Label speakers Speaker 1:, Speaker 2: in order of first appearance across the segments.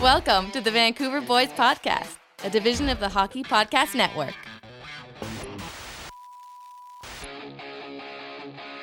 Speaker 1: Welcome to the Vancouver Boys Podcast, a division of the Hockey Podcast Network.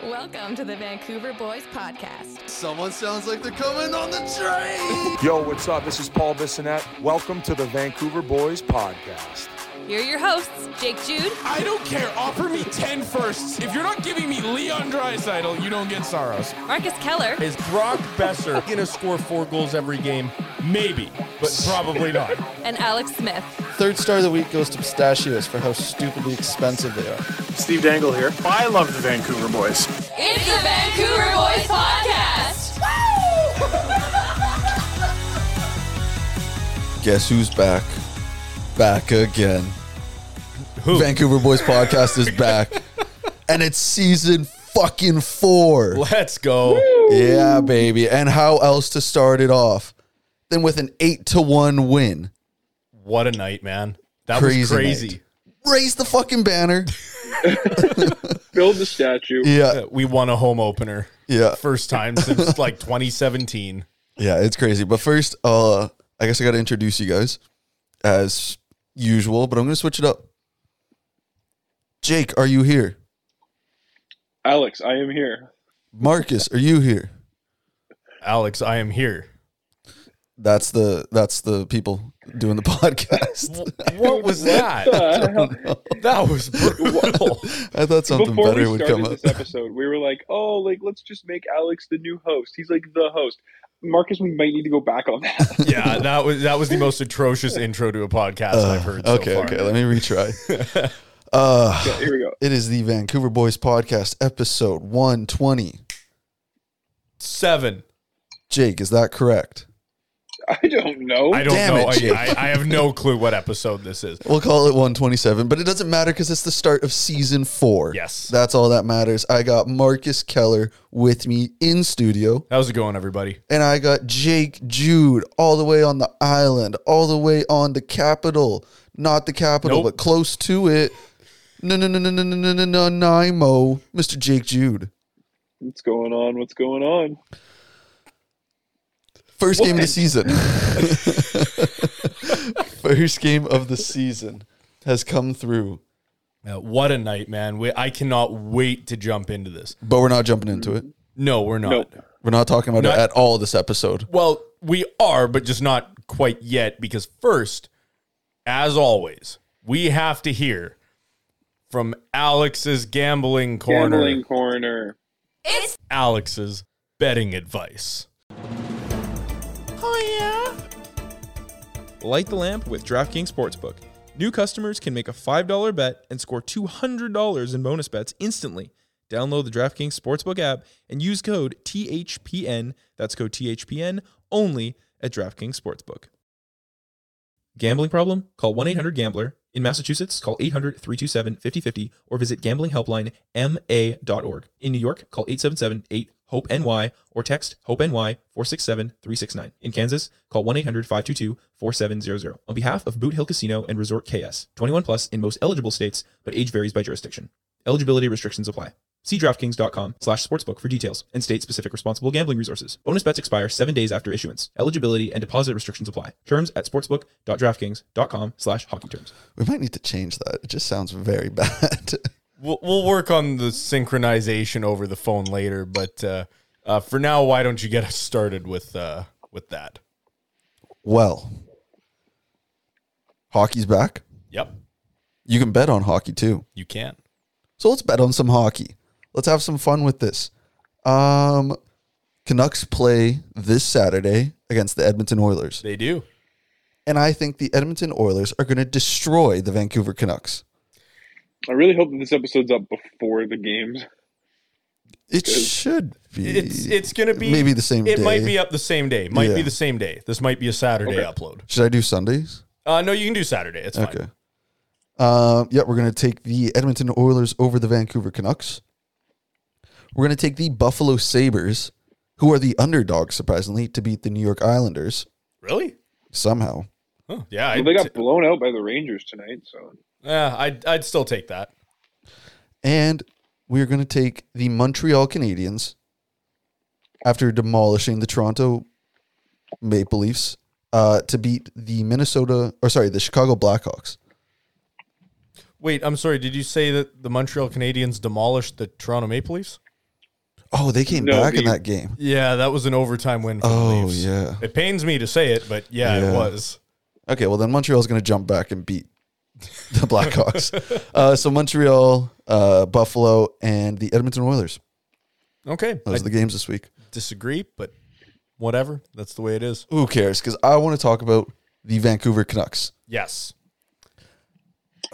Speaker 1: Welcome to the Vancouver Boys Podcast.
Speaker 2: Someone sounds like they're coming on the train.
Speaker 3: Yo, what's up? This is Paul Bissonette. Welcome to the Vancouver Boys Podcast.
Speaker 1: Here are your hosts, Jake Jude
Speaker 4: I don't care. Offer me 10 firsts. If you're not giving me Leon Dreisaitl, you don't get Saros.
Speaker 1: Marcus Keller,
Speaker 4: Is Brock Besser gonna score four goals every game? Maybe, but probably not.
Speaker 1: and Alex Smith.
Speaker 2: Third star of the week goes to pistachios for how stupidly expensive they are.
Speaker 5: Steve Dangle here. I love the Vancouver boys.
Speaker 1: It's the Vancouver Boys Podcast.
Speaker 6: Guess who's back? Back again.
Speaker 4: Who?
Speaker 6: Vancouver Boys Podcast is back. and it's season fucking four.
Speaker 4: Let's go.
Speaker 6: Yeah, baby. And how else to start it off than with an eight to one win?
Speaker 4: What a night, man. That was
Speaker 6: Crazy
Speaker 4: crazy.
Speaker 6: night. Raise the fucking banner.
Speaker 7: build the statue.
Speaker 6: Yeah.
Speaker 4: We won a home opener.
Speaker 6: Yeah.
Speaker 4: First time since like 2017.
Speaker 6: Yeah, it's crazy. But first, uh, I guess I gotta introduce you guys as usual, but I'm gonna switch it up. Jake, are you here?
Speaker 7: Alex, I am here.
Speaker 6: Marcus, are you here?
Speaker 4: Alex, I am here.
Speaker 6: That's the that's the people doing the podcast.
Speaker 4: What was that?
Speaker 7: Uh,
Speaker 4: That was brutal.
Speaker 6: I thought something
Speaker 7: before we
Speaker 6: better would come
Speaker 7: started
Speaker 6: up.
Speaker 7: this episode, we were like, "Oh, like let's just make Alex the new host. He's like the host." Marcus, we might need to go back on that.
Speaker 4: yeah, that was that was the most atrocious intro to a podcast I've heard. So
Speaker 6: okay,
Speaker 4: far.
Speaker 6: okay, let me retry. uh,
Speaker 7: Here we go.
Speaker 6: it is the Vancouver Boys Podcast, episode 120.
Speaker 4: Seven.
Speaker 6: Jake, is that correct?
Speaker 7: I don't know.
Speaker 4: I don't
Speaker 6: Oh, Damn
Speaker 4: know.
Speaker 6: it, Jake.
Speaker 4: I, I, I have no clue what episode this is.
Speaker 6: We'll call it 127, but it doesn't matter because it's the start of season four.
Speaker 4: Yes.
Speaker 6: That's all that matters. I got Marcus Keller with me in studio,
Speaker 4: How's it going, everybody?
Speaker 6: and I got Jake Jude all the way on the island, all the way on the capital. Not the capital,
Speaker 4: Nope.
Speaker 6: but close to it. No, no, no, no, no, no, no, no, no, Nanaimo, Mr. Jake Jude.
Speaker 7: What's going on? What's going on?
Speaker 6: First game of the season. First game of the season has come through,
Speaker 4: Uh, what a night, man! We, I cannot wait to jump into this.
Speaker 6: but we're not jumping into it.
Speaker 4: No, we're not.
Speaker 7: Nope.
Speaker 6: We're not talking about
Speaker 4: Not-
Speaker 6: it at all this episode.
Speaker 4: Well, we are, but just not quite yet. Because first, as always, we have to hear from Alex's gambling corner.
Speaker 7: Gambling corner.
Speaker 4: Alex's betting advice.
Speaker 8: Light the lamp with DraftKings Sportsbook. New customers can make a $5 bet and score $200 in bonus bets instantly. Download the DraftKings Sportsbook app and use code THPN, that's code THPN, only at DraftKings Sportsbook. Gambling problem? Call 1 800 Gambler. In Massachusetts, call 800 327 5050 or visit gamblinghelplinema.org. In New York, call 877 8 HOPE NY or text HOPE NY 467 369. In Kansas, call 1 800 522 4700. On behalf of Boot Hill Casino and Resort KS, 21 plus in most eligible states, but age varies by jurisdiction. Eligibility restrictions apply. See DraftKings.com slash sportsbook for details and state-specific responsible gambling resources. Bonus bets expire seven days after issuance. Eligibility and deposit restrictions apply. Terms at sportsbook.draftkings.com slash hockey terms.
Speaker 6: We might need to change that. It just sounds very bad.
Speaker 4: We'll, we'll work on the synchronization over the phone later, but uh, uh, for now, why don't you get us started with uh, with that?
Speaker 6: well, hockey's back.
Speaker 4: Yep,
Speaker 6: You can bet on hockey too.
Speaker 4: you can.
Speaker 6: So let's bet on some hockey. Let's have some fun with this. Um, Canucks play this Saturday against the Edmonton Oilers.
Speaker 4: They do.
Speaker 6: And I think the Edmonton Oilers are going to destroy the Vancouver Canucks.
Speaker 7: I really hope that this episode's up before the games.
Speaker 6: It should be.
Speaker 4: It's it's gonna be
Speaker 6: Eh, maybe the same
Speaker 4: It might
Speaker 6: day.
Speaker 4: be up the same day. Might be
Speaker 6: Yeah.
Speaker 4: the same day. This might be a Saturday upload.
Speaker 6: Should I do Sundays?
Speaker 4: Uh, no, you can do Saturday. It's fine.
Speaker 6: Okay. Um, yeah, we're going to take the Edmonton Oilers over the Vancouver Canucks. We're going to take the Buffalo Sabres, who are the underdogs, surprisingly, to beat the New York Islanders
Speaker 4: Really?
Speaker 6: somehow.
Speaker 4: Huh. Yeah,
Speaker 7: Well,
Speaker 4: I'd,
Speaker 7: they got blown out by the Rangers tonight, so
Speaker 4: yeah, I'd I'd still take that.
Speaker 6: And we're going to take the Montreal Canadiens after demolishing the Toronto Maple Leafs uh, to beat the Minnesota or sorry the Chicago Blackhawks.
Speaker 4: Wait, I'm sorry. Did you say that the Montreal Canadiens demolished the Toronto Maple Leafs?
Speaker 6: Oh, they came
Speaker 7: No,
Speaker 6: back in
Speaker 7: the-
Speaker 6: that game.
Speaker 4: Yeah, that was an overtime win for the
Speaker 6: Oh
Speaker 4: Leafs.
Speaker 6: yeah.
Speaker 4: It pains me to say it, but yeah,
Speaker 6: Yeah.
Speaker 4: it was.
Speaker 6: Okay, well then Montreal's going to jump back and beat the Blackhawks. uh, so Montreal, uh, Buffalo, and the Edmonton Oilers.
Speaker 4: Okay. I
Speaker 6: Those are the games this week.
Speaker 4: disagree, but whatever. That's the way it is.
Speaker 6: Who cares? Because I want to talk about the Vancouver Canucks.
Speaker 4: Yes.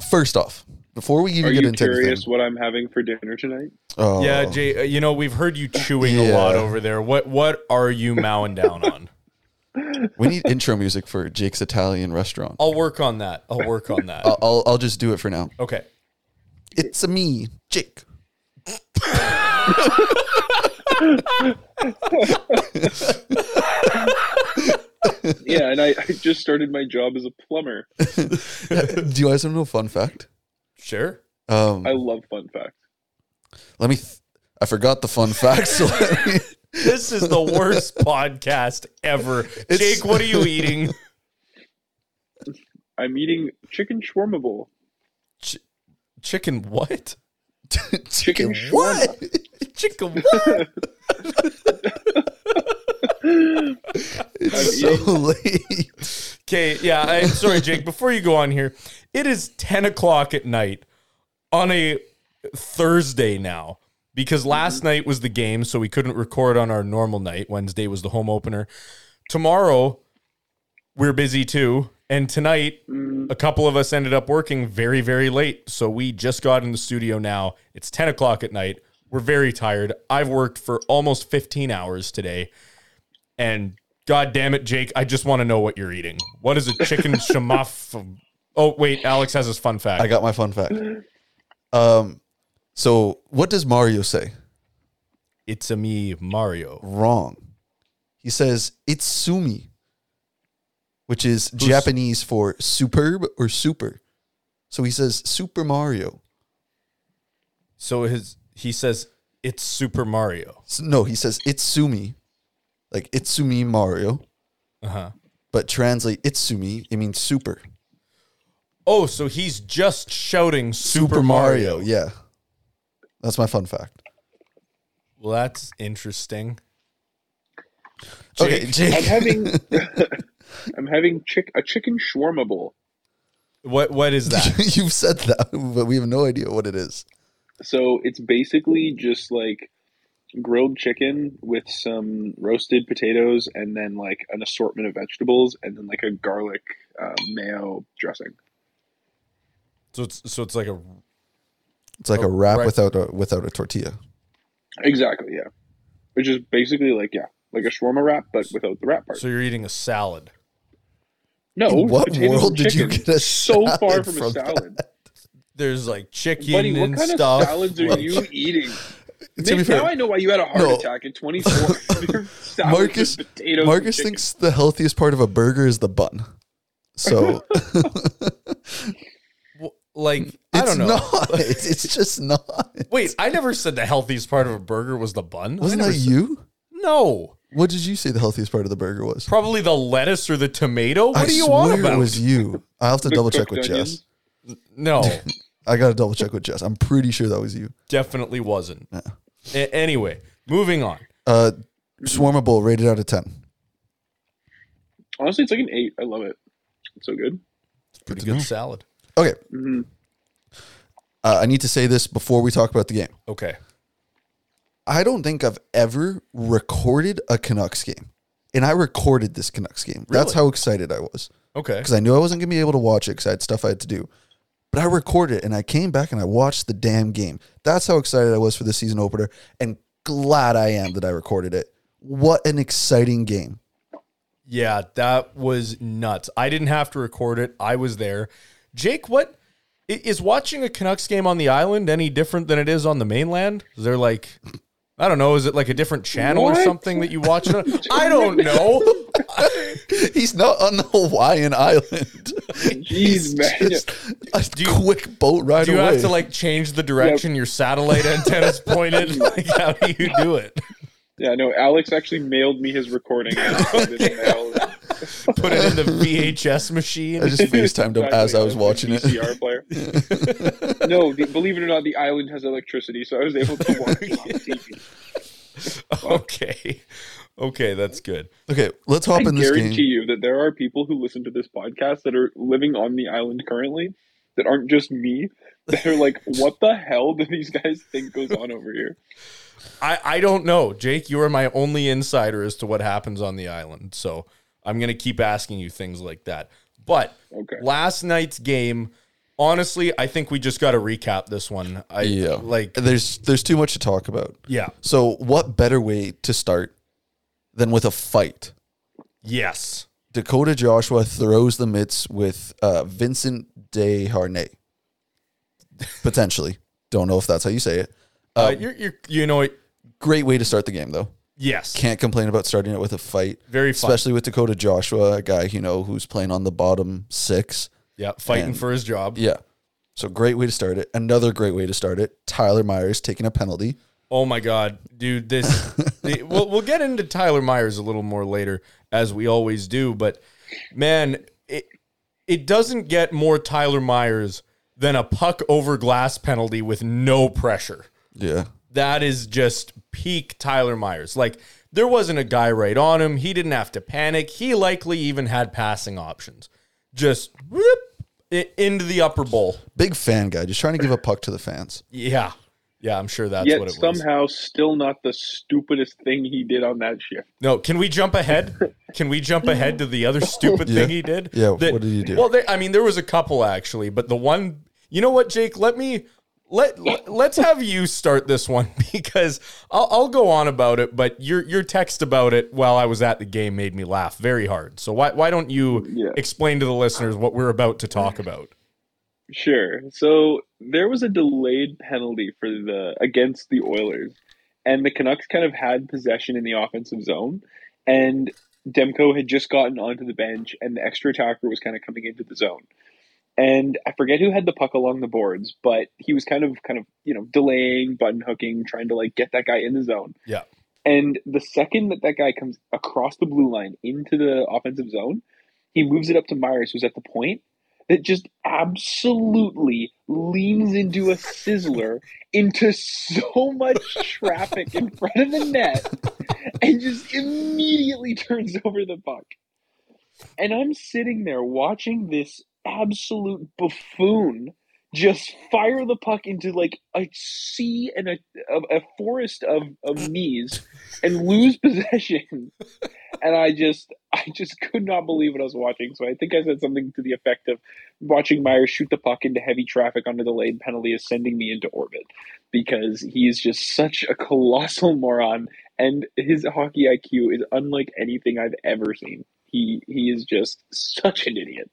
Speaker 6: First off, before we even
Speaker 7: Are
Speaker 6: get
Speaker 7: you
Speaker 6: into
Speaker 7: curious
Speaker 6: anything,
Speaker 7: what I'm having for dinner tonight?
Speaker 6: oh,
Speaker 4: Yeah, Jay, uh, you know, we've heard you chewing a lot
Speaker 6: Yeah.
Speaker 4: over there. What what are you mowing down on?
Speaker 6: we need intro music for Jake's Italian restaurant.
Speaker 4: I'll work on that. I'll work on that.
Speaker 6: I'll, I'll, I'll just do it for now.
Speaker 4: Okay.
Speaker 6: It's a me, Jake.
Speaker 7: Yeah, and I, I just started my job as a plumber.
Speaker 6: do you guys want to know a fun fact?
Speaker 4: Sure.
Speaker 6: Um,
Speaker 7: I love fun facts.
Speaker 6: let me. Th- I forgot the fun fact. So let me-
Speaker 4: This is the worst podcast ever. Jake, what are you eating?
Speaker 7: I'm eating chicken shawarma bowl.
Speaker 4: Chicken what?
Speaker 7: Chicken
Speaker 6: what?
Speaker 4: Chicken what?
Speaker 6: It's so late.
Speaker 4: Okay, yeah, I'm sorry, Jake. Before you go on here, it is 10 o'clock at night on a Thursday now because last night was the game, so we couldn't record on our normal night. Wednesday was the home opener. Tomorrow, we're busy too. And tonight, a couple of us ended up working very, very late. So we just got in the studio now. It's 10 o'clock at night. We're very tired. I've worked for almost 15 hours today. And God damn it, Jake, I just want to know what you're eating. What is a chicken shamaf? Oh, wait, Alex has his fun fact.
Speaker 6: I got my fun fact. Um, so what does Mario say?
Speaker 4: it's a me, Mario.
Speaker 6: Wrong. He says Itsumi, which is Japanese for superb or super. So he says Super Mario.
Speaker 4: So his he says it's Super Mario.
Speaker 6: S- No, he says Itsumi, like Itsumi Mario.
Speaker 4: Uh
Speaker 6: Uh-huh.
Speaker 4: huh.
Speaker 6: But translate Itsumi, it means super.
Speaker 4: Oh, so he's just shouting Super, Mario.
Speaker 6: Yeah, that's my fun fact.
Speaker 4: Well, that's interesting.
Speaker 6: okay, Jake.
Speaker 7: I'm having I'm having chick a chicken shawarma bowl.
Speaker 4: What what is that?
Speaker 6: You've said that, but we have no idea what it is.
Speaker 7: So it's basically just like grilled chicken with some roasted potatoes and then like an assortment of vegetables and then like a garlic uh, mayo dressing.
Speaker 4: so it's so it's like a
Speaker 6: It's like
Speaker 4: Oh,
Speaker 6: a wrap
Speaker 4: right.
Speaker 6: without a without a tortilla.
Speaker 7: Exactly, yeah. Which is basically like yeah, like a shawarma wrap but without the wrap part.
Speaker 4: so you're eating a salad.
Speaker 7: no,
Speaker 6: In what
Speaker 7: potatoes and
Speaker 6: world did you
Speaker 7: chicken.
Speaker 6: get a
Speaker 7: so far
Speaker 6: salad
Speaker 7: from,
Speaker 6: from
Speaker 7: a salad?
Speaker 4: There's like chicken
Speaker 7: Buddy, what
Speaker 4: and
Speaker 7: kind
Speaker 4: stuff.
Speaker 7: of salads are you eating?
Speaker 6: To be
Speaker 7: Nick,
Speaker 6: fair,
Speaker 7: now I know why you had a heart
Speaker 6: No.
Speaker 7: attack at 24. Your salad
Speaker 6: Marcus
Speaker 7: with potatoes and
Speaker 6: Marcus
Speaker 7: chicken.
Speaker 6: thinks the healthiest part of a burger is the bun. So
Speaker 4: W- like I
Speaker 6: it's
Speaker 4: don't know.
Speaker 6: not. It's just not.
Speaker 4: Wait, I never said the healthiest part of a burger was the bun. I
Speaker 6: Wasn't
Speaker 4: never
Speaker 6: that
Speaker 4: said-
Speaker 6: you?
Speaker 4: No.
Speaker 6: What did you say the healthiest part of the burger was?
Speaker 4: Probably the lettuce or the tomato. What
Speaker 6: I
Speaker 4: are you on
Speaker 6: swear
Speaker 4: about?
Speaker 6: It was you. I'll have to
Speaker 7: The
Speaker 6: double check
Speaker 7: cooked
Speaker 6: with Jess.
Speaker 7: onions.
Speaker 4: No,
Speaker 6: I gotta double check with Jess. I'm pretty sure that was you.
Speaker 4: definitely wasn't. A- anyway, moving on.
Speaker 6: Uh,
Speaker 4: Mm-hmm.
Speaker 6: shawarma bowl rated out of ten.
Speaker 7: Honestly, it's like an eight. I love it. It's so good.
Speaker 4: It's pretty
Speaker 6: to
Speaker 4: good
Speaker 6: know.
Speaker 4: salad.
Speaker 6: Okay,
Speaker 4: Mm-hmm.
Speaker 7: Mhm.
Speaker 6: uh, I need to say this before we talk about the game.
Speaker 4: Okay.
Speaker 6: I don't think I've ever recorded a Canucks game, and I recorded this Canucks game. That's how excited I was.
Speaker 4: Okay.
Speaker 6: because I knew I wasn't gonna be able to watch it because I had stuff I had to do. But I recorded it and I came back and I watched the damn game. That's how excited I was for the season opener, and glad I am that I recorded it. What an exciting game!
Speaker 4: Yeah, that was nuts. I didn't have to record it. I was there. Jake, what i- is watching a Canucks game on the island any different than it is on the mainland? Is there like I don't know, is it like a different channel or
Speaker 7: What?
Speaker 4: something that you watch it on? I don't know.
Speaker 6: He's not on the Hawaiian island.
Speaker 7: Jeez, man.
Speaker 6: Just a quick boat ride
Speaker 4: Do you
Speaker 6: away.
Speaker 4: have to like change the direction your satellite antenna's pointed? Like how do you do it?
Speaker 7: Yeah, no, Alex actually mailed me his recording. I just didn't mail it.
Speaker 4: put it in the VHS machine.
Speaker 6: I just FaceTimed him as I was
Speaker 7: Exactly,
Speaker 6: watching it.
Speaker 7: VCR player. no, the, believe it or not, the island has electricity, so I was able to watch it on the TV.
Speaker 4: okay. Okay, that's good.
Speaker 6: Okay, let's hop
Speaker 7: I
Speaker 6: in this game.
Speaker 7: guarantee you that there are people who listen to this podcast that are living on the island currently that aren't just me. That are like, what the hell do these guys think goes on over here?
Speaker 4: I, I don't know. Jake, you are my only insider as to what happens on the island. So I'm going to keep asking you things like that. But
Speaker 7: Okay.
Speaker 4: last night's game, honestly, I think we just got to recap this one. I
Speaker 6: Yeah.
Speaker 4: like
Speaker 6: There's there's too much to talk about.
Speaker 4: yeah.
Speaker 6: So, what better way to start than with a fight?
Speaker 4: Yes.
Speaker 6: Dakota Joshua throws the mitts with uh, Vincent DeHarnay. Potentially. Don't know if that's how you say it.
Speaker 4: Uh, you're, you're you know what?
Speaker 6: Great way to start the game, though.
Speaker 4: Yes.
Speaker 6: Can't complain about starting it with a fight.
Speaker 4: Very fun.
Speaker 6: Especially with Dakota Joshua, a guy, you know, who's playing on the bottom six.
Speaker 4: yeah, fighting
Speaker 6: and-
Speaker 4: for his job.
Speaker 6: Yeah. So, great way to start it. Another great way to start it. Tyler Myers taking a penalty.
Speaker 4: Oh my God, dude! This the, we'll, we'll get into Tyler Myers a little more later, as we always do. But man, it it doesn't get more Tyler Myers than a puck over glass penalty with no pressure.
Speaker 6: Yeah.
Speaker 4: That is just peak Tyler Myers. Like there wasn't a guy right on him. He didn't have to panic. He likely even had passing options. Just whoop i- into the upper bowl.
Speaker 6: Big fan guy, just trying to give a puck to the fans.
Speaker 4: Yeah, yeah. I'm sure that's
Speaker 7: Yet
Speaker 4: what it was.
Speaker 7: somehow, still not the stupidest thing he did on that shift.
Speaker 4: No, can we jump ahead? Can we jump ahead to the other stupid
Speaker 6: Yeah.
Speaker 4: thing he did?
Speaker 6: Yeah, what did he do?
Speaker 4: Well, there, I mean, there was a couple actually, but the one, you know what, Jake? Let me let, let let's have you start this one because I'll, I'll go on about it. But your your text about it while I was at the game made me laugh very hard. So why why don't you
Speaker 7: Yeah.
Speaker 4: explain to the listeners what we're about to talk about?
Speaker 7: Sure. So there was a delayed penalty for the against the Oilers, and the Canucks kind of had possession in the offensive zone, and Demko had just gotten onto the bench, and the extra attacker was kind of coming into the zone, and I forget who had the puck along the boards, but he was kind of kind of you know delaying, button hooking, trying to like get that guy in the zone.
Speaker 4: Yeah.
Speaker 7: And the second that that guy comes across the blue line into the offensive zone, he moves it up to Myers, who's at the point, that just absolutely leans into a sizzler into so much traffic in front of the net and just immediately turns over the puck. And I'm sitting there watching this absolute buffoon just fire the puck into like a sea and a, a, a forest of, of knees and lose possession. And I just I just could not believe what I was watching. So I think I said something to the effect of watching Myers shoot the puck into heavy traffic on a delayed penalty is sending me into orbit because he is just such a colossal moron and his hockey IQ is unlike anything I've ever seen. He he is just such an idiot.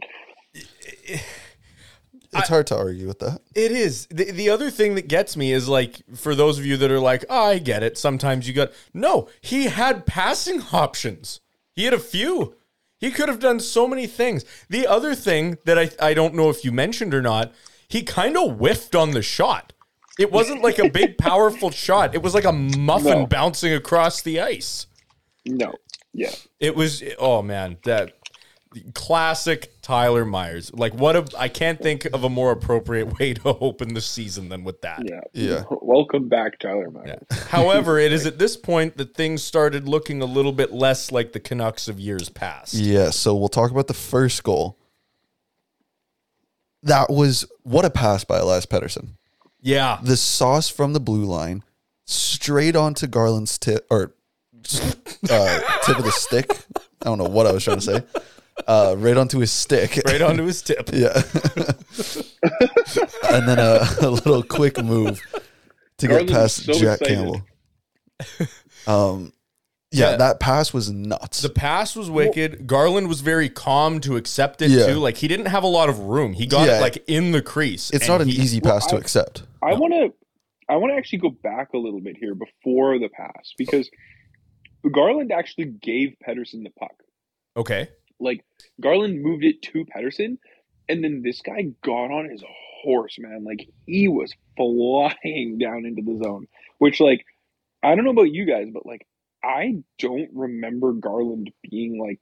Speaker 6: It's hard to argue with that.
Speaker 4: It is. The, the other thing that gets me is like, for those of you that are like, oh, I get it. Sometimes you got. No, he had passing options. He had a few. He could have done so many things. The other thing that I, I don't know if you mentioned or not, he kind of whiffed on the shot. It wasn't like a big, powerful shot. It was like a muffin
Speaker 7: No.
Speaker 4: bouncing across the ice.
Speaker 7: No. Yeah.
Speaker 4: It was oh man, that classic Tyler Myers. Like what a I can't think of a more appropriate way to open the season than with that.
Speaker 7: Yeah.
Speaker 6: Yeah.
Speaker 7: Welcome back, Tyler Myers.
Speaker 4: However, it is at this point that things started looking a little bit less like the Canucks of years past.
Speaker 6: Yeah, so we'll talk about the first goal. That was what a pass by Elias Pettersson.
Speaker 4: Yeah.
Speaker 6: The sauce from the blue line straight onto Garland's tip or uh, tip of the stick. I don't know what I was trying to say. Uh, right onto his stick.
Speaker 4: Right onto his tip.
Speaker 6: Yeah. and then a, a little quick move to
Speaker 7: Garland
Speaker 6: get
Speaker 7: was
Speaker 6: past
Speaker 7: so
Speaker 6: Jack
Speaker 7: excited.
Speaker 6: Campbell. Um, yeah,
Speaker 4: Yeah.
Speaker 6: that pass was nuts.
Speaker 4: The pass was wicked. Garland was very calm to accept it
Speaker 6: Yeah.
Speaker 4: too. Like he didn't have a lot of room. He got
Speaker 6: Yeah.
Speaker 4: it like in the crease.
Speaker 6: it's
Speaker 4: and
Speaker 6: not an
Speaker 4: he-
Speaker 6: easy pass to
Speaker 7: I-
Speaker 6: accept.
Speaker 7: I want to I want to actually go back a little bit here before the pass because Garland actually gave Pedersen the puck.
Speaker 4: Okay.
Speaker 7: Like Garland moved it to Pedersen and then this guy got on his horse, man. Like he was flying down into the zone, which like I don't know about you guys, but like I don't remember Garland being like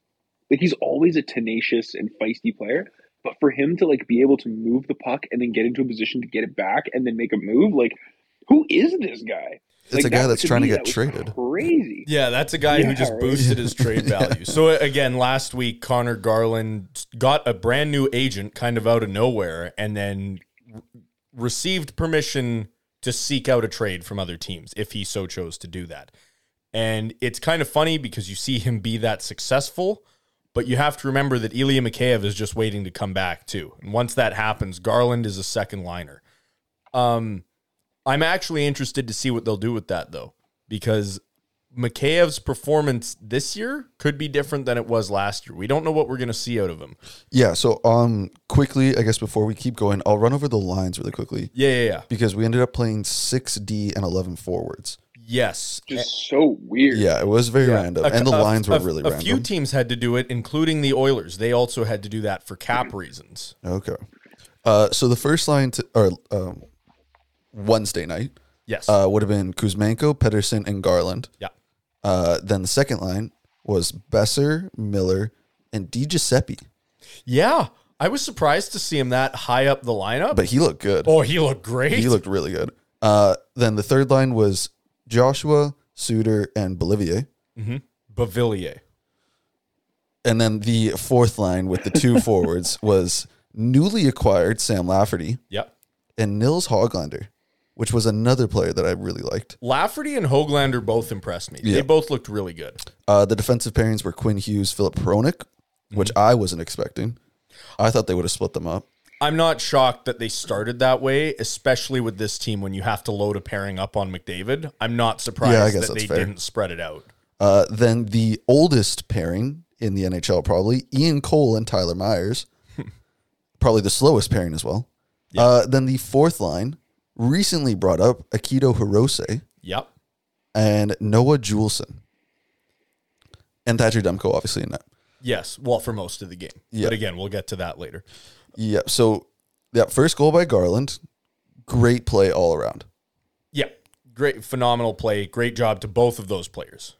Speaker 7: Like he's always a tenacious and feisty player, but for him to like be able to move the puck and then get into a position to get it back and then make a move, like who is this guy?
Speaker 6: It's
Speaker 7: Like,
Speaker 6: a guy
Speaker 7: that-
Speaker 6: that's
Speaker 7: to
Speaker 6: trying to
Speaker 7: me,
Speaker 6: get
Speaker 7: that was
Speaker 6: traded.
Speaker 7: Crazy.
Speaker 4: Yeah, that's a guy who
Speaker 7: Yeah,
Speaker 4: just
Speaker 7: right.
Speaker 4: boosted his trade value. So uh, again, last week Connor Garland got a brand new agent kind of out of nowhere and then re- received permission to seek out a trade from other teams if he so chose to do that. And it's kind of funny because you see him be that successful, but you have to remember that Ilya Mikheyev is just waiting to come back too. And once that happens, Garland is a second liner. Um, I'm actually interested to see what they'll do with that though, because Mikheyev's performance this year could be different than it was last year. We don't know what we're going to see out of him.
Speaker 6: Yeah. So, um, quickly, I guess before we keep going, I'll run over the lines really quickly
Speaker 4: Yeah, yeah, yeah.
Speaker 6: because we ended up playing six D and eleven forwards.
Speaker 4: Yes.
Speaker 7: Just so weird.
Speaker 6: Yeah, it was very random,
Speaker 4: A-
Speaker 6: and the
Speaker 4: a-
Speaker 6: lines were
Speaker 4: a-
Speaker 6: really
Speaker 4: A
Speaker 6: random.
Speaker 4: few teams had to do it, including the Oilers. They also had to do that for cap reasons.
Speaker 6: okay. Uh, so the first line to or um, Wednesday night
Speaker 4: Yes.
Speaker 6: uh, would have been Kuzmenko, Pedersen, and Garland.
Speaker 4: yeah.
Speaker 6: Uh, then the second line was Besser, Miller, and Di Giuseppe.
Speaker 4: Yeah. I was surprised to see him that high up the lineup.
Speaker 6: But he looked good.
Speaker 4: oh, he looked great.
Speaker 6: He looked really good. Uh, then the third line was Joshua, Suter, and Bolivier.
Speaker 4: Bavillier.
Speaker 6: And then the fourth line with the two forwards was newly acquired Sam Lafferty
Speaker 4: Yep.
Speaker 6: and Nils Hoglander, which was another player that I really liked.
Speaker 4: Lafferty and Hoaglander both impressed me. They
Speaker 6: Yeah.
Speaker 4: both looked really good.
Speaker 6: Uh, the defensive pairings were Quinn Hughes, Philip Peronic, which I wasn't expecting. I thought they would have split them up.
Speaker 4: I'm not shocked that they started that way, especially with this team when you have to load a pairing up on McDavid. I'm not surprised
Speaker 6: Yeah, I guess
Speaker 4: that
Speaker 6: that's
Speaker 4: they
Speaker 6: fair.
Speaker 4: didn't spread it out.
Speaker 6: Uh, then the oldest pairing in the NHL, probably Ian Cole and Tyler Myers, probably the slowest pairing as well. Uh, then the fourth line, recently brought up Akito Hirose
Speaker 4: Yep.
Speaker 6: and Noah Juleson, and Thatcher Demko, obviously in that.
Speaker 4: Yes. Well, for most of the game.
Speaker 6: Yeah.
Speaker 4: But again, we'll get to that later.
Speaker 6: Yeah. So that first goal by Garland, great play all around.
Speaker 4: Yep. Great, phenomenal play. Great job to both of those players.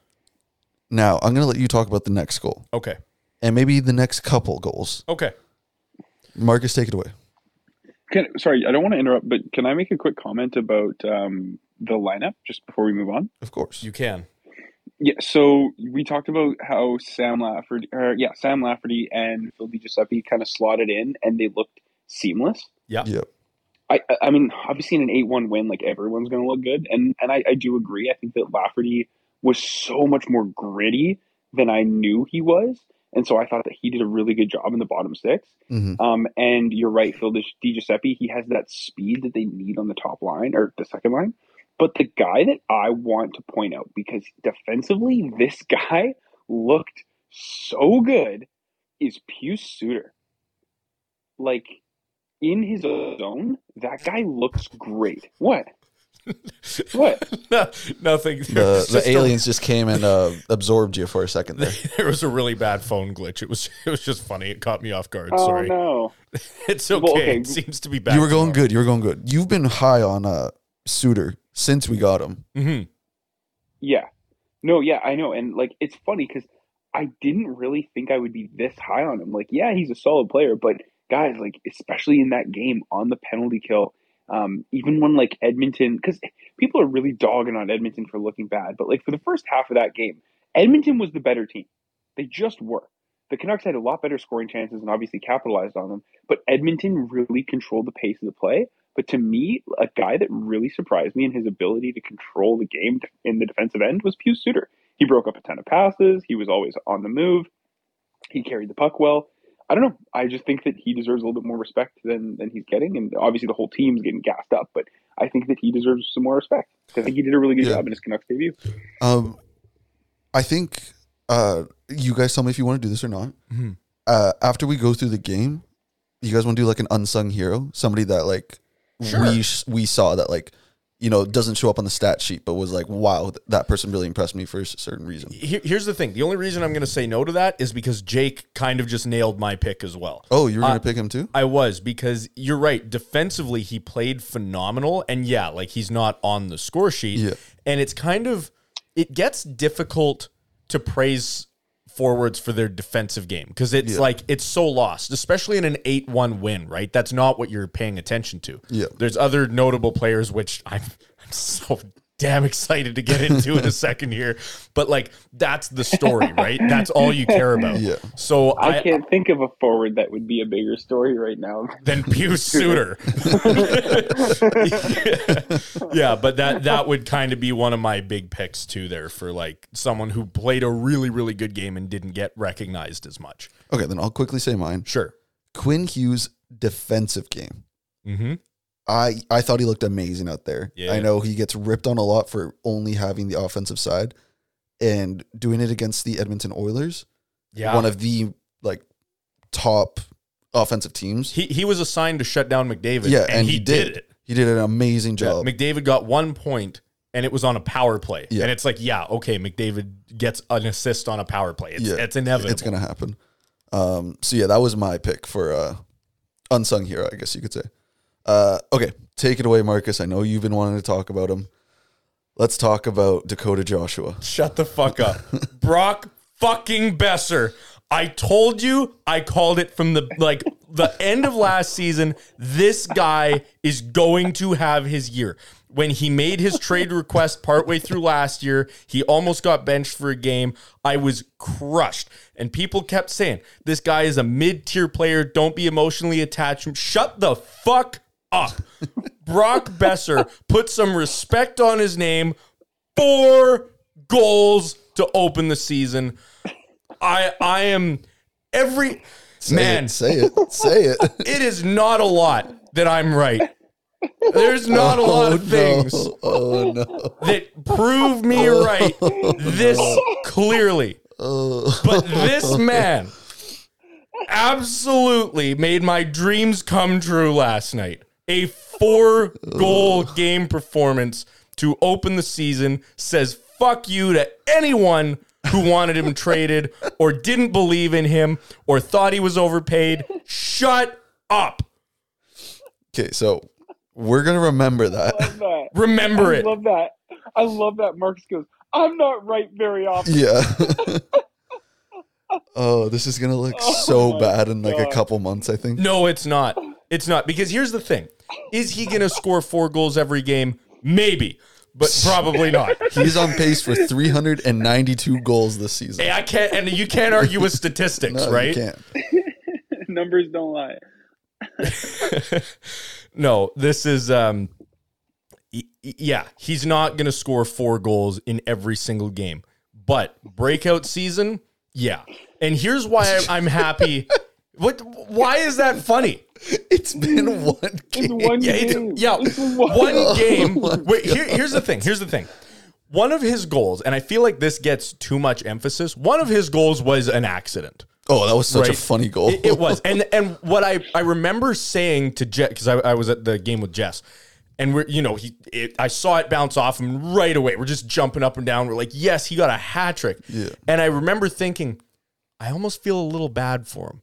Speaker 6: Now I'm gonna let you talk about the next goal
Speaker 4: Okay.
Speaker 6: and maybe the next couple goals.
Speaker 4: Okay.
Speaker 6: Marcus, take it away.
Speaker 7: Can, sorry, I don't want to interrupt, but can I make a quick comment about um, the lineup just before we move on?
Speaker 6: Of course.
Speaker 4: You can.
Speaker 7: Yeah, so we talked about how Sam Lafferty, or yeah, Sam Lafferty and Phil DiGiuseppe kind of slotted in, and they looked seamless.
Speaker 4: Yep.
Speaker 6: Yep.
Speaker 7: I, I- I mean, obviously in an eight-one win, like everyone's going to look good, and and I, I do agree. I think that Lafferty was so much more gritty than I knew he was, and so I thought that he did a really good job in the bottom six.
Speaker 6: Mhm.
Speaker 7: Um, and you're right, Phil Di- DiGiuseppe, he has that speed that they need on the top line or the second line. But the guy that I want to point out because defensively, this guy looked so good is Pew Suter. Like in his zone, that guy looks great. What? What?
Speaker 4: No, nothing. There
Speaker 6: the,
Speaker 4: was
Speaker 6: the
Speaker 4: just a-
Speaker 6: aliens just came and uh, absorbed you for a second there.
Speaker 4: there was a really bad phone glitch. It was it was just funny. It caught me off guard.
Speaker 7: Oh
Speaker 4: Sorry.
Speaker 7: no!
Speaker 4: It's okay.
Speaker 7: Well, okay.
Speaker 4: It seems to be back.
Speaker 6: you were going good. You were going good. You've been high on uh, Suter since we got him.
Speaker 4: hmm
Speaker 7: Yeah, no, yeah, I know, and like it's funny because I didn't really think I would be this high on him. Like, yeah, he's a solid player, but guys, like especially in that game on the penalty kill, um, even when like Edmonton, because people are really dogging on Edmonton for looking bad, but like for the first half of that game, Edmonton was the better team. They just were. The Canucks had a lot better scoring chances and obviously capitalized on them, but Edmonton really controlled the pace of the play. But to me, a guy that really surprised me in his ability to control the game in the defensive end was Pew Suter. He broke up a ton of passes. He was always on the move. He carried the puck well. I don't know. I just think that he deserves a little bit more respect than, than he's getting. And obviously, the whole team's getting gassed up, but I think that he deserves some more respect. 'Cause I think he did a really good
Speaker 6: Yeah.
Speaker 7: job in his Canucks debut.
Speaker 6: Um, I think uh, you guys tell me if you want to do this or not.
Speaker 4: Mhm.
Speaker 6: Uh, after we go through the game, you guys want to do like an unsung hero, somebody that like we sh- we saw that like you know doesn't show up on the stat sheet, but was like, wow, th- that person really impressed me for a s- certain reason.
Speaker 4: Here, here's the thing. The only reason I'm going to say no to that is because Jake kind of just nailed my pick as well.
Speaker 6: Oh, you were gonna
Speaker 4: Uh,
Speaker 6: pick him too?
Speaker 4: I was because you're right. Defensively, he played phenomenal, and yeah, like he's not on the score sheet,
Speaker 6: Yeah.
Speaker 4: and it's kind of it gets difficult to praise forwards for their defensive game because it's like it's so lost, especially in an 8 1 win, right? That's not what you're paying attention to.
Speaker 6: Yeah.
Speaker 4: There's other notable players, which I'm, I'm so damn excited to get into in a second here. But like, that's the story, right? That's all you care about.
Speaker 6: Yeah.
Speaker 4: So
Speaker 7: I can't think of a forward that would be a bigger story right now.
Speaker 4: than Pew Suter. yeah, but that that would kind of be one of my big picks too. There for like someone who played a really really good game and didn't get recognized as much.
Speaker 6: Okay, then I'll quickly say mine.
Speaker 4: Sure.
Speaker 6: Quinn Hughes defensive game.
Speaker 4: Mm-hmm.
Speaker 6: I I thought he looked amazing out there.
Speaker 4: Yeah.
Speaker 6: I know he gets ripped on a lot for only having the offensive side and doing it against the Edmonton Oilers,
Speaker 4: Yeah.
Speaker 6: one of the like top offensive teams.
Speaker 4: he he was assigned to shut down McDavid.
Speaker 6: yeah, and, he, did.
Speaker 4: it.
Speaker 6: He did an amazing
Speaker 4: Yeah,
Speaker 6: job.
Speaker 4: McDavid got one point and it was on a power play.
Speaker 6: Yeah.
Speaker 4: And it's like, yeah, okay, McDavid gets an assist on a power play. It's,
Speaker 6: Yeah.
Speaker 4: it's inevitable.
Speaker 6: it's gonna happen. Um, so yeah, that was my pick for uh, unsung hero, I guess you could say. Uh, okay, take it away, Marcus. I know you've been wanting to talk about him. Let's talk about Dakota Joshua.
Speaker 4: Shut the fuck up. Brock fucking Besser. I told you, I called it from the like the end of last season. This guy is going to have his year. When he made his trade request partway through last year, he almost got benched for a game. I was crushed. And people kept saying, This guy is a mid tier player. Don't be emotionally attached. Shut the fuck up. Brock Besser put some respect on his name four goals to open the season. I I am every man.
Speaker 6: say it, say it. Say it.
Speaker 4: It is not a lot that I'm right. There's not a lot of things
Speaker 6: Oh, No. Oh no.
Speaker 4: that prove me right this clearly. But this man absolutely made my dreams come true last night. A four goal game performance to open the season says fuck you to anyone who wanted him traded or didn't believe in him or thought he was overpaid. Shut up.
Speaker 6: Okay, so we're gonna remember that.
Speaker 5: Love that.
Speaker 4: Remember
Speaker 5: I
Speaker 4: it.
Speaker 5: love that. I love that. Marcus goes, I'm not right very often.
Speaker 6: yeah. oh, this is gonna look so
Speaker 5: my
Speaker 6: bad in like a
Speaker 5: God.
Speaker 6: couple months. I think.
Speaker 4: No, it's not. It's not because here's the thing: is he going to score four goals every game? Maybe, but probably not.
Speaker 6: He's on pace for 392 goals this season.
Speaker 4: Hey, I can't, and you can't argue with statistics,
Speaker 6: No, you
Speaker 4: right?
Speaker 6: can't.
Speaker 7: Numbers don't lie.
Speaker 4: No, this is um, y- y- yeah, he's not going to score four goals in every single game, but breakout season, yeah. And here's why I'm- I'm happy. What? Why is that funny?
Speaker 6: It's been one
Speaker 5: It's
Speaker 6: game.
Speaker 5: one
Speaker 4: Yeah, it-
Speaker 5: game.
Speaker 4: yeah.
Speaker 5: It's
Speaker 4: One game.
Speaker 6: my
Speaker 4: Wait, here, here's the thing. Here's the thing. One of his goals, and I feel like this gets too much emphasis. One of his goals was an accident.
Speaker 6: Oh, that was such a
Speaker 4: Right.
Speaker 6: funny goal.
Speaker 4: It, it was, and and what I I remember saying to Jess because I, I was at the game with Jess, and we're you know he it, I saw it bounce off him right away. We're just jumping up and down. We're like, yes, he got a hat trick.
Speaker 6: Yeah.
Speaker 4: And I remember thinking, I almost feel a little bad for him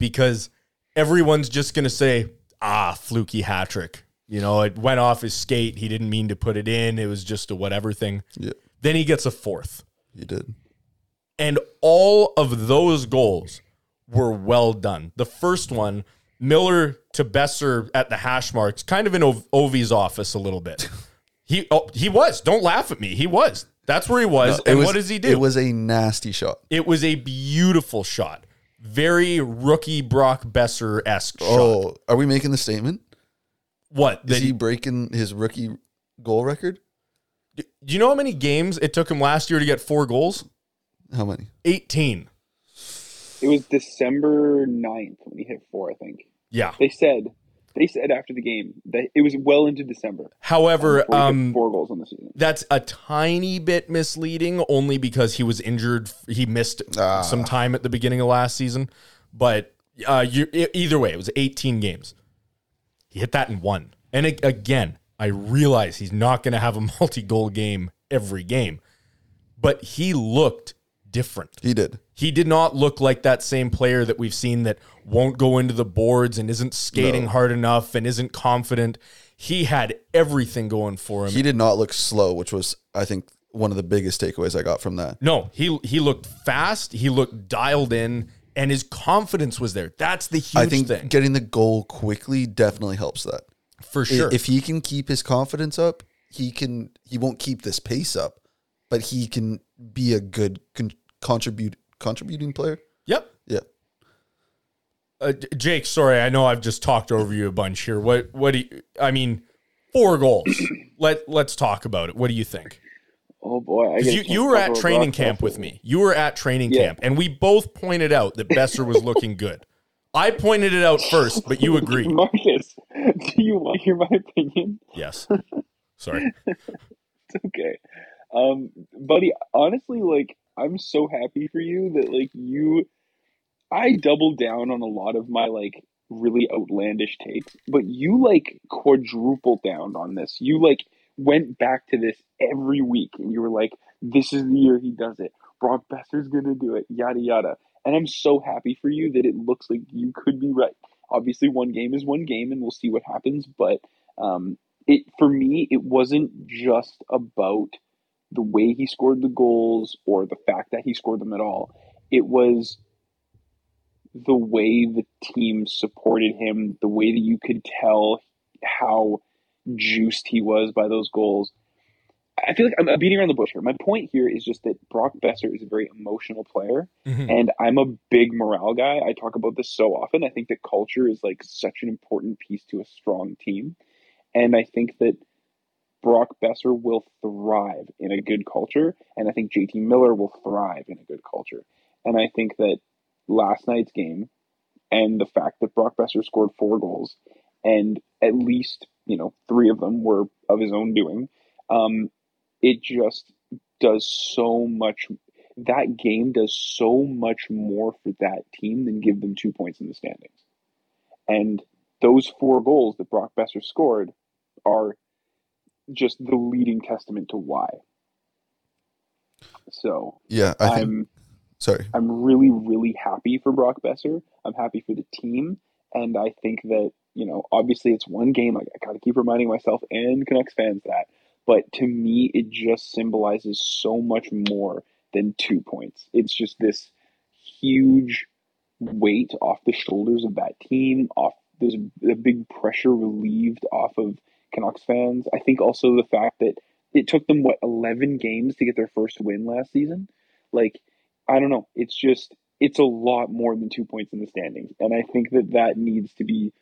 Speaker 4: because everyone's just gonna say, ah, fluky hat trick. You know, it went off his skate. He didn't mean to put it in. It was just a whatever thing.
Speaker 6: Yeah,
Speaker 4: Then he gets a fourth
Speaker 6: you did.
Speaker 4: and all of those goals were well done. The first one, Miller to Besser at the hash marks, kind of in o- Ovi's office a little bit. He oh, he was. Don't laugh at me. He was. That's where he was.
Speaker 6: No, it
Speaker 4: and
Speaker 6: was-
Speaker 4: what does he do?
Speaker 6: It was a nasty shot.
Speaker 4: It was a beautiful shot. Very rookie Brock Besser esque shot.
Speaker 6: Oh, are we making the statement?
Speaker 4: What?
Speaker 6: Is
Speaker 4: that-
Speaker 6: he breaking his rookie goal record?
Speaker 4: do you know how many games it took him last year to get four goals?
Speaker 6: How many?
Speaker 4: 18.
Speaker 7: It was December 9th when he hit four, I think.
Speaker 4: Yeah.
Speaker 7: They said they said after the game that it was well into December.
Speaker 4: However,
Speaker 7: before he hit
Speaker 4: um,
Speaker 7: four goals on the season.
Speaker 4: that's a tiny bit misleading only because he was injured he missed
Speaker 6: Ah.
Speaker 4: some time at the beginning of last season but uh, you, e- either way it was 18 games he hit that in one and a- again i realize he's not going to have a multi-goal game every game but he looked different
Speaker 6: He did.
Speaker 4: he did not look like that same player that we've seen that won't go into the boards and isn't skating hard enough and isn't confident he had everything going for him
Speaker 6: He did not look slow, which was, I think, one of the biggest takeaways I got from that.
Speaker 4: No, he he looked fast. He looked dialed in, and his confidence was there. That's the huge
Speaker 6: I think
Speaker 4: thing
Speaker 6: getting the goal quickly definitely helps that.
Speaker 4: for
Speaker 6: I-
Speaker 4: sure.
Speaker 6: If he can keep his confidence up, he can he won't keep this pace up, but he can be a good con- contribute contributing player.
Speaker 4: yep.
Speaker 6: Yeah.
Speaker 4: Uh, J- Jake, sorry, I know I've just talked over you a bunch here. What what do you, I mean? Four goals. Let let's talk about it. What do you think?
Speaker 7: Oh boy, I
Speaker 4: 'Cause
Speaker 7: get
Speaker 4: You you were at training camp with me. You were at training
Speaker 7: Yeah.
Speaker 4: camp, and we both pointed out that Besser was looking good. I pointed it out first, but you agreed.
Speaker 5: Marcus, do you want to hear my opinion?
Speaker 4: Yes. Sorry.
Speaker 7: okay. Um, buddy, honestly, like, I'm so happy for you that, like, you. I doubled down on a lot of my, like, really outlandish takes, but you, like, quadrupled down on this. You, like, went back to this every week and you were like, this is the year he does it. Brock Besser's going to do it, yada, yada. And I'm so happy for you that it looks like you could be right. Obviously, one game is one game, and we'll see what happens, but. Um, it for me it wasn't just about the way he scored the goals or the fact that he scored them at all it was the way the team supported him the way that you could tell how juiced he was by those goals i feel like i'm beating around the bush here my point here is just that brock besser is a very emotional player
Speaker 4: Mhm.
Speaker 7: and I'm a big morale guy. I talk about this so often. I think that culture is like such an important piece to a strong team. And I think that Brock Besser will thrive in a good culture. And I think JT Miller will thrive in a good culture. And I think that last night's game and the fact that Brock Besser scored four goals and at least, you know, three of them were of his own doing, um, it just does so much that game does so much more for that team than give them two points in the standings. And those four goals that Brock Besser scored are just the leading testament to why. So
Speaker 6: Yeah, I think
Speaker 7: I'm
Speaker 6: sorry.
Speaker 7: I'm really, really happy for Brock Besser. I'm happy for the team. And I think that, you know, obviously it's one game. I, I got to keep reminding myself and Canucks fans that. But to me, it just symbolizes so much more than two points. It's just this huge weight off the shoulders of that team, off there's a big pressure relieved off of Canucks fans. I think also the fact that it took them, what, 11 games to get their first win last season? Like, I don't know. It's just it's a lot more than two points in the standings, and I think that that needs to be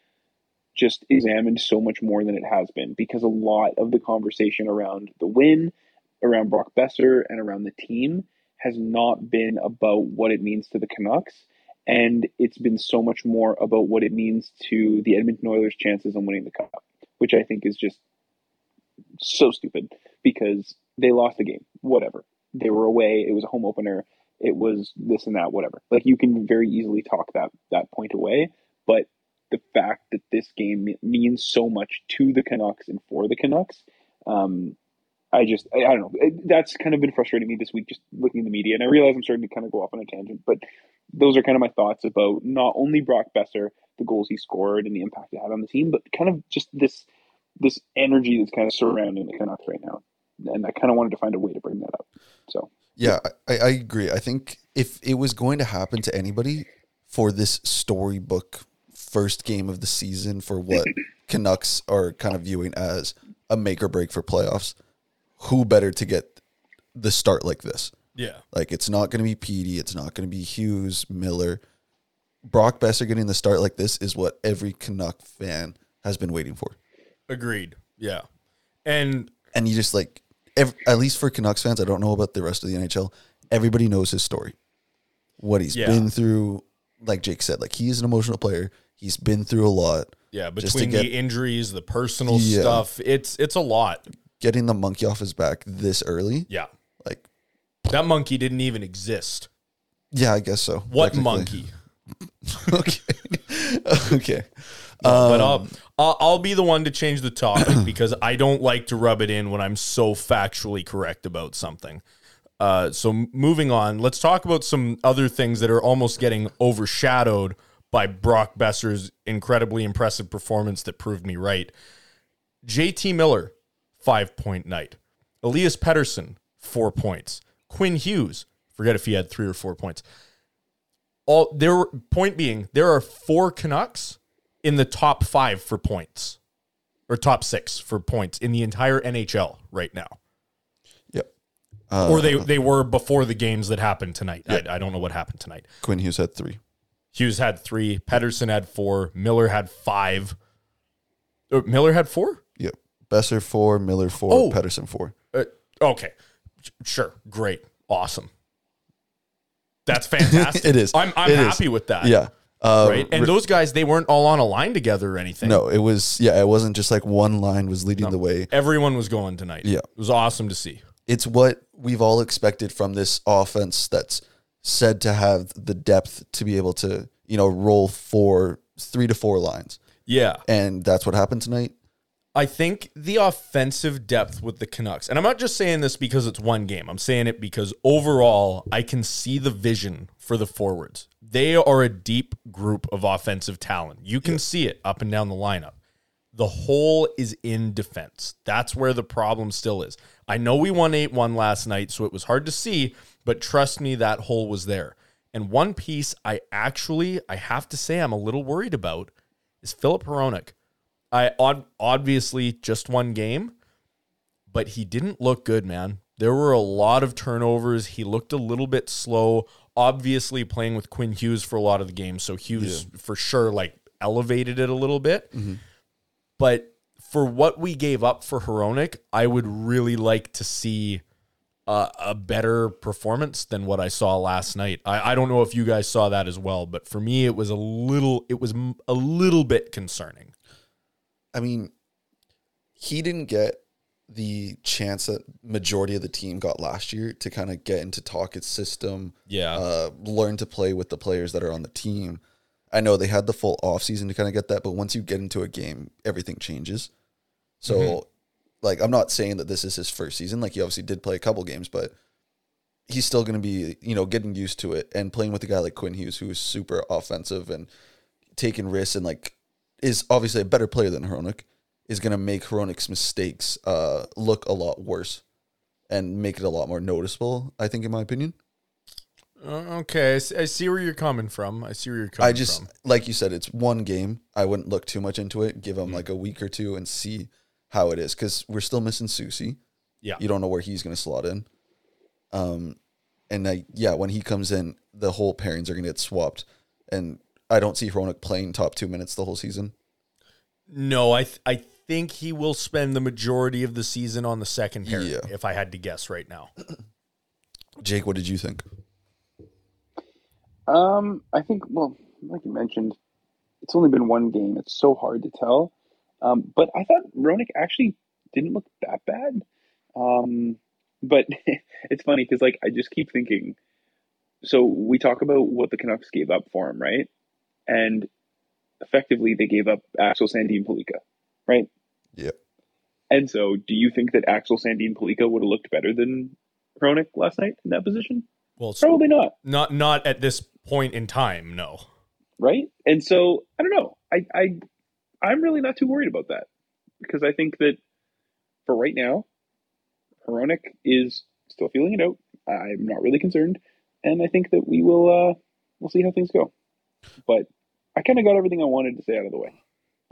Speaker 7: just examined so much more than it has been because a lot of the conversation around the win, around Brock Besser, and around the team has not been about what it means to the Canucks, and it's been so much more about what it means to the Edmonton Oilers' chances on winning the cup, which I think is just so stupid because they lost the game. Whatever. They were away. It was a home opener it was this and that, whatever. Like you can very easily talk that that point away, but the fact that this game me- means so much to the Canucks and for the Canucks, um, I just I, I don't know. It- That's kind of been frustrating me this week, just looking at the media. And I realize I'm starting to kind of go off on a tangent, but those are kind of my thoughts about not only Brock Besser, the goals he scored, and the impact it had on the team, but kind of just this this energy that's kind of surrounding the Canucks right now. And I kind of wanted to find a way to bring that up. So.
Speaker 6: Yeah, I, I agree. I think if it was going to happen to anybody for this storybook first game of the season for what Canucks are kind of viewing as a make or break for playoffs, who better to get the start like this?
Speaker 4: Yeah.
Speaker 6: Like it's not going to be Petey, it's not going to be Hughes, Miller. Brock Besser getting the start like this is what every Canuck fan has been waiting for.
Speaker 4: Agreed. Yeah. And
Speaker 6: And you just like, ev at least for Canucks fans, I don't know about the rest of the NHL. Everybody knows his story, what he's
Speaker 4: Yeah.
Speaker 6: been through. Like Jake said, like he is an emotional player. He's been through a lot.
Speaker 4: yeah,
Speaker 6: Just to
Speaker 4: between
Speaker 6: get-
Speaker 4: the injuries, the personal
Speaker 6: Yeah.
Speaker 4: stuff, it's it's a lot.
Speaker 6: Getting the monkey off his back this early,
Speaker 4: Yeah.
Speaker 6: like
Speaker 4: That monkey didn't even exist.
Speaker 6: yeah, I guess so.
Speaker 4: What
Speaker 6: technically.
Speaker 4: monkey?
Speaker 6: okay, okay.
Speaker 4: but I'll, I'll I'll be the one to change the topic because I don't like to rub it in when I'm so factually correct about something. Uh, so m- moving on, let's talk about some other things that are almost getting overshadowed by Brock Besser's incredibly impressive performance that proved me right. JT Miller, five point night. Elias Pettersson, four points. Quinn Hughes, forget if he had three or four points. All there were- point being, there are four Canucks in the top five for points. Or top six for points in the entire NHL right now,
Speaker 6: Yep. Uh,
Speaker 4: or they, they were before the games that happened tonight. I, I don't know what happened tonight.
Speaker 6: Quinn Hughes had three.
Speaker 4: Hughes had three. Pedersen had four. Miller had five. Uh, Miller had four.
Speaker 6: Yep. Besser four, Miller four,
Speaker 4: Oh.
Speaker 6: Pedersen four.
Speaker 4: Uh, okay, Sh- sure, great, awesome. That's fantastic.
Speaker 6: It is.
Speaker 4: I'm, I'm
Speaker 6: It is.
Speaker 4: happy with that.
Speaker 6: Yeah. Uh,
Speaker 4: Right. And those guys, they weren't all on a line together or anything.
Speaker 6: no, it was yeah. It wasn't just like one line was leading the way.
Speaker 4: Everyone was going tonight.
Speaker 6: Yeah.
Speaker 4: It was awesome to see.
Speaker 6: It's what we've all expected from this offense that's said to have the depth to be able to you know roll four, three to four lines,
Speaker 4: Yeah.
Speaker 6: and that's what happened tonight.
Speaker 4: I think the offensive depth with the Canucks, and I'm not just saying this because it's one game, I'm saying it because overall, I can see the vision for the forwards. They are a deep group of offensive talent. You can see it up and down the lineup. The hole is in defense. That's where the problem still is. I know we won 8 1 last night, so it was hard to see, but trust me, that hole was there. And one piece I actually, I have to say, I'm a little worried about is Philip Horonic. I ob- obviously just one game, but he didn't look good, man. There were a lot of turnovers. He looked a little bit slow. Obviously, playing with Quinn Hughes for a lot of the game, so Hughes for sure like elevated it a little bit. But for what we gave up for Heronic, I would really like to see uh, a better performance than what I saw last night. I, I don't know if you guys saw that as well, but for me, it was a little, it was m- a little bit concerning.
Speaker 6: I mean, he didn't get the chance that majority of the team got last year to kind of get into Talkett's system,
Speaker 4: Yeah.
Speaker 6: uh, learn to play with the players that are on the team. I know they had the full offseason to kind of get that, but once you get into a game, everything changes. So, like, I'm not saying that this is his first season. Like, he obviously did play a couple games, but he's still going to be, you know, getting used to it and playing with a guy like Quinn Hughes, who is super offensive and taking risks and, like, is obviously a better player than Hronik, is going to make Hronik's mistakes uh, look a lot worse and make it a lot more noticeable, I think, in my opinion.
Speaker 4: Uh, okay, I s- I see where you're coming from. I see where you're coming
Speaker 6: I just
Speaker 4: from.
Speaker 6: like you said, it's one game. I wouldn't look too much into it. Give him
Speaker 4: Mm-hmm.
Speaker 6: like a week or two and see how it is because we're still missing Susie.
Speaker 4: Yeah.
Speaker 6: you don't know where he's going to slot in. Um, and I, yeah, when he comes in, the whole pairings are going to get swapped, and I don't see Hronik playing top two minutes the whole season.
Speaker 4: No, I th- I think he will spend the majority of the season on the second pair.
Speaker 6: Yeah.
Speaker 4: If I had to guess right now,
Speaker 6: Jake, what did you think?
Speaker 7: Um, I think, well, like you mentioned, it's only been one game. It's so hard to tell. Um, but I thought Ronick actually didn't look that bad. Um, but it's funny because, like, I just keep thinking. So we talk about what the Canucks gave up for him, right? And effectively, they gave up Axel Sandin Palika, right?
Speaker 6: Yep.
Speaker 7: And so, do you think that Axel Sandin Palika would have looked better than Ronick last night in that position?
Speaker 4: well, it's
Speaker 7: Probably not.
Speaker 4: not not at this point in time. No,
Speaker 7: right? And so I don't know. I I I'm really not too worried about that because I think that for right now, Hronik is still feeling it out. I'm not really concerned, and I think that we will uh, we'll see how things go. But I kind of got everything I wanted to say out of the way.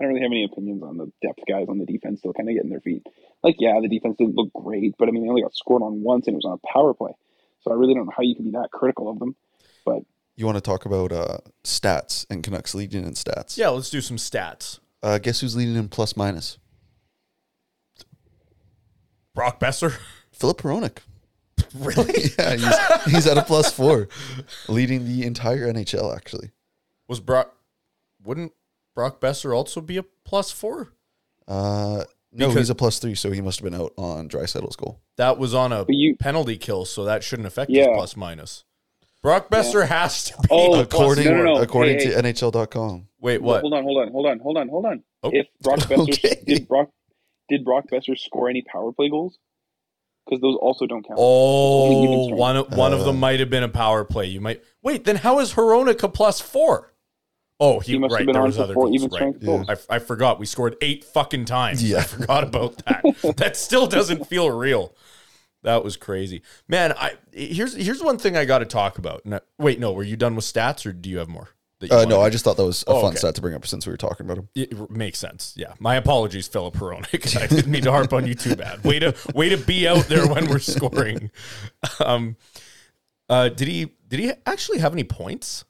Speaker 7: I don't really have any opinions on the depth guys on the defense still kind of getting their feet. Like, yeah, the defense didn't look great, but I mean, they only got scored on once, and it was on a power play. So I really don't know how you can be that critical of them.
Speaker 6: You want to talk about uh, stats and Canucks leading in stats?
Speaker 4: yeah. Let's do some stats.
Speaker 6: Uh, guess who's leading in plus minus?
Speaker 4: Brock Besser,
Speaker 6: Philip Hronik.
Speaker 4: really?
Speaker 6: Yeah, he's, he's at a plus four, leading the entire NHL actually.
Speaker 4: Was Brock? Wouldn't Brock Besser also be a plus four?
Speaker 6: Uh, no,
Speaker 4: Because-
Speaker 6: he's a plus three, so he must have been out on Drysaddle's goal.
Speaker 4: That was on a
Speaker 7: But you-
Speaker 4: penalty kill, so that shouldn't affect his
Speaker 7: Yeah.
Speaker 4: plus minus. Brock Besser has to be.
Speaker 7: Oh,
Speaker 4: a plus
Speaker 6: According,
Speaker 7: no, no, no.
Speaker 6: according
Speaker 7: Hey,
Speaker 6: to NHL.com.
Speaker 4: Wait, what?
Speaker 7: Hold on, hold on, hold on, hold on, hold on.
Speaker 4: Oh.
Speaker 7: If Brock Besser
Speaker 6: Okay.
Speaker 7: did Brock did Brock Besser score any power play goals? Because those also don't count. Only even
Speaker 4: Oh,
Speaker 7: strength.
Speaker 4: one of- one of
Speaker 6: Uh.
Speaker 4: them might have been a power play. You might wait. Then how is Hronik a plus four? Oh, he,
Speaker 7: he must
Speaker 4: right.
Speaker 7: have been
Speaker 4: there
Speaker 7: on
Speaker 4: was
Speaker 7: for
Speaker 4: other
Speaker 7: four
Speaker 4: goals,
Speaker 7: even
Speaker 4: right.
Speaker 7: strength
Speaker 6: Yeah.
Speaker 7: goals.
Speaker 4: I, I forgot we scored eight fucking times.
Speaker 6: Yeah.
Speaker 4: I forgot about that. that still doesn't feel real. That was crazy, man. I here's here's one thing I got to talk about. No, wait, no, were you done with stats, or do you have more? that you
Speaker 6: Uh,
Speaker 4: wanted
Speaker 6: no,
Speaker 4: to-
Speaker 6: I just thought that was a
Speaker 4: Oh,
Speaker 6: fun
Speaker 4: okay.
Speaker 6: stat to bring up since we were talking about him.
Speaker 4: It r- makes sense. Yeah. My apologies, Philip Peronic. I didn't mean to harp on you too bad. Way to way to be out there when we're scoring. Um uh did he did he actually have any points?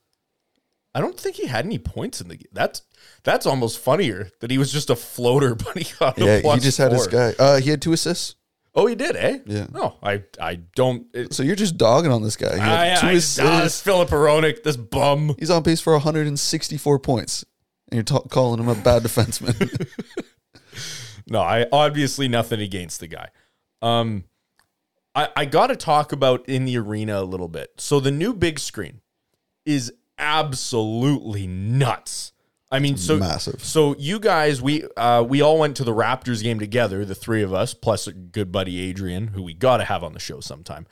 Speaker 4: I don't think he had any points in the game. That's that's almost funnier that he was just a floater, but he got a
Speaker 6: Yeah, he
Speaker 4: plus
Speaker 6: just had his
Speaker 4: four.
Speaker 6: guy. Uh, he had two assists.
Speaker 4: Oh, he did, eh?
Speaker 6: Yeah.
Speaker 4: No, I I don't. It,
Speaker 6: So you're just dogging on this guy. He had
Speaker 4: I,
Speaker 6: two
Speaker 4: I,
Speaker 6: assists.
Speaker 4: ah, this Philip Peronic, this bum.
Speaker 6: He's on pace for 164 points, and you're ta- calling him a bad defenseman.
Speaker 4: No, I obviously nothing against the guy. Um, I I got to talk about in the arena a little bit. So the new big screen is absolutely nuts. I mean, so
Speaker 6: massive.
Speaker 4: So you guys, we uh, we all went to the Raptors game together, the three of us, plus a good buddy Adrian, who we got to have on the show sometime.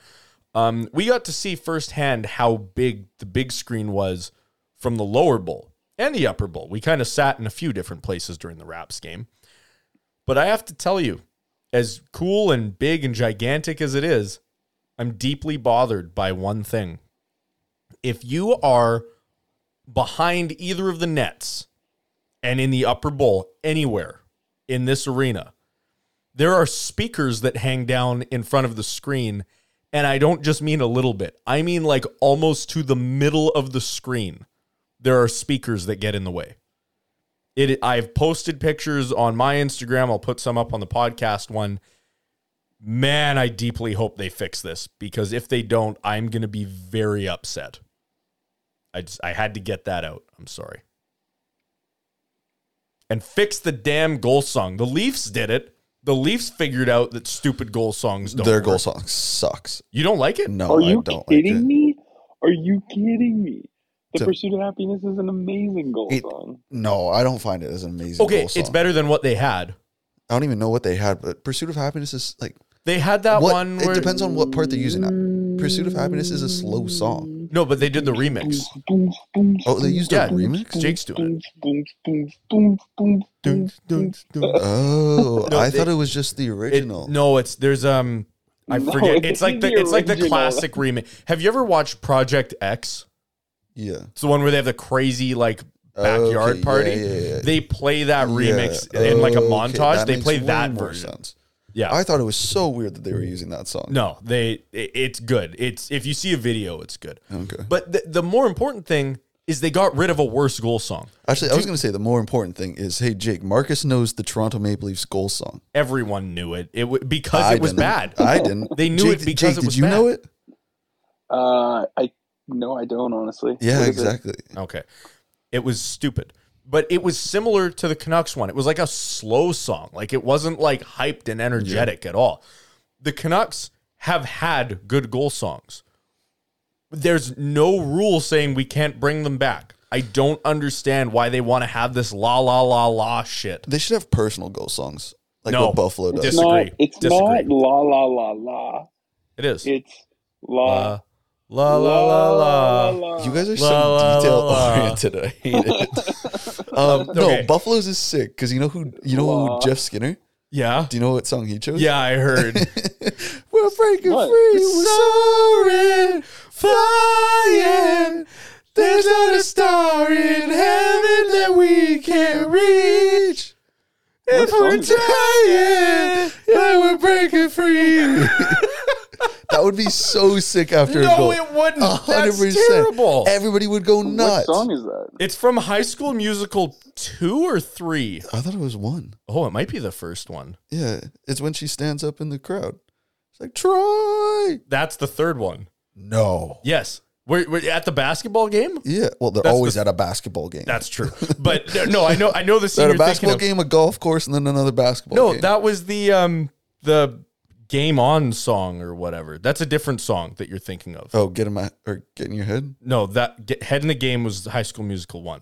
Speaker 4: Um, we got to see firsthand how big the big screen was from the lower bowl and the upper bowl. We kind of sat in a few different places during the Raps game. But I have to tell you, as cool and big and gigantic as it is, I'm deeply bothered by one thing. If you are behind either of the nets and in the upper bowl anywhere in this arena, there are speakers that hang down in front of the screen. And I don't just mean a little bit, I mean like almost to the middle of the screen. There are speakers that get in the way it I've posted pictures on my Instagram. I'll put some up on the podcast one. Man, I deeply hope they fix this because if they don't, I'm going to be very upset. I just I had to get that out. I'm sorry. And fix the damn goal song. The Leafs did it. The Leafs figured out that stupid goal songs don't.
Speaker 6: Their
Speaker 4: work.
Speaker 6: goal song sucks.
Speaker 4: You don't like it?
Speaker 6: No,
Speaker 5: Are
Speaker 6: I
Speaker 5: you
Speaker 6: don't
Speaker 5: kidding
Speaker 6: like it.
Speaker 5: me? Are you kidding me? The
Speaker 6: To-
Speaker 5: Pursuit of Happiness is an amazing goal
Speaker 6: It-
Speaker 5: song.
Speaker 6: No, I don't find it as an amazing.
Speaker 4: Okay,
Speaker 6: goal
Speaker 4: it's
Speaker 6: song.
Speaker 4: better than what they had.
Speaker 6: I don't even know what they had, but Pursuit of Happiness is like
Speaker 4: They had that
Speaker 6: what,
Speaker 4: one.
Speaker 6: It
Speaker 4: where-
Speaker 6: depends on what part they're using. That. Pursuit of Happiness is a slow song.
Speaker 4: No, but they did the remix.
Speaker 6: Oh, they used
Speaker 4: Yeah,
Speaker 6: a remix.
Speaker 4: Jake's doing it.
Speaker 6: Oh,
Speaker 4: No,
Speaker 6: I
Speaker 4: they-
Speaker 6: thought it was just the
Speaker 4: It-
Speaker 6: original.
Speaker 4: no, it's there's um I
Speaker 5: No,
Speaker 4: forget.
Speaker 5: it
Speaker 4: It's like
Speaker 5: isn't
Speaker 4: the,
Speaker 5: the
Speaker 4: it's like the
Speaker 5: original.
Speaker 4: classic remake. Have you ever watched Project X?
Speaker 6: yeah,
Speaker 4: It's the one where they have the crazy like backyard
Speaker 6: Okay,
Speaker 4: party.
Speaker 6: yeah, yeah, yeah.
Speaker 4: They play that remix
Speaker 6: Yeah,
Speaker 4: in like a
Speaker 6: okay,
Speaker 4: montage. they
Speaker 6: makes
Speaker 4: play
Speaker 6: way
Speaker 4: that
Speaker 6: more
Speaker 4: version.
Speaker 6: sense.
Speaker 4: Yeah.
Speaker 6: I thought it was so weird that they were using that song.
Speaker 4: no, they it, it's good. It's if you see a video, it's good.
Speaker 6: Okay.
Speaker 4: But the, the more important thing is they got rid of a worse goal song.
Speaker 6: Actually, I was going to say the more important thing is, hey Jake, Marcus knows the Toronto Maple Leafs goal song.
Speaker 4: Everyone knew it. It w- because
Speaker 6: I
Speaker 4: it was
Speaker 6: didn't.
Speaker 4: bad.
Speaker 6: I didn't.
Speaker 4: They knew
Speaker 6: Jake,
Speaker 4: it
Speaker 6: did-
Speaker 4: because
Speaker 6: Jake,
Speaker 4: it was
Speaker 6: did you know
Speaker 4: bad.
Speaker 6: it?
Speaker 5: Uh, I no, I don't honestly.
Speaker 6: Yeah,
Speaker 5: What is it?
Speaker 6: exactly.
Speaker 4: Okay. It was stupid. But it was similar to the Canucks one. It was like a slow song. Like it wasn't like hyped and energetic at all. The Canucks have had good goal songs. There's no rule saying we can't bring them back. I don't understand why they want to have this la la la la shit.
Speaker 6: They should have personal goal songs like
Speaker 4: No.
Speaker 6: what Buffalo does.
Speaker 5: It's
Speaker 4: Dis- Disagree.
Speaker 5: Not, it's
Speaker 4: Disagree.
Speaker 5: not la la la la.
Speaker 4: It is.
Speaker 5: It's la
Speaker 4: Uh, la la la la.
Speaker 6: You guys are
Speaker 4: La, la,
Speaker 6: so detail
Speaker 4: la.
Speaker 6: oriented. I hate it. um, no,
Speaker 4: Okay.
Speaker 6: Buffalo's is sick because you know who you know
Speaker 5: La.
Speaker 6: who Jeff Skinner.
Speaker 4: Yeah.
Speaker 6: Do you know what song he chose?
Speaker 4: Yeah, I heard.
Speaker 6: we're breaking
Speaker 5: What?
Speaker 6: free. We're
Speaker 4: soaring, flying. There's not a star in heaven that we can't reach. If
Speaker 5: song is that?
Speaker 4: trying, yeah, we're breaking free.
Speaker 6: That would be so sick after a
Speaker 4: no,
Speaker 6: goal.
Speaker 4: it wouldn't.
Speaker 6: A hundred
Speaker 4: That's
Speaker 6: percent.
Speaker 4: terrible.
Speaker 6: Everybody would go
Speaker 5: What
Speaker 6: nuts.
Speaker 5: song is that?
Speaker 4: It's from High School Musical two or three.
Speaker 6: I thought it was one.
Speaker 4: Oh, it might be the first one.
Speaker 6: Yeah, it's when she stands up in the crowd. It's like Troy.
Speaker 4: That's the third one.
Speaker 6: No.
Speaker 4: Yes, we're, we're at the basketball game.
Speaker 6: Yeah. Well, they're
Speaker 4: That's
Speaker 6: always
Speaker 4: the-
Speaker 6: at a basketball game.
Speaker 4: That's true. But no, I know, I know the scene.
Speaker 6: they're at a
Speaker 4: you're thinking
Speaker 6: basketball
Speaker 4: of.
Speaker 6: game, a golf course, and then another basketball.
Speaker 4: No,
Speaker 6: game.
Speaker 4: that was the um the game on song or whatever. That's a different song that you're thinking of.
Speaker 6: Oh, get in my or get in your head.
Speaker 4: No, that get, head in the game was the High School Musical one.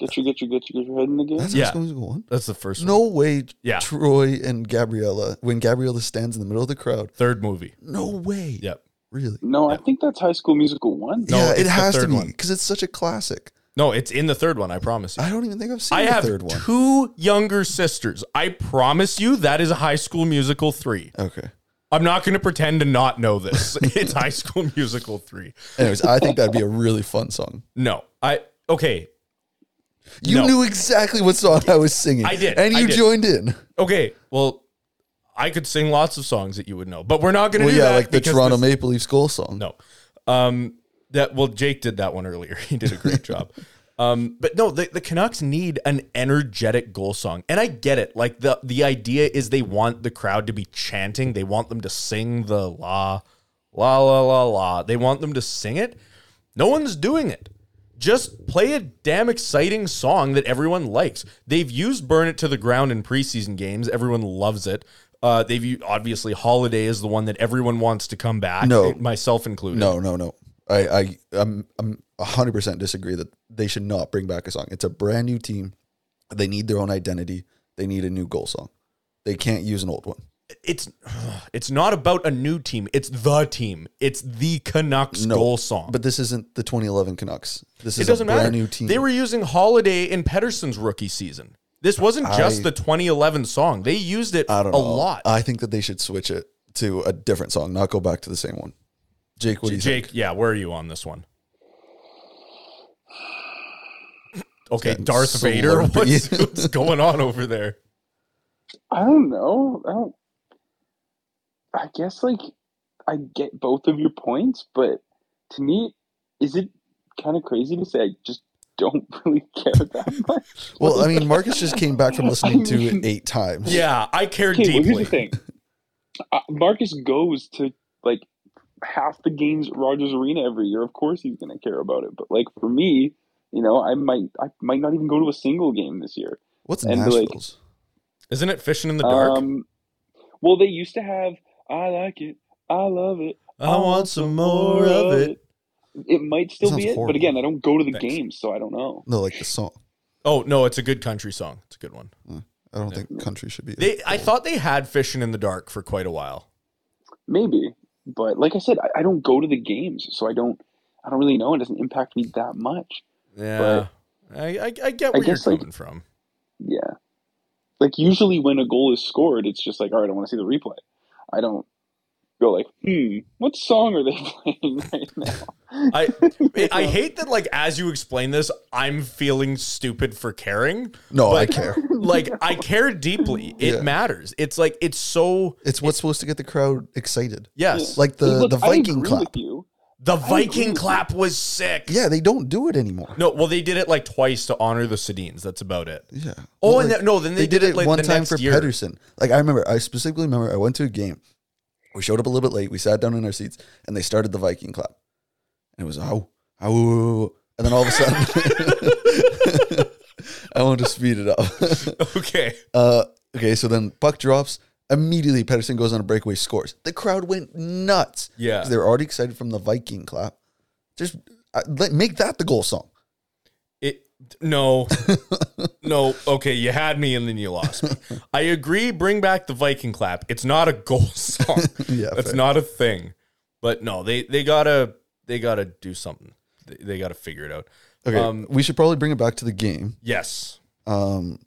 Speaker 5: Get your get your get your, get your head in the game.
Speaker 6: That's
Speaker 4: Yeah.
Speaker 6: High School Musical one.
Speaker 4: That's the first one.
Speaker 6: No way.
Speaker 4: Yeah.
Speaker 6: Troy and Gabriella. When Gabriella stands in the middle of the crowd.
Speaker 4: Third movie.
Speaker 6: No way.
Speaker 4: Yep.
Speaker 6: Really.
Speaker 5: no, I think that's High School Musical one.
Speaker 4: No,
Speaker 6: yeah,
Speaker 4: it's
Speaker 6: it
Speaker 4: the
Speaker 6: has to
Speaker 4: third
Speaker 6: be
Speaker 4: one.
Speaker 6: because it's such a classic.
Speaker 4: No, it's in the third one. I promise you.
Speaker 6: I don't even think I've seen
Speaker 4: I
Speaker 6: the
Speaker 4: have
Speaker 6: third one.
Speaker 4: two younger sisters. I promise you that is a High School Musical three.
Speaker 6: Okay.
Speaker 4: I'm not going to pretend to not know this. it's High School Musical 3.
Speaker 6: Anyways, I think that'd be a really fun song.
Speaker 4: No. I okay.
Speaker 6: You
Speaker 4: No.
Speaker 6: knew exactly what song I was singing.
Speaker 4: I did,
Speaker 6: And
Speaker 4: I
Speaker 6: you
Speaker 4: did.
Speaker 6: joined in.
Speaker 4: Okay. Well, I could sing lots of songs that you would know, but we're not going to
Speaker 6: Well,
Speaker 4: do
Speaker 6: yeah,
Speaker 4: that
Speaker 6: like the
Speaker 4: because
Speaker 6: Toronto
Speaker 4: this-
Speaker 6: Maple Leafs goal song.
Speaker 4: No. Um that well Jake did that one earlier. He did a great job. Um but no, the, the Canucks need an energetic goal song. And I get it. Like the the idea is they want the crowd to be chanting. They want them to sing the la la la la la. They want them to sing it. No one's doing it. Just play a damn exciting song that everyone likes. They've used Burn It to the Ground in preseason games. Everyone loves it. Uh, they've u- obviously Holiday is the one that everyone wants to come back, eh,
Speaker 6: No.
Speaker 4: myself included.
Speaker 6: No, no, no. I, I, I'm, I'm 100% disagree that they should not bring back a song. It's a brand new team. They need their own identity. They need a new goal song. They can't use an old one.
Speaker 4: it's it's not about a new team. It's the team. It's the Canucks
Speaker 6: No,
Speaker 4: goal song.
Speaker 6: But this isn't the 2011 Canucks. This
Speaker 4: it
Speaker 6: is
Speaker 4: doesn't
Speaker 6: a brand
Speaker 4: matter.
Speaker 6: new team.
Speaker 4: They were using Holiday in Pedersen's rookie season. This wasn't just
Speaker 6: I-
Speaker 4: the 2011 song. They used it
Speaker 6: I don't
Speaker 4: a
Speaker 6: know.
Speaker 4: lot.
Speaker 6: I think that they should switch it to a different song, not go back to the same one. Jake, what do you
Speaker 4: Jake,
Speaker 6: think?
Speaker 4: yeah, where are you on this one? Okay, Darth
Speaker 6: so
Speaker 4: Vader,
Speaker 6: larpy.
Speaker 4: what's, what's going on over there?
Speaker 5: I don't know. I don't. I guess like I get both of your points, but to me, is it kind of crazy to say I just don't really care that much?
Speaker 6: Well, I mean, Marcus just came back from listening to it
Speaker 5: mean-
Speaker 6: eight times.
Speaker 4: Yeah, I care
Speaker 5: okay, well, here's
Speaker 4: deeply.
Speaker 5: the thing. Uh, Marcus goes to like half the games at Rogers Arena every year. Of course, he's going to care about it. But like for me, you know, I might I might not even go to a single game this year.
Speaker 6: What's
Speaker 5: And, like,
Speaker 6: Nashville's?
Speaker 4: Isn't it fishing in the dark?
Speaker 5: Um, well, they used to have I like it, I love it.
Speaker 4: I want some more of it.
Speaker 5: It might still
Speaker 6: That
Speaker 5: be
Speaker 6: sounds
Speaker 5: it, but
Speaker 6: horrible.
Speaker 5: again, I don't go to the
Speaker 4: Thanks.
Speaker 5: games, so I don't know.
Speaker 6: no, like the song.
Speaker 4: Oh no, it's a good country song. It's a good one.
Speaker 6: I don't think country should be.
Speaker 4: They, I thought they had fishing in the dark for quite a while.
Speaker 5: Maybe, but like I said, I, I don't go to the games, so I don't. I don't really know. It doesn't impact me that much.
Speaker 4: Yeah, I, I, I get
Speaker 5: I
Speaker 4: where you're
Speaker 5: guess, like-
Speaker 4: coming from.
Speaker 5: Yeah, like usually when a goal is scored, it's just like, all right, I want to see the replay. I don't go like, hmm, what song are they playing right now?
Speaker 4: I I hate that. Like as you explain this, I'm feeling stupid for caring.
Speaker 6: no, I
Speaker 4: but-
Speaker 6: care.
Speaker 4: Like I care deeply. It
Speaker 6: Yeah.
Speaker 4: matters. It's like it's so
Speaker 6: It's what's supposed to get the crowd excited.
Speaker 4: yes.
Speaker 6: Like the,
Speaker 5: Look,
Speaker 6: the
Speaker 5: I
Speaker 6: Viking
Speaker 5: agree
Speaker 6: clap.
Speaker 5: With you.
Speaker 4: the
Speaker 5: agree
Speaker 4: Viking
Speaker 5: with
Speaker 4: clap was sick.
Speaker 6: Yeah, they don't do it anymore.
Speaker 4: No, well, they did it like twice to honor the Sedines. That's about it.
Speaker 6: Yeah.
Speaker 4: Oh,
Speaker 6: Well,
Speaker 4: and
Speaker 6: like,
Speaker 4: that, no, then they, did, it like
Speaker 6: one
Speaker 4: the
Speaker 6: time
Speaker 4: next
Speaker 6: for
Speaker 4: year.
Speaker 6: Pedersen. Like I remember, I specifically remember I went to a game. We showed up a little bit late. We sat down in our seats, and they started the Viking clap. And it was oh, oh, and then all of a sudden, I want to speed it up.
Speaker 4: Okay,
Speaker 6: Uh, okay, so then Buck drops. Immediately, Pedersen goes on a breakaway, scores. The crowd went nuts.
Speaker 4: Yeah.
Speaker 6: 'Cause they were already excited from the Viking clap. Just uh, let, make that the goal song.
Speaker 4: It no, no. Okay, you had me and then you lost me. I agree. Bring back the Viking clap. It's not a goal song.
Speaker 6: Yeah,
Speaker 4: that's
Speaker 6: fair.
Speaker 4: not a thing. But no, they they gotta they gotta do something. They, they gotta figure it out.
Speaker 6: Okay,
Speaker 4: Um,
Speaker 6: we should probably bring it back to the game.
Speaker 4: Yes.
Speaker 6: Um,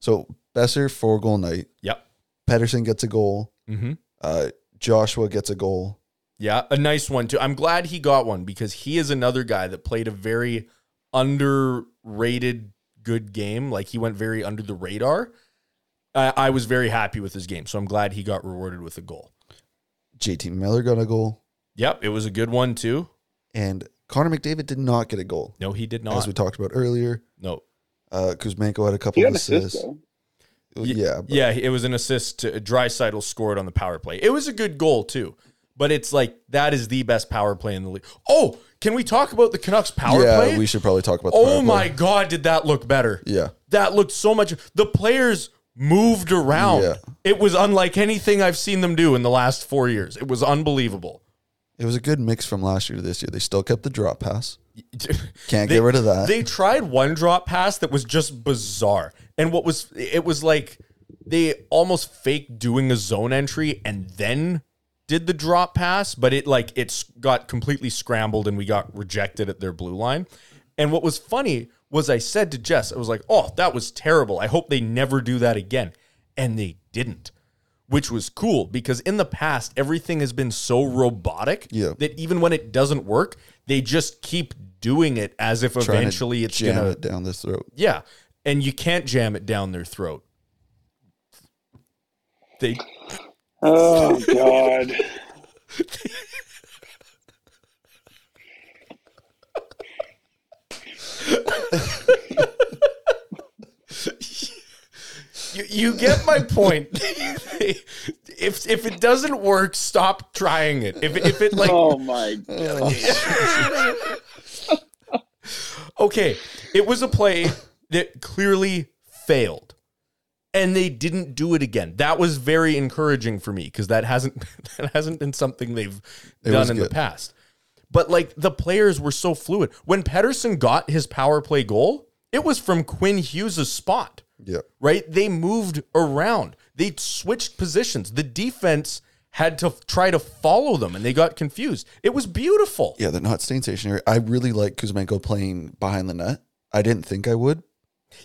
Speaker 6: so Besser four goal night.
Speaker 4: Yep.
Speaker 6: Pedersen gets a goal.
Speaker 4: Mm-hmm.
Speaker 6: Uh, Joshua gets a goal.
Speaker 4: Yeah, a nice one too. I'm glad he got one because he is another guy that played a very underrated good game. Like he went very under the radar. I, I was very happy with his game, so I'm glad he got rewarded with a goal.
Speaker 6: JT Miller got a goal,
Speaker 4: Yep, it was a good one too.
Speaker 6: and Connor McDavid did not get a goal,
Speaker 4: No, he did
Speaker 6: as
Speaker 4: not.
Speaker 6: we talked about earlier.
Speaker 4: no.
Speaker 6: Uh, Kuzmenko had a couple
Speaker 5: You got
Speaker 6: of
Speaker 5: an assist,
Speaker 6: assists.
Speaker 5: though.
Speaker 4: Y-
Speaker 6: yeah, but-
Speaker 4: Yeah, it was an assist to Drysidle scored on the power play. It was a good goal too. But it's like that is the best power play in the league. Oh, can we talk about the Canucks power
Speaker 6: yeah.
Speaker 4: play?
Speaker 6: We should probably talk about. the power
Speaker 4: oh
Speaker 6: play.
Speaker 4: my god, did that look better?
Speaker 6: Yeah.
Speaker 4: That looked so much the players moved around.
Speaker 6: Yeah.
Speaker 4: It was unlike anything I've seen them do in the last 4 years. It was unbelievable.
Speaker 6: It was a good mix from last year to this year. They still kept the drop pass. Can't get rid of that.
Speaker 4: They tried one drop pass that was just bizarre. And what was it was like they almost faked doing a zone entry and then did the drop pass, but it like it's got completely scrambled and we got rejected at their blue line. And what was funny was I said to Jess, I was like, "Oh, that was terrible. I hope they never do that again." And they didn't which was cool because in the past everything has been so robotic
Speaker 6: Yeah.
Speaker 4: that even when it doesn't work, they just keep doing it as if
Speaker 6: Trying to
Speaker 4: eventually it's
Speaker 6: jam
Speaker 4: gonna
Speaker 6: it down this throat.
Speaker 4: yeah, and you can't jam it down their throat. They
Speaker 7: Oh God.
Speaker 4: You, you get my point. if if it doesn't work, stop trying it. If if it like
Speaker 7: Oh my.
Speaker 4: okay, it was a play that clearly failed. And they didn't do it again. That was very encouraging for me because that hasn't that hasn't been something they've
Speaker 6: It
Speaker 4: done
Speaker 6: was
Speaker 4: in the
Speaker 6: good.
Speaker 4: past. But like the players were so fluid. When Pedersen got his power play goal, it was from Quinn Hughes' spot.
Speaker 6: Yeah.
Speaker 4: right? They moved around. They switched positions. The defense had to f- try to follow them and they got confused. It was beautiful.
Speaker 6: Yeah, they're not staying stationary. I really like Kuzmenko playing behind the net. I didn't think I would,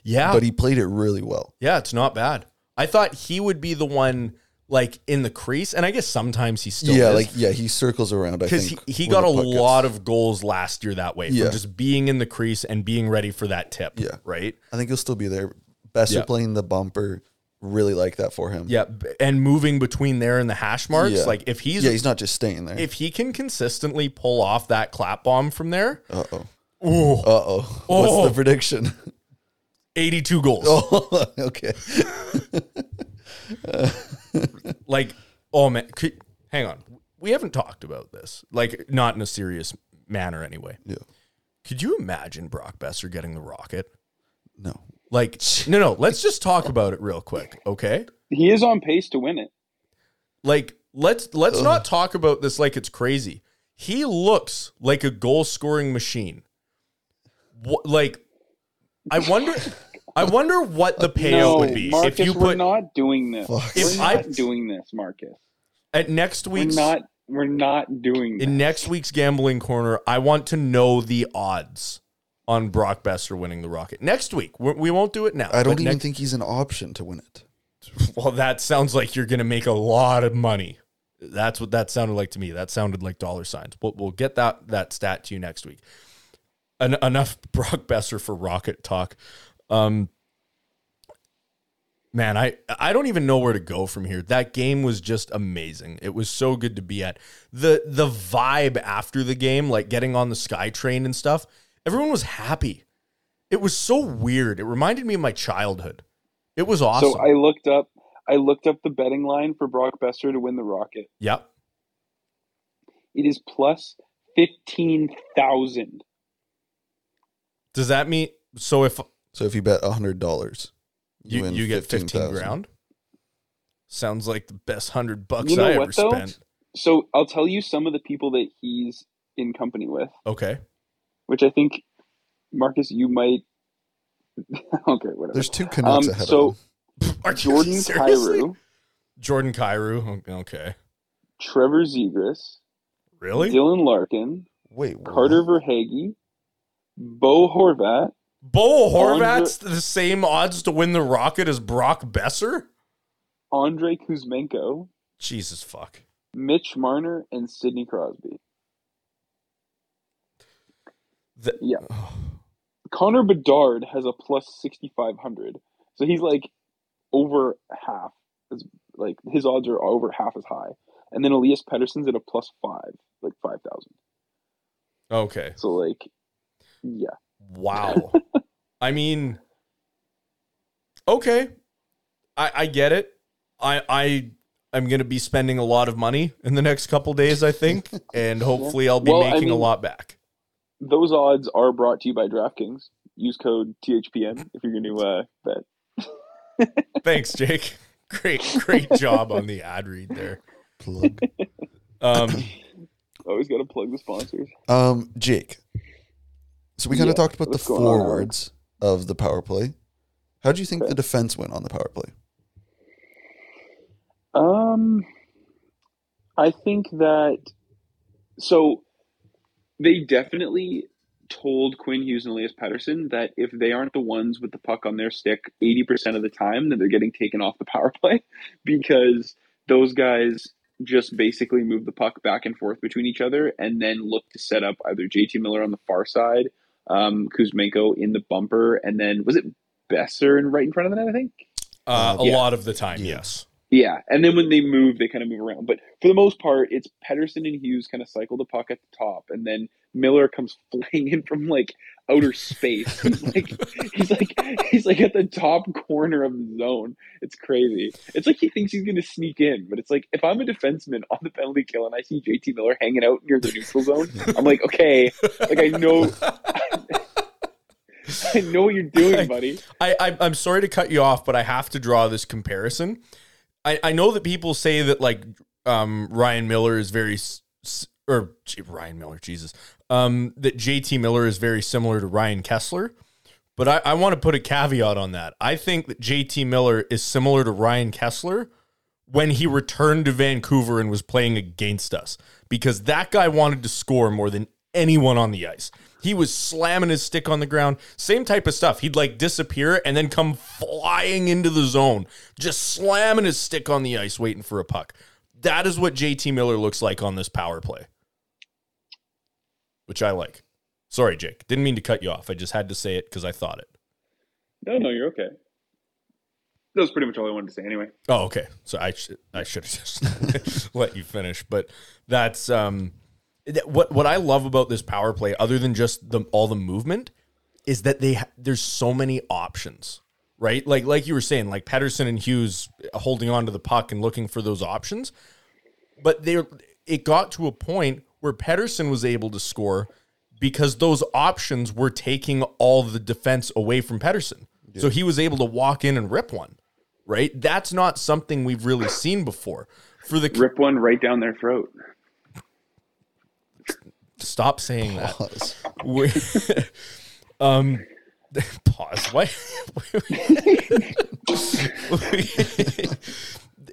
Speaker 4: Yeah.
Speaker 6: but he played it really well.
Speaker 4: yeah, it's not bad. I thought he would be the one like in the crease and I guess sometimes he still
Speaker 6: yeah,
Speaker 4: is.
Speaker 6: like yeah, he circles around. I
Speaker 4: because
Speaker 6: think
Speaker 4: he, he
Speaker 6: when
Speaker 4: got
Speaker 6: the
Speaker 4: a
Speaker 6: puck gets-
Speaker 4: lot of goals last year that way
Speaker 6: Yeah.
Speaker 4: from just being in the crease and being ready for that tip.
Speaker 6: Yeah.
Speaker 4: Right.
Speaker 6: I think he'll still be there. Besser
Speaker 4: Yeah.
Speaker 6: playing the bumper. Really like that for him.
Speaker 4: Yeah. b- And moving between there and the hash marks.
Speaker 6: Yeah.
Speaker 4: Like if he's,
Speaker 6: yeah, he's not just staying there.
Speaker 4: if he can consistently pull off that clap bomb from there,
Speaker 6: Uh oh.
Speaker 4: ooh,
Speaker 6: Uh oh.
Speaker 4: Oh.
Speaker 6: What's the prediction?
Speaker 4: 82 goals.
Speaker 6: oh, okay.
Speaker 4: like oh man could, hang on we haven't talked about this like not in a serious manner anyway
Speaker 6: Yeah.
Speaker 4: could you imagine brock besser getting the rocket
Speaker 6: No.
Speaker 4: like no no let's just talk about it real quick okay
Speaker 7: He is on pace to win it.
Speaker 4: like let's let's not talk about this like it's crazy he looks like a goal scoring machine what, like i wonder i wonder what the payout
Speaker 7: no,
Speaker 4: would be
Speaker 7: Marcus,
Speaker 4: if you
Speaker 7: we're
Speaker 4: put
Speaker 7: not doing this.
Speaker 6: Fuck.
Speaker 7: We're
Speaker 4: If I-
Speaker 7: not doing this, Marcus.
Speaker 4: at next
Speaker 7: We're
Speaker 4: week's
Speaker 7: not. We're not doing this.
Speaker 4: In next week's gambling corner, I want to know the odds on Brock Besser winning the Rocket next week. We're, we won't do it now.
Speaker 6: I don't
Speaker 4: but
Speaker 6: even
Speaker 4: next-
Speaker 6: think he's an option to win it.
Speaker 4: Well, that sounds like you're going to make a lot of money. That's what that sounded like to me. That sounded like dollar signs. We'll, we'll get that that stat to you next week. En- enough Brock Besser for Rocket talk. Um, man, I I don't even know where to go from here. That game was just amazing. It was so good to be at. the The vibe after the game, like getting on the sky train and stuff, everyone was happy. It was so weird. It reminded me of my childhood. It was awesome.
Speaker 7: So I looked up. I looked up the betting line for Brock Besser to win the Rocket.
Speaker 4: yep.
Speaker 7: It is plus fifteen thousand.
Speaker 4: Does that mean so if
Speaker 6: So if you bet hundred dollars,
Speaker 4: you, you, get 15
Speaker 6: $15,000.
Speaker 4: grand? Sounds like the best 100 bucks
Speaker 7: You know
Speaker 4: I
Speaker 7: what,
Speaker 4: ever
Speaker 7: though?
Speaker 4: spent.
Speaker 7: So I'll tell you some of the people that he's in company with,
Speaker 4: Okay.
Speaker 7: which I think, Marcus, you might. okay, whatever.
Speaker 6: There's two Canucks
Speaker 7: Um,
Speaker 6: ahead
Speaker 7: so-
Speaker 6: of him.
Speaker 4: Are you
Speaker 7: Jordan
Speaker 4: seriously?
Speaker 7: Kyrou,
Speaker 4: Jordan Cairo. Okay.
Speaker 7: Trevor Zegras,
Speaker 4: Really?
Speaker 7: Dylan Larkin,
Speaker 6: Wait, what?
Speaker 7: Carter Verhage, Bo Horvat,
Speaker 4: Bo Horvat's the same odds to win the Rocket as Brock Besser?
Speaker 7: Andre Kuzmenko,
Speaker 4: Jesus fuck.
Speaker 7: Mitch Marner, and Sidney Crosby.
Speaker 4: The-
Speaker 7: yeah. Connor Bedard has a plus 6,500. So he's like over half. It's like his odds are over half as high. And then Elias Pettersson's at a plus five, like 5,000.
Speaker 4: Okay.
Speaker 7: So, like, yeah.
Speaker 4: Wow. I mean, okay, I, I get it. I I I'm gonna be spending a lot of money in the next couple days, I think, and hopefully I'll be
Speaker 7: Well, I
Speaker 4: making a
Speaker 7: mean-
Speaker 4: lot back.
Speaker 7: Those odds are brought to you by DraftKings. Use code THPN if you're going to uh, bet.
Speaker 4: Thanks, Jake. Great, great job on the ad read there.
Speaker 6: Plug.
Speaker 4: Um,
Speaker 7: Always got to plug the sponsors.
Speaker 6: Um, Jake. So we kind
Speaker 7: Yeah,
Speaker 6: of talked about the
Speaker 7: what's going on,
Speaker 6: forwards of the power play. How do you think the defense went on the power play?
Speaker 7: Um, I think that so
Speaker 9: They definitely told Quinn Hughes and Elias Patterson that if they aren't the ones with the puck on their stick 80% of the time, then they're getting taken off the power play because
Speaker 7: those guys just basically move the puck back and forth between each other and then look to set up either JT Miller on the far side, um, Kuzmenko in the bumper, and then was it Besser in right in front of the net, I think?
Speaker 4: Uh, a
Speaker 7: Yeah.
Speaker 4: lot of the time,
Speaker 6: Yeah.
Speaker 4: yes.
Speaker 7: Yeah, and then when they move, they kind of move around. But for the most part, it's Pedersen and Hughes kind of cycle the puck at the top, and then Miller comes flying in from like outer space. He's like, he's like, he's like at the top corner of the zone. It's crazy. It's like he thinks he's going to sneak in, but it's like if I'm a defenseman on the penalty kill and I see JT Miller hanging out near the neutral zone, I'm like, okay, like I know, I know what you're doing, buddy.
Speaker 4: I, I I'm sorry to cut you off, but I have to draw this comparison. I, I know that people say that like um, Ryan Miller is very s- s- or gee, Ryan Miller, Jesus, um, that JT Miller is very similar to Ryan Kessler. But I, I want to put a caveat on that. I think that JT Miller is similar to Ryan Kessler when he returned to Vancouver and was playing against us because that guy wanted to score more than anyone on the ice. He was slamming his stick on the ground, same type of stuff. He'd like disappear and then come flying into the zone, just slamming his stick on the ice, waiting for a puck. That is what JT Miller looks like on this power play, which I like. Sorry, Jake. Didn't mean to cut you off. I just had to say it because I thought it.
Speaker 7: No, no, you're okay. That was pretty much all I wanted to say, anyway.
Speaker 4: Oh, okay. So I sh- I should have just let you finish, but that's um that, what what I love about this power play, other than just the all the movement, is that they ha- there's so many options, right? Like like you were saying, like Pedersen and Hughes holding on to the puck and looking for those options, but they it got to a point where Pedersen was able to score because those options were taking all the defense away from Pedersen, so he was able to walk in and rip one right? That's not something we've really seen before. For the
Speaker 7: Rip one right down their throat.
Speaker 4: stop saying that.
Speaker 6: Pause.
Speaker 4: We- um, pause. Why?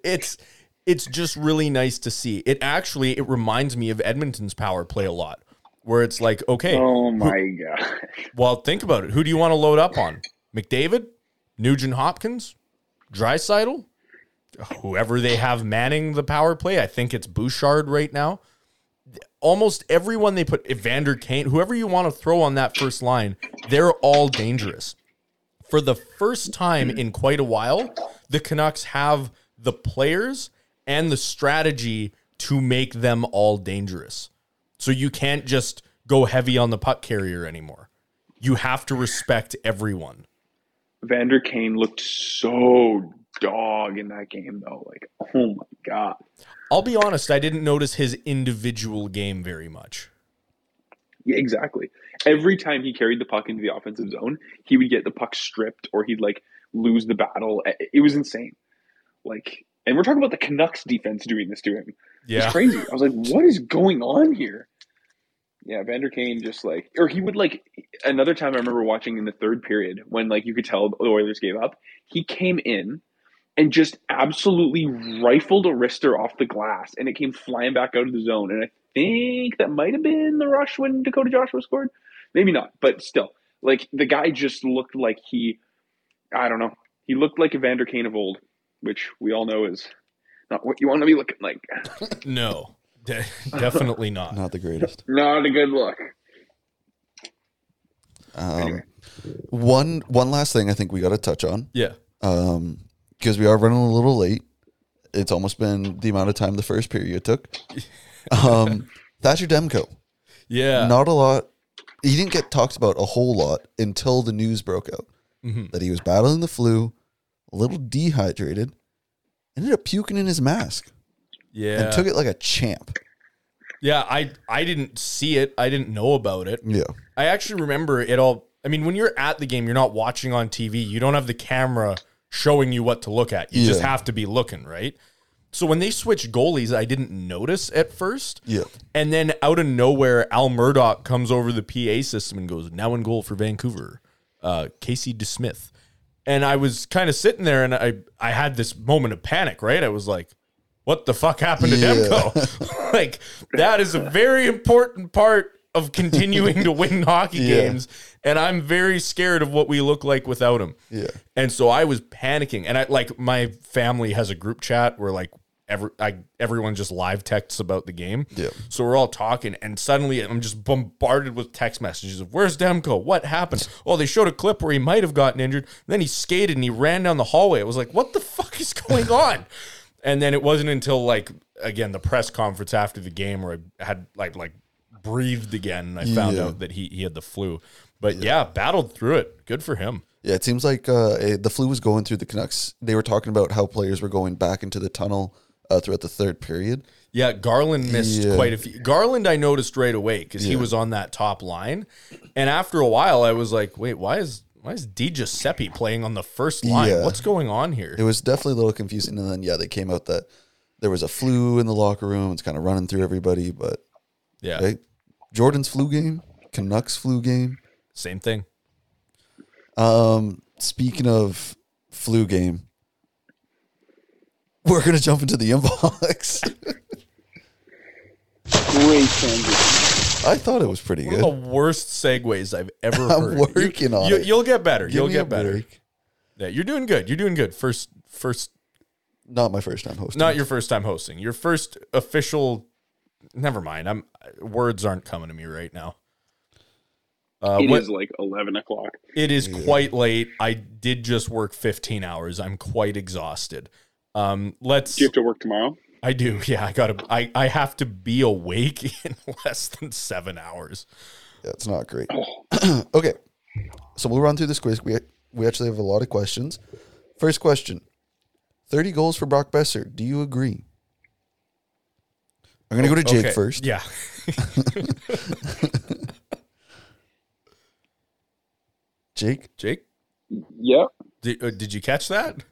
Speaker 4: it's it's just really nice to see. It actually it reminds me of Edmonton's power play a lot, where it's like, okay,
Speaker 7: Oh my god.
Speaker 4: Well, think about it. Who do you want to load up on? McDavid, Nugent Hopkins, Drysidle, whoever they have manning the power play. I think it's Bouchard right now. Almost everyone they put Evander Kane, whoever you want to throw on that first line, they're all dangerous. For the first time in quite a while, the Canucks have the players and the strategy to make them all dangerous. So you can't just go heavy on the puck carrier anymore. You have to respect everyone.
Speaker 7: Vander Kane looked so dog in that game though. Like, oh my god.
Speaker 4: I'll be honest, I didn't notice his individual game very much.
Speaker 7: Yeah, exactly. Every time he carried the puck into the offensive zone, he would get the puck stripped or he'd like lose the battle. I- It was insane. Like and we're talking about the Canucks defense doing this to him. It's
Speaker 4: Yeah.
Speaker 7: crazy. I was like, what is going on here? Yeah, Vander Kane just like, or he would like, another time I remember watching in the third period when like you could tell the Oilers gave up, he came in and just absolutely rifled Arister off the glass and it came flying back out of the zone. And I think that might have been the rush when Dakota Joshua scored. Maybe not, but still. Like the guy just looked like he, I don't know, he looked like Evander Kane of old, which we all know is not what you want to be looking like.
Speaker 4: No, de- definitely not.
Speaker 6: Not the greatest.
Speaker 7: Not a good look.
Speaker 6: Um, one one last thing I think we got to touch on
Speaker 4: Yeah.
Speaker 6: um, because we are running a little late. It's almost been the amount of time the first period took. Um, Thatcher Demko,
Speaker 4: Yeah.
Speaker 6: not a lot. He didn't get talked about a whole lot until the news broke out
Speaker 4: Mm-hmm.
Speaker 6: that he was battling the flu, a little dehydrated, ended up puking in his mask
Speaker 4: Yeah.
Speaker 6: and took it like a champ.
Speaker 4: yeah, I I didn't see it. I didn't know about it.
Speaker 6: Yeah,
Speaker 4: I actually remember it all. I mean, when you're at the game, you're not watching on TV. You don't have the camera showing you what to look at. You just
Speaker 6: Yeah.
Speaker 4: have to be looking, right? So when they switched goalies, I didn't notice at first.
Speaker 6: yeah.
Speaker 4: And then out of nowhere, Al Murdoch comes over the PA system and goes, now in goal for Vancouver, uh, Casey DeSmith. And I was kind of sitting there and I, I had this moment of panic, right? I was like, what the fuck happened to
Speaker 6: Yeah.
Speaker 4: Demko? like, that is a very important part of continuing to win hockey
Speaker 6: Yeah.
Speaker 4: games. And I'm very scared of what we look like without him.
Speaker 6: Yeah.
Speaker 4: And so I was panicking. And I like my family has a group chat where like every I everyone just live texts about the game.
Speaker 6: Yeah.
Speaker 4: So we're all talking, and suddenly I'm just bombarded with text messages of "Where's Demko? What happened? Oh, they showed a clip where he might have gotten injured. Then he skated and he ran down the hallway. It was like, what the fuck is going on? and then it wasn't until like again the press conference after the game where I had like like breathed again, and I found
Speaker 6: Yeah.
Speaker 4: out that he he had the flu. But yeah, battled through it. Good for him.
Speaker 6: Yeah, it seems like uh, eh, the flu was going through the Canucks. They were talking about how players were going back into the tunnel uh, throughout the third period.
Speaker 4: Yeah, Garland missed
Speaker 6: Yeah.
Speaker 4: quite a few. Garland, I noticed right away because he
Speaker 6: Yeah.
Speaker 4: was on that top line, and after a while, I was like, "Wait, why is why is Di Giuseppe playing on the first line?
Speaker 6: Yeah.
Speaker 4: What's going on here?"
Speaker 6: It was definitely a little confusing. And then, yeah, they came out that there was a flu in the locker room. It's kind of running through everybody. But
Speaker 4: yeah,
Speaker 6: eh, Jordan's flu game, Canucks flu game.
Speaker 4: same thing.
Speaker 6: Um, speaking of flu game, we're going to jump into the inbox.
Speaker 5: Great transition.
Speaker 6: I thought it was pretty
Speaker 4: One of the
Speaker 6: good.
Speaker 4: worst segues I've ever
Speaker 6: I'm
Speaker 4: heard.
Speaker 6: working
Speaker 4: you,
Speaker 6: on
Speaker 4: you,
Speaker 6: it.
Speaker 4: You'll get better.
Speaker 6: Give
Speaker 4: you'll
Speaker 6: me a
Speaker 4: get better.
Speaker 6: break.
Speaker 4: Yeah, you're doing good. You're doing good. First, first,
Speaker 6: Not my first time hosting.
Speaker 4: not your first time hosting. Your first official. Never mind. I'm words aren't coming to me right now. Uh,
Speaker 5: It is
Speaker 4: what-
Speaker 5: like eleven o'clock.
Speaker 4: It is quite late. I did just work 15 hours. I'm quite exhausted. Um, let's.
Speaker 5: Do you have to work tomorrow?
Speaker 4: I do. Yeah, I gotta. I I have to be awake in less than seven hours.
Speaker 6: Yeah, it's not great. okay. So we'll run through this quiz. We we actually have a lot of questions. First question. 30 goals for Brock Besser. Do you agree? I'm going to go to Jake
Speaker 4: Okay,
Speaker 6: first.
Speaker 4: Yeah.
Speaker 6: Jake,
Speaker 4: Jake,
Speaker 5: Yeah,
Speaker 4: did, uh, did you catch that?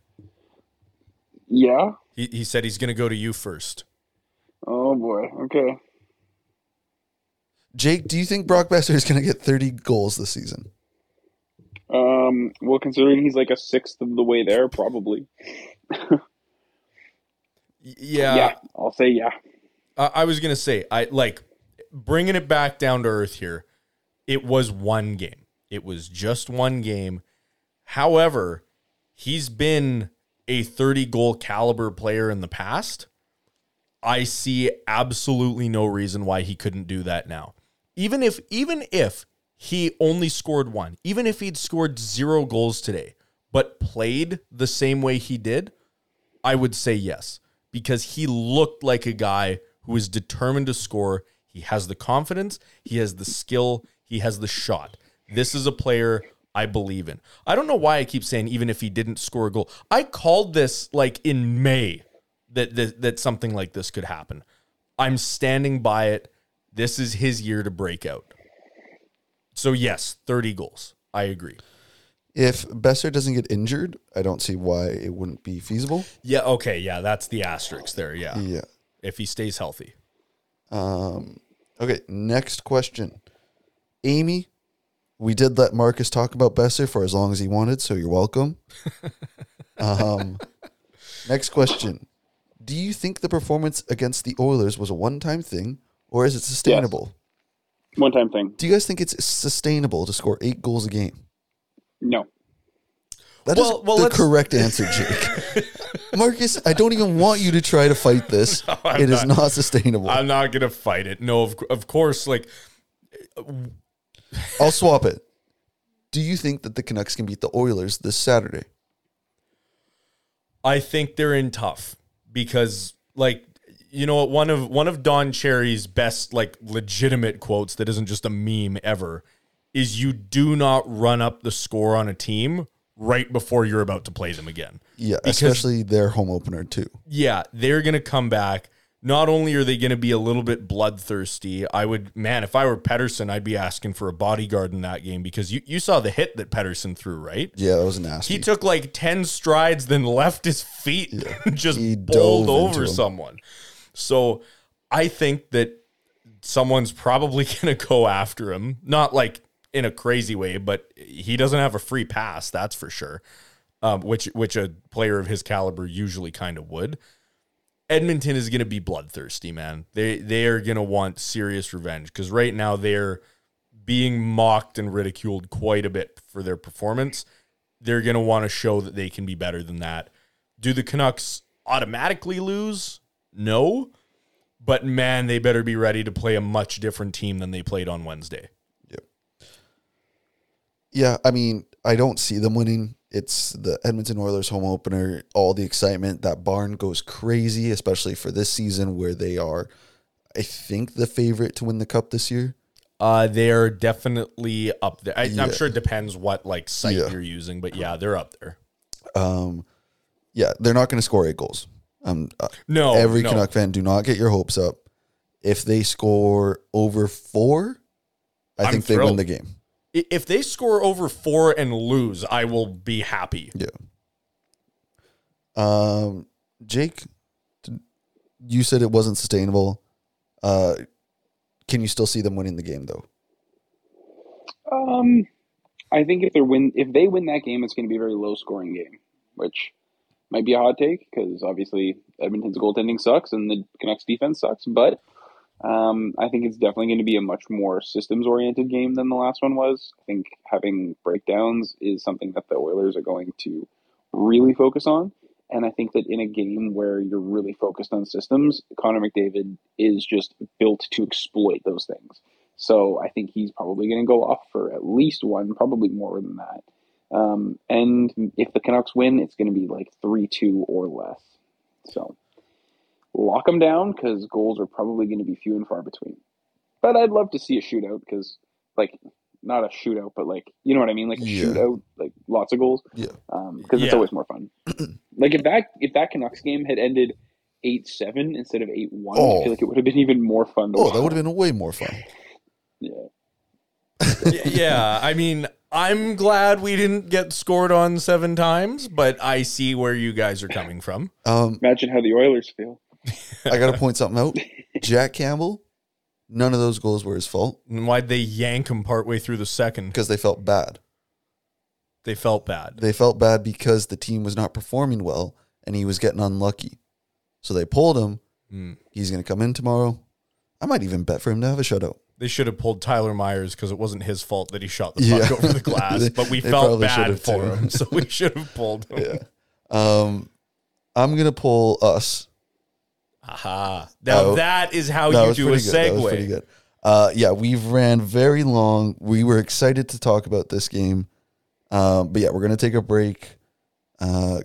Speaker 5: yeah.
Speaker 4: He he said he's gonna go to you first.
Speaker 5: Oh boy. Okay.
Speaker 6: Jake, do you think Brock Besser is going to get 30 goals this season?
Speaker 5: Um. Well, considering he's like a sixth of the way there, probably.
Speaker 4: Y- Yeah.
Speaker 5: yeah, I'll say yeah.
Speaker 4: I, I was gonna say I like bringing it back down to earth here. It was one game. It was just one game. However, he's been a 30 goal caliber player in the past. I see absolutely no reason why he couldn't do that now. Even if even if he only scored one, even if he'd scored zero goals today, but played the same way he did, I would say yes because he looked like a guy who is determined to score. He has the confidence, he has the skill, he has the shot. This is a player I believe in. I don't know why I keep saying even if he didn't score a goal. I called this like in May that that, that something like this could happen. I'm standing by it. This is his year to break out. So yes, 30 goals. I agree.
Speaker 6: If Besser doesn't get injured, I don't see why it wouldn't be feasible.
Speaker 4: Yeah, okay, yeah, that's the asterisk there. Yeah.
Speaker 6: Yeah.
Speaker 4: If he stays healthy.
Speaker 6: Um, okay, next question. Amy, we did let Marcus talk about Besser for as long as he wanted, so you're welcome. um, next question. Do you think the performance against the Oilers was a one time thing, or is it sustainable?
Speaker 5: One time thing.
Speaker 6: Do you guys think it's sustainable to score eight goals a game?
Speaker 5: No.
Speaker 6: That is
Speaker 4: Well- well,
Speaker 6: the
Speaker 4: let's-
Speaker 6: correct answer, Jake. Marcus, I don't even want you to try to fight this. It is not, sustainable. i
Speaker 4: I'm not gonna fight it. No, of, of course, like
Speaker 6: I'll swap it. Do you think that the Canucks can beat the Oilers this Saturday?
Speaker 4: I think they're in tough because like you know what one of one of Don Cherry's best like legitimate quotes that isn't just a meme ever is you do not run up the score on a team right before you're about to play them again.
Speaker 6: Yeah,
Speaker 4: Because-
Speaker 6: especially their home opener too.
Speaker 4: yeah, they're going to come back. Not only are they going to be a little bit bloodthirsty, I would, man, if I were Pedersen, I'd be asking for a bodyguard in that game because you, you saw the hit that Pedersen threw, right?
Speaker 6: Yeah, that was nasty.
Speaker 4: He took like 10 strides, then left his feet and just
Speaker 6: He
Speaker 4: bowled
Speaker 6: dove into
Speaker 4: over
Speaker 6: him.
Speaker 4: someone. So I think that someone's probably going to go after him. Not like in a crazy way, but he doesn't have a free pass, that's for sure, um, which, which a player of his caliber usually kind of would. Edmonton is going to be bloodthirsty, man. They they are going to want serious revenge because right now they're being mocked and ridiculed quite a bit for their performance. They're going to want to show that they can be better than that. Do the Canucks automatically lose? No, but man, they better be ready to play a much different team than they played on Wednesday.
Speaker 6: Yeah, I mean, I don't see them winning. It's the Edmonton Oilers home opener, all the excitement. That barn goes crazy, especially for this season where they are, I think, the favorite to win the cup this year.
Speaker 4: Uh, they're definitely up there. I,
Speaker 6: Yeah.
Speaker 4: I'm sure it depends what like site
Speaker 6: Yeah.
Speaker 4: you're using, but yeah, they're up there.
Speaker 6: Um, yeah, they're not going to score eight goals. Um, uh,
Speaker 4: No,
Speaker 6: every
Speaker 4: Oh, no.
Speaker 6: Canuck fan, do not get your hopes up. If they score over four, I
Speaker 4: I'm
Speaker 6: think they win
Speaker 4: thrilled.
Speaker 6: the game.
Speaker 4: I- If they score over four and lose, I will be happy.
Speaker 6: Um, Jake, d- you said it wasn't sustainable. Uh, can you still see them winning the game though?
Speaker 7: Um, I think if they win, if they win that game, it's going to be a very low scoring game, which might be a hot take because obviously Edmonton's goaltending sucks and the Canucks defense sucks. But um, I think it's definitely going to be a much more systems oriented game than the last one was. I think having breakdowns is something that the Oilers are going to really focus on. And I think that in a game where you're really focused on systems, Connor McDavid is just built to exploit those things. So I think he's probably going to go off for at least one, probably more than that. Um, and if the Canucks win, it's going to be like 3 2 or less. So lock them down because goals are probably going to be few and far between. But I'd love to see a shootout because, like, not a shootout, but like, you know what I mean? Like a
Speaker 6: Yeah.
Speaker 7: shootout, like lots of goals.
Speaker 6: Yeah.
Speaker 7: Because Um, it's
Speaker 4: Yeah.
Speaker 7: always more fun. like if that if that Canucks game had ended eight seven instead of eight one,
Speaker 6: Oh.
Speaker 7: I feel like it would have been even more fun. To
Speaker 6: Oh,
Speaker 7: watch.
Speaker 6: that would have been way more fun.
Speaker 4: Y- yeah, I mean, I'm glad we didn't get scored on seven times, but I see where you guys are coming from.
Speaker 6: Um,
Speaker 7: Imagine how the Oilers feel.
Speaker 6: I gotta point something out. Jack Campbell, none of those goals were his fault
Speaker 4: And why'd they yank him partway through the second?
Speaker 6: because they felt bad.
Speaker 4: They felt bad.
Speaker 6: They felt bad because the team was not performing well and he was getting unlucky. So they pulled him.
Speaker 4: Mm.
Speaker 6: He's gonna come in tomorrow. I might even bet for him to have a shutout.
Speaker 4: They should have pulled Tyler Myers because it wasn't his fault that he shot the puck
Speaker 6: Yeah.
Speaker 4: over the glass,
Speaker 6: They-
Speaker 4: but we
Speaker 6: they
Speaker 4: felt
Speaker 6: probably should
Speaker 4: bad
Speaker 6: have
Speaker 4: for
Speaker 6: too.
Speaker 4: him, so we should have pulled him.
Speaker 6: Yeah. Um, I'm gonna pull us
Speaker 4: Aha. Now
Speaker 6: Oh.
Speaker 4: that is how
Speaker 6: That
Speaker 4: you
Speaker 6: was
Speaker 4: do a
Speaker 6: pretty good. That was
Speaker 4: segue.
Speaker 6: pretty good. Uh, yeah, we've ran very long. We were excited to talk about this game, um, but yeah, we're gonna take a break. Uh,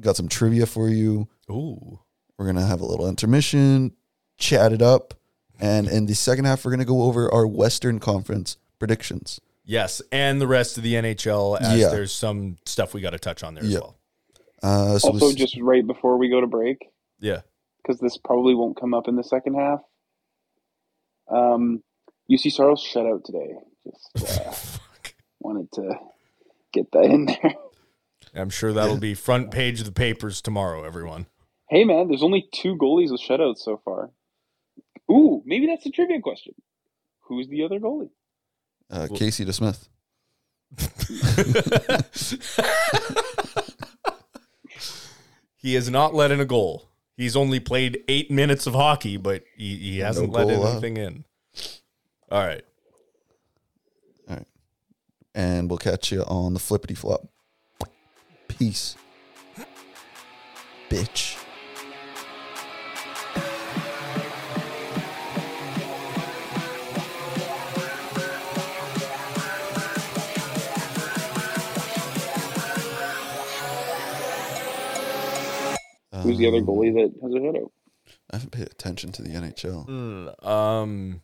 Speaker 6: got some trivia for you.
Speaker 4: Ooh.
Speaker 6: We're gonna have a little intermission, chat it up, and in the second half, we're gonna go over our Western Conference predictions.
Speaker 4: Yes, and the rest of the NHL as
Speaker 6: Yeah.
Speaker 4: there's some stuff we got to touch on there
Speaker 6: Yeah.
Speaker 4: as well.
Speaker 6: Uh, so
Speaker 7: also,
Speaker 6: s-
Speaker 7: just right before we go to break,
Speaker 4: Yeah.
Speaker 7: because this probably won't come up in the second half. Um, UC Soros shutout today. Just uh, wanted to get that in there.
Speaker 4: I'm sure that'll be front page of the papers tomorrow, everyone.
Speaker 7: Hey, man, there's only two goalies with shutouts so far. Ooh, maybe that's a trivia question. Who's the other goalie?
Speaker 6: uh, Casey DeSmith.
Speaker 4: he has not let in a goal. He's only played eight minutes of hockey, but he, he hasn't let
Speaker 6: goal allowed.
Speaker 4: anything in. All right.
Speaker 6: and we'll catch you on the flippity flop. Peace. Bitch.
Speaker 7: Who's the other
Speaker 6: Um,
Speaker 7: goalie that has a shutout?
Speaker 6: I haven't paid attention to the NHL.
Speaker 4: Um.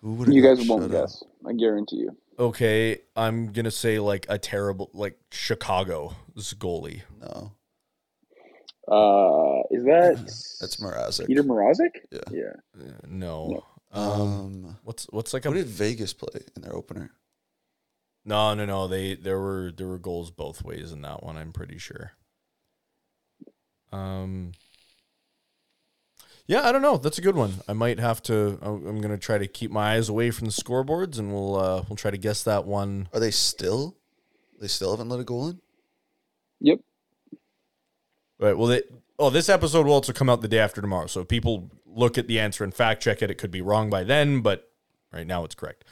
Speaker 6: Who would
Speaker 7: You guys won't guess. I guarantee you.
Speaker 4: Okay. I'm gonna say like a terrible, like Chicago's goalie.
Speaker 6: No,
Speaker 7: Uh, is that
Speaker 6: that's Mrazek.
Speaker 7: Peter Morozic?
Speaker 6: Yeah.
Speaker 7: yeah.
Speaker 4: Uh, No. Um.
Speaker 6: Um,
Speaker 4: What's what's like
Speaker 6: what
Speaker 4: a
Speaker 6: did Vegas play in their opener?
Speaker 4: no no no they there were there were goals both ways in that one I'm pretty sure. Um. Yeah, I don't know. That's a good one. I might have to. I'm I'm gonna try to keep my eyes away from the scoreboards, and we'll uh, we'll try to guess that one.
Speaker 6: Are they still? They still haven't let a goal in.
Speaker 7: Yep.
Speaker 4: All Right. Well, they, oh, this episode will also come out the day after tomorrow. So if people look at the answer and fact check it, it could be wrong by then, but right now it's correct.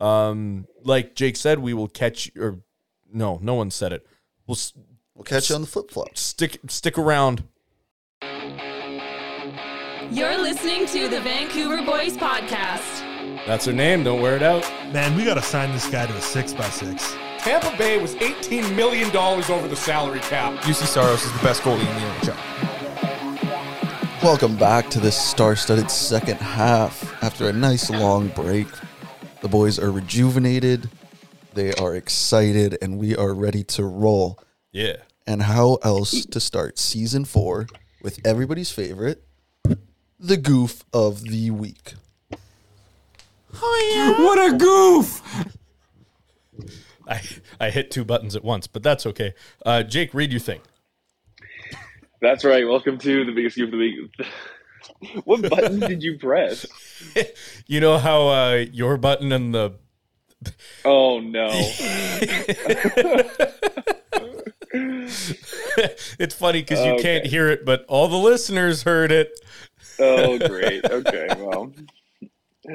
Speaker 4: Um, like Jake said, we will catch or no, no one said it. We'll s-
Speaker 6: We'll catch you on the flip flops.
Speaker 4: stick stick around.
Speaker 1: You're listening to the Vancouver Boys Podcast.
Speaker 4: That's her name. Don't wear it out.
Speaker 10: Man, we got to sign this guy to a six by six.
Speaker 4: Tampa Bay was $18 million over the salary cap.
Speaker 8: UC Saros is the best goalie in the NHL.
Speaker 6: Welcome back to this star studded second half. After a nice long break, the boys are rejuvenated, they are excited, and we are ready to roll.
Speaker 4: Yeah.
Speaker 6: And how else to start season four with everybody's favorite, the goof of the week?
Speaker 11: What a goof!
Speaker 4: I, I hit two buttons at once, but that's okay. Uh, Jake, read your thing.
Speaker 7: That's right. Welcome to the biggest goof of the week. what button did you press?
Speaker 4: You know how uh, your button and the
Speaker 7: Oh no!
Speaker 4: it's funny because you can't
Speaker 7: Okay.
Speaker 4: hear it, but all the listeners heard it.
Speaker 7: Oh great. Okay, well,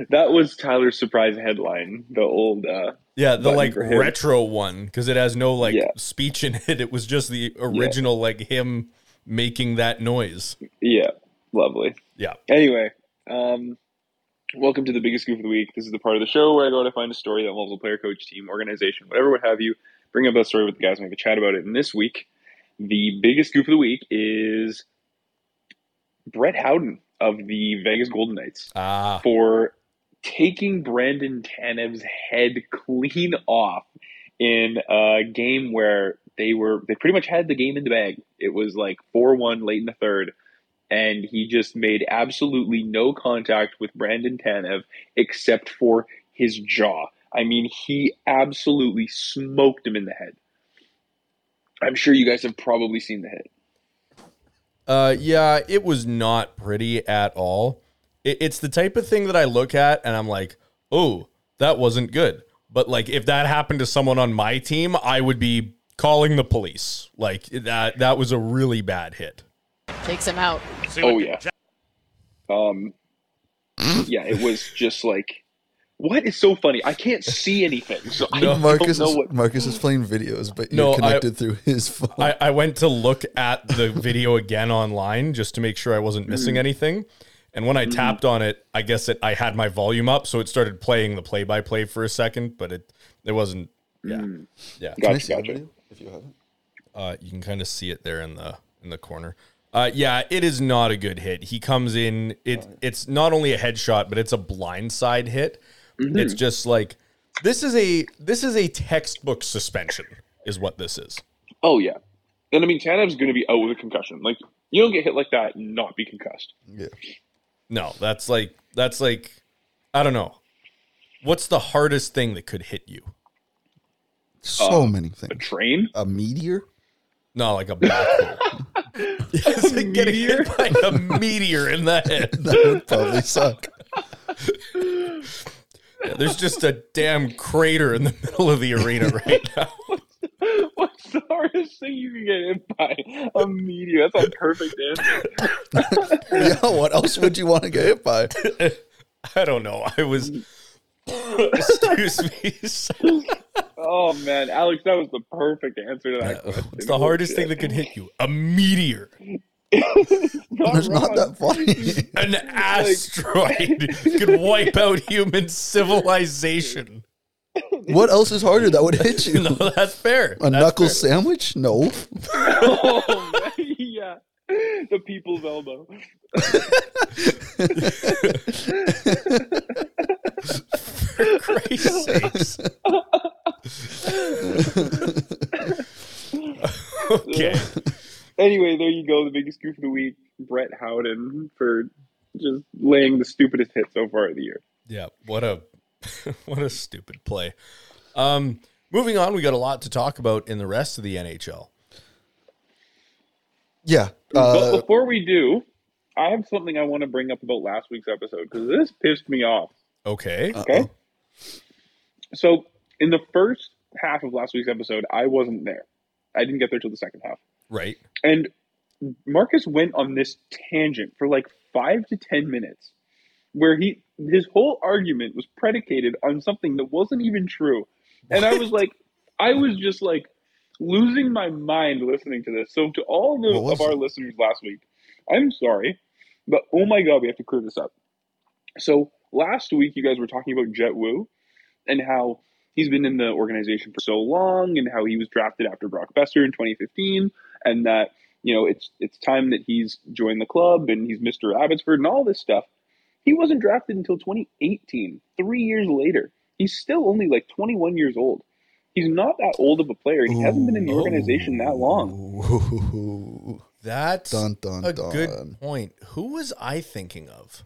Speaker 7: that was Tyler's surprise headline. The old uh,
Speaker 4: Yeah, the
Speaker 7: Button
Speaker 4: like
Speaker 7: for him.
Speaker 4: retro one because it has no like
Speaker 7: Yeah.
Speaker 4: speech in it. It was just the original like him making that noise.
Speaker 7: yeah, lovely.
Speaker 4: Yeah.
Speaker 7: Anyway, um, welcome to the biggest goof of the week. This is the part of the show where I go to find a story that involves a player, coach, team, organization, whatever, what have you. Bring up that story with the guys and we have a chat about it. And this week, the biggest goof of the week is Brett Howden of the Vegas Golden Knights
Speaker 4: Ah,
Speaker 7: for taking Brandon Tanev's head clean off in a game where they were they pretty much had the game in the bag. It was like 4-1 late in the third and he just made absolutely no contact with Brandon Tanev except for his jaw. I mean, he absolutely smoked him in the head. I'm sure you guys have probably seen the hit.
Speaker 4: uh, yeah. It was not pretty at all. It, it's the type of thing that I look at and I'm like, oh, that wasn't good. But like, if that happened to someone on my team, I would be calling the police. Like that. That was a really bad hit.
Speaker 11: Takes him out.
Speaker 7: Oh yeah. Um, yeah, it was just like, what is so funny? I can't see anything, so I
Speaker 6: Marcus,
Speaker 7: don't
Speaker 6: is,
Speaker 7: know what.
Speaker 6: Marcus is playing videos, but
Speaker 4: No,
Speaker 6: you're
Speaker 4: I-
Speaker 6: connected through his phone.
Speaker 4: I, I went to look at the video again online just to make sure I wasn't missing anything. And when I tapped on it, I guess it I had my volume up, so it started playing the play by play for a second, but it it wasn't yeah.
Speaker 6: Can I
Speaker 7: Gotcha,
Speaker 6: see the
Speaker 7: gotcha.
Speaker 6: video if you haven't?
Speaker 4: Uh, you can kind of see it there in the in the corner. Uh, yeah, it is not a good hit. He comes in. It it's not only a headshot, but it's a blindside hit. It's just like this is a this is a textbook suspension, is what this is.
Speaker 7: Oh yeah, and I mean Tanev's going to be out with a concussion. Like you don't get hit like that and not be concussed.
Speaker 4: No, that's like that's like I don't know. What's the hardest thing that could hit you?
Speaker 7: Uh,
Speaker 6: So many
Speaker 7: A
Speaker 6: things.
Speaker 7: train?
Speaker 6: A meteor?
Speaker 4: No, like a black hole. It's like getting hit by a meteor in the head.
Speaker 6: That would probably suck.
Speaker 4: There's just a damn crater in the middle of the arena right now.
Speaker 7: What's the hardest thing you can get hit by? A meteor. That's a perfect answer.
Speaker 6: yeah, what else would you want to get hit by?
Speaker 4: I don't know. I was excuse me. It's
Speaker 7: Oh man, Alex, that was the perfect answer to that question.
Speaker 4: the hardest thing that could hit you. A meteor.
Speaker 6: It's not that funny.
Speaker 4: An asteroid could wipe out human civilization.
Speaker 6: what else is harder that would hit you?
Speaker 4: No, that's fair.
Speaker 6: A knuckle sandwich? No.
Speaker 7: Oh, man, yeah, the people's elbow.
Speaker 4: Christ's sakes. okay.
Speaker 7: Anyway, there you go. The biggest goof of the week, Brett Howden, for just laying the stupidest hit so far of the year.
Speaker 4: Yeah, what a what a stupid play. Um moving on, we got a lot to talk about in the rest of the NHL.
Speaker 6: Yeah.
Speaker 7: but
Speaker 6: Uh,
Speaker 7: before we do, I have something I want to bring up about last week's episode because this pissed me off.
Speaker 4: Okay.
Speaker 6: Uh,
Speaker 7: Okay. So in the first half of last week's episode, I wasn't there. I didn't get there till the second half.
Speaker 4: Right.
Speaker 7: And Marcus went on this tangent for like five to ten minutes, where he his whole argument was predicated on something that wasn't even true. And I was like, I was just like losing my mind listening to this. So to all the,
Speaker 6: What was
Speaker 7: of our
Speaker 6: it?
Speaker 7: listeners last week, I'm sorry, But oh my god, we have to clear this up. So last week you guys were talking about Jet Wu and how he's been in the organization for so long and how he was drafted after Brock Besser in 2015 and that you know it's it's time that he's joined the club and he's Mr. Abbotsford and all this stuff. He wasn't drafted until 2018, 3 years later. He's still only like 21 years old. He's not that old of a player. He hasn't been in the organization that long.
Speaker 6: Ooh.
Speaker 4: That's
Speaker 6: Dun, dun,
Speaker 4: a
Speaker 6: dun.
Speaker 4: good point. Who was I thinking of?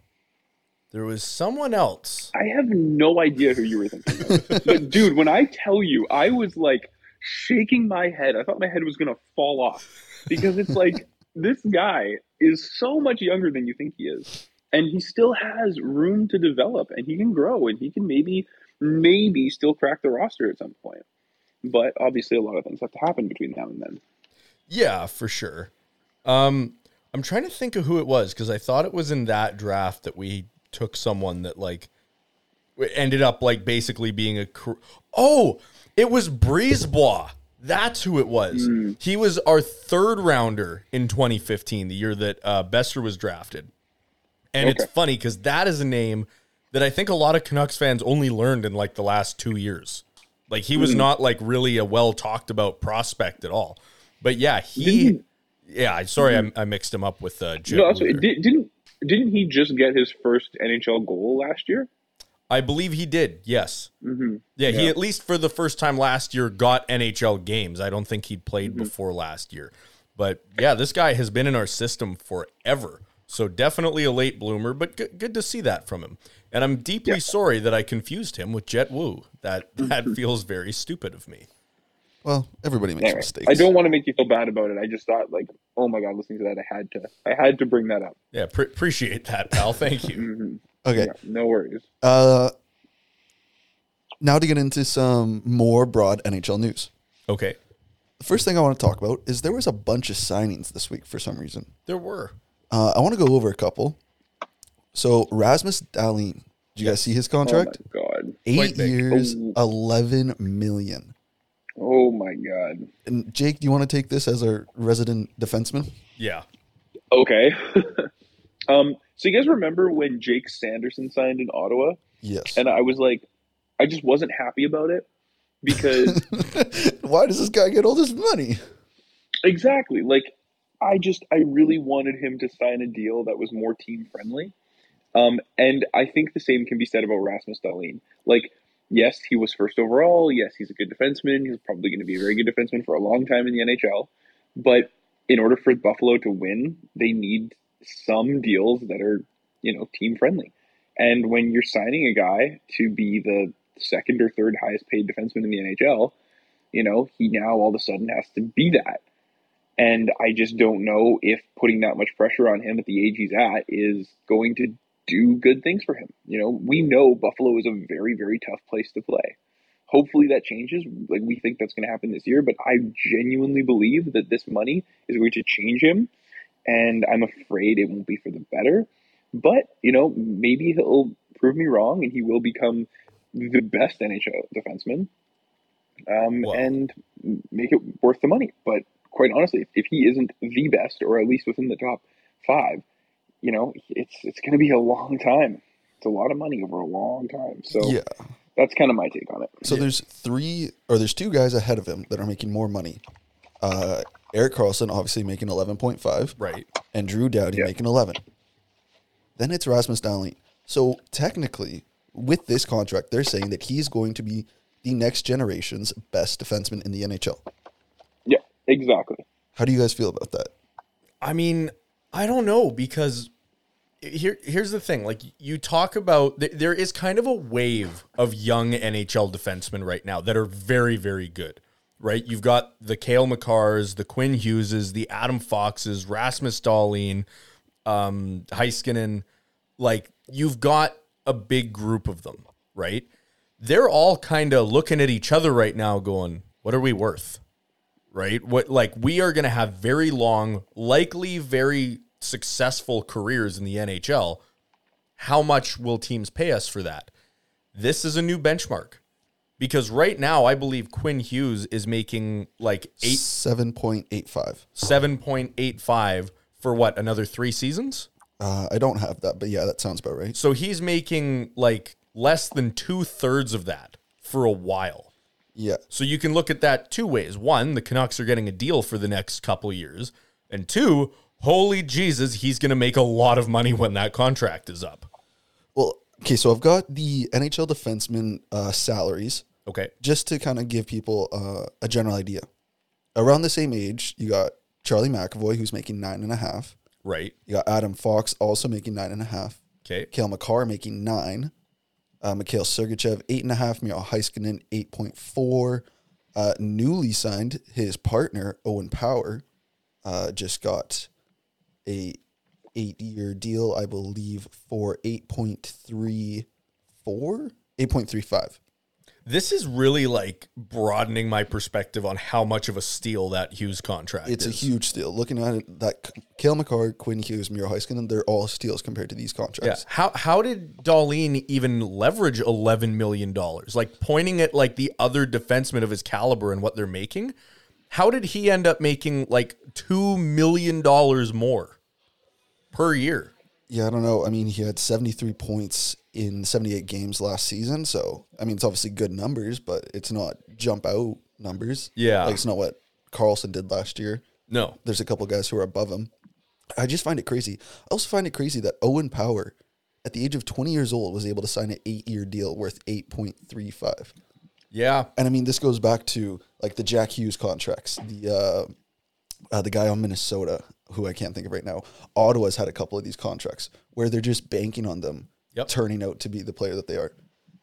Speaker 4: There was someone else.
Speaker 7: I have no idea who you were thinking of. but dude, when I tell you, I was like shaking my head. I thought my head was gonna fall off. Because it's like this guy is so much younger than you think he is. And he still has room to develop and he can grow and he can maybe maybe still crack the roster at some point. But obviously a lot of things have to happen between now and then.
Speaker 4: Yeah, for sure. Um, I'm trying to think of who it was because I thought it was in that draft that we took someone that like w- ended up like basically being a. cr- Oh, it was Breezebois. That's who it was. He was our third rounder in 2015, the year that uh, Besser was drafted. And it's funny because that is a name that I think a lot of Canucks fans only learned in like the last two years. Like he was not like really a well talked about prospect at all. But yeah, he. Yeah, I sorry, I, I mixed him up with uh, Jim.
Speaker 7: Mm-hmm. no, that's
Speaker 4: Luger.
Speaker 7: what, di- didn't didn't he just get his first NHL goal last year?
Speaker 4: I believe he did. Yes.
Speaker 7: Mm-hmm.
Speaker 4: Yeah, he at least for the first time last year got NHL games. I don't think he'd played
Speaker 7: Mm-hmm.
Speaker 4: before last year, but yeah, this guy has been in our system forever. So definitely a late bloomer, but good, good to see that from him. And I'm deeply sorry that I confused him with Jet Wu. That
Speaker 7: Mm-hmm.
Speaker 4: that feels very stupid of me.
Speaker 6: Well, everybody makes
Speaker 7: Anyway,
Speaker 6: mistakes.
Speaker 7: I don't want to make you feel bad about it. I just thought, like, oh my god, listening to that, I had to, I had to bring that up.
Speaker 4: Yeah, pre- appreciate that, pal. Thank you.
Speaker 7: Mm-hmm.
Speaker 6: Okay.
Speaker 7: Yeah, no worries.
Speaker 6: Uh, now to get into some more broad NHL news.
Speaker 4: Okay,
Speaker 6: The first thing I want to talk about is there was a bunch of signings this week for some reason.
Speaker 4: there were.
Speaker 6: Uh, I want to go over a couple. So Rasmus Dahlin, did you guys see his contract?
Speaker 7: Oh my god.
Speaker 4: quite
Speaker 6: Eight
Speaker 4: big.
Speaker 6: years,
Speaker 7: Oh.
Speaker 6: eleven million.
Speaker 7: Oh my god.
Speaker 6: And Jake, do you want to take this as our resident defenseman?
Speaker 4: Yeah,
Speaker 7: Okay. um. So you guys remember when Jake Sanderson signed in Ottawa,
Speaker 6: Yes.
Speaker 7: and I was like, I just wasn't happy about it because
Speaker 6: Why does this guy get all this money?
Speaker 7: Exactly. Like, I just, I really wanted him to sign a deal that was more team friendly. Um, and I think the same can be said about Rasmus Dahlin. Like, yes, he was first overall. Yes, he's a good defenseman. He's probably going to be a very good defenseman for a long time in the NHL. But in order for Buffalo to win, they need some deals that are, you know, team friendly. And when you're signing a guy to be the second or third highest paid defenseman in the NHL, you know, he now all of a sudden has to be that. And I just don't know if putting that much pressure on him at the age he's at is going to do good things for him. You know, we know Buffalo is a very, very tough place to play. Hopefully that changes. Like, we think that's going to happen this year, but I genuinely believe that this money is going to change him. And I'm afraid it won't be for the better. But, you know, maybe he'll prove me wrong and he will become the best NHL defenseman um,
Speaker 4: Wow.
Speaker 7: and make it worth the money. But quite honestly, if, if he isn't the best, or at least within the top five, you know, it's it's going to be a long time. It's a lot of money over a long time. So
Speaker 6: yeah.
Speaker 7: that's kind of my take on it.
Speaker 6: So there's three or there's two guys ahead of him that are making more money. Uh, Eric Carlson obviously making eleven point five,
Speaker 4: right.
Speaker 6: and Drew Dowdy
Speaker 7: Yeah.
Speaker 6: making eleven. Then it's Rasmus Dahlin. So technically, with this contract, they're saying that he's going to be the next generation's best defenseman in the NHL.
Speaker 7: Yeah, exactly.
Speaker 6: How do you guys feel about that?
Speaker 4: I mean, I don't know because here here's the thing. Like you talk about, th- there is kind of a wave of young NHL defensemen right now that are very very good. Right, you've got the Kale McCars, the Quinn Hugheses, the Adam Foxes, Rasmus Dahlin, um, Heiskanen. Like you've got a big group of them, right? They're all kind of looking at each other right now, going, "What are we worth?" right? What like we are going to have very long, likely very successful careers in the NHL. How much will teams pay us for that? This is a new benchmark because right now I believe Quinn Hughes is making like eight
Speaker 6: Seven point eight five.
Speaker 4: seven point eight five for what another three seasons.
Speaker 6: Uh, I don't have that, but yeah, that sounds about right.
Speaker 4: So he's making like less than two thirds of that for a while.
Speaker 6: Yeah.
Speaker 4: So you can look at that two ways. One, the Canucks are getting a deal for the next couple years. And two, holy Jesus, he's going to make a lot of money when that contract is up.
Speaker 6: Well, okay, so I've got the NHL defenseman uh, salaries
Speaker 4: Okay.
Speaker 6: just to kind of give people uh, a general idea. Around the same age, you got Charlie McAvoy, who's making nine and a half.
Speaker 4: Right.
Speaker 6: You got Adam Fox, also making nine and a half.
Speaker 4: Okay.
Speaker 6: Kale McCarr making nine. Uh, Mikhail Sergachev, eight and a half. Miro Heiskanen, 8.4. Uh, newly signed his partner, Owen Power, uh, just got a eight year deal, I believe, for 8.34, 8.35.
Speaker 4: This is really like broadening my perspective on how much of a steal that Hughes contract
Speaker 6: It's a
Speaker 4: is.
Speaker 6: huge steal. Looking at it, that Kale McCarr, Quinn Hughes, Miro Heiskanen, they're all steals compared to these
Speaker 4: Yeah.
Speaker 6: contracts.
Speaker 4: How how did Darlene even leverage eleven million dollars? Like pointing at like the other defensemen of his caliber and what they're making. How did he end up making like two million dollars more per year?
Speaker 6: Yeah, I don't know. I mean, he had 73 points in 78 games last season. So, I mean, it's obviously good numbers, but it's not jump out numbers.
Speaker 4: Yeah.
Speaker 6: Like, it's not what Carlson did last year.
Speaker 4: No.
Speaker 6: There's a couple guys who are above him. I just find it crazy. I also find it crazy that Owen Power, at the age of 20 years old, was able to sign an eight year deal worth 8.35.
Speaker 4: Yeah.
Speaker 6: And I mean, this goes back to like the Jack Hughes contracts, the uh, uh, the guy on Minnesota who I can't think of right now. Ottawa's had a couple of these contracts where they're just banking on them
Speaker 4: Yep.
Speaker 6: turning out to be the player that they are.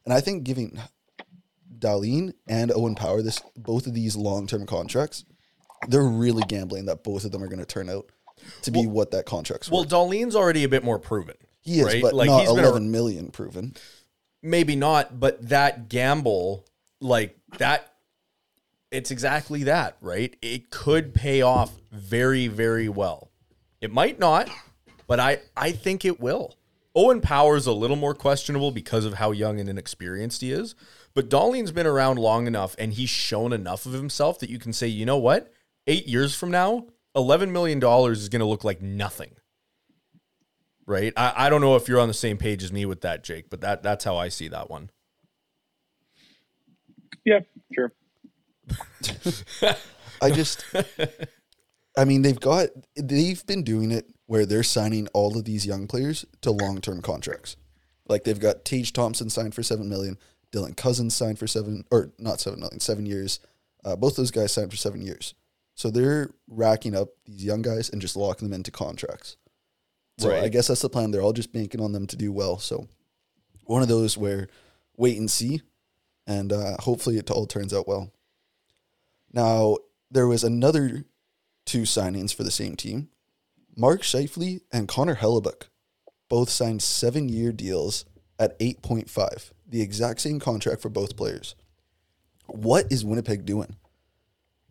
Speaker 6: And I think giving Darlene and Owen Power this both of these long term contracts, they're really gambling that both of them are going to turn out to be what that contract's
Speaker 4: Well,
Speaker 6: worth.
Speaker 4: Darlene's already a bit more proven.
Speaker 6: He is,
Speaker 4: right?
Speaker 6: but
Speaker 4: like
Speaker 6: not
Speaker 4: he's been a-
Speaker 6: eleven million proven.
Speaker 4: maybe not, but that gamble, like that, it's exactly that, right? It could pay off very, very well. It might not, but I, I think it will. Owen Power's a little more questionable because of how young and inexperienced he is, but Darlene's been around long enough and he's shown enough of himself that you can say, you know what? Eight years from now, $11 million is going to look like nothing right? I, I don't know if you're on the same page as me with that, Jake, but that that's how I see that one.
Speaker 7: Yeah, sure.
Speaker 6: I just, I mean, they've got, they've been doing it where they're signing all of these young players to long term contracts. Like they've got Tage Thompson signed for seven million, Dylan Cousins signed for seven, or not seven million, seven years. Uh, both those guys signed for seven years. So they're racking up these young guys and just locking them into contracts. So I
Speaker 4: Right.
Speaker 6: guess that's the plan. They're all just banking on them to do well. So one of those where wait and see, and uh, hopefully it all turns out well. Now, there was another two signings for the same team. Mark Scheifele and Connor Hellebuck both signed seven year deals at 8.5, the exact same contract for both players. What is Winnipeg doing?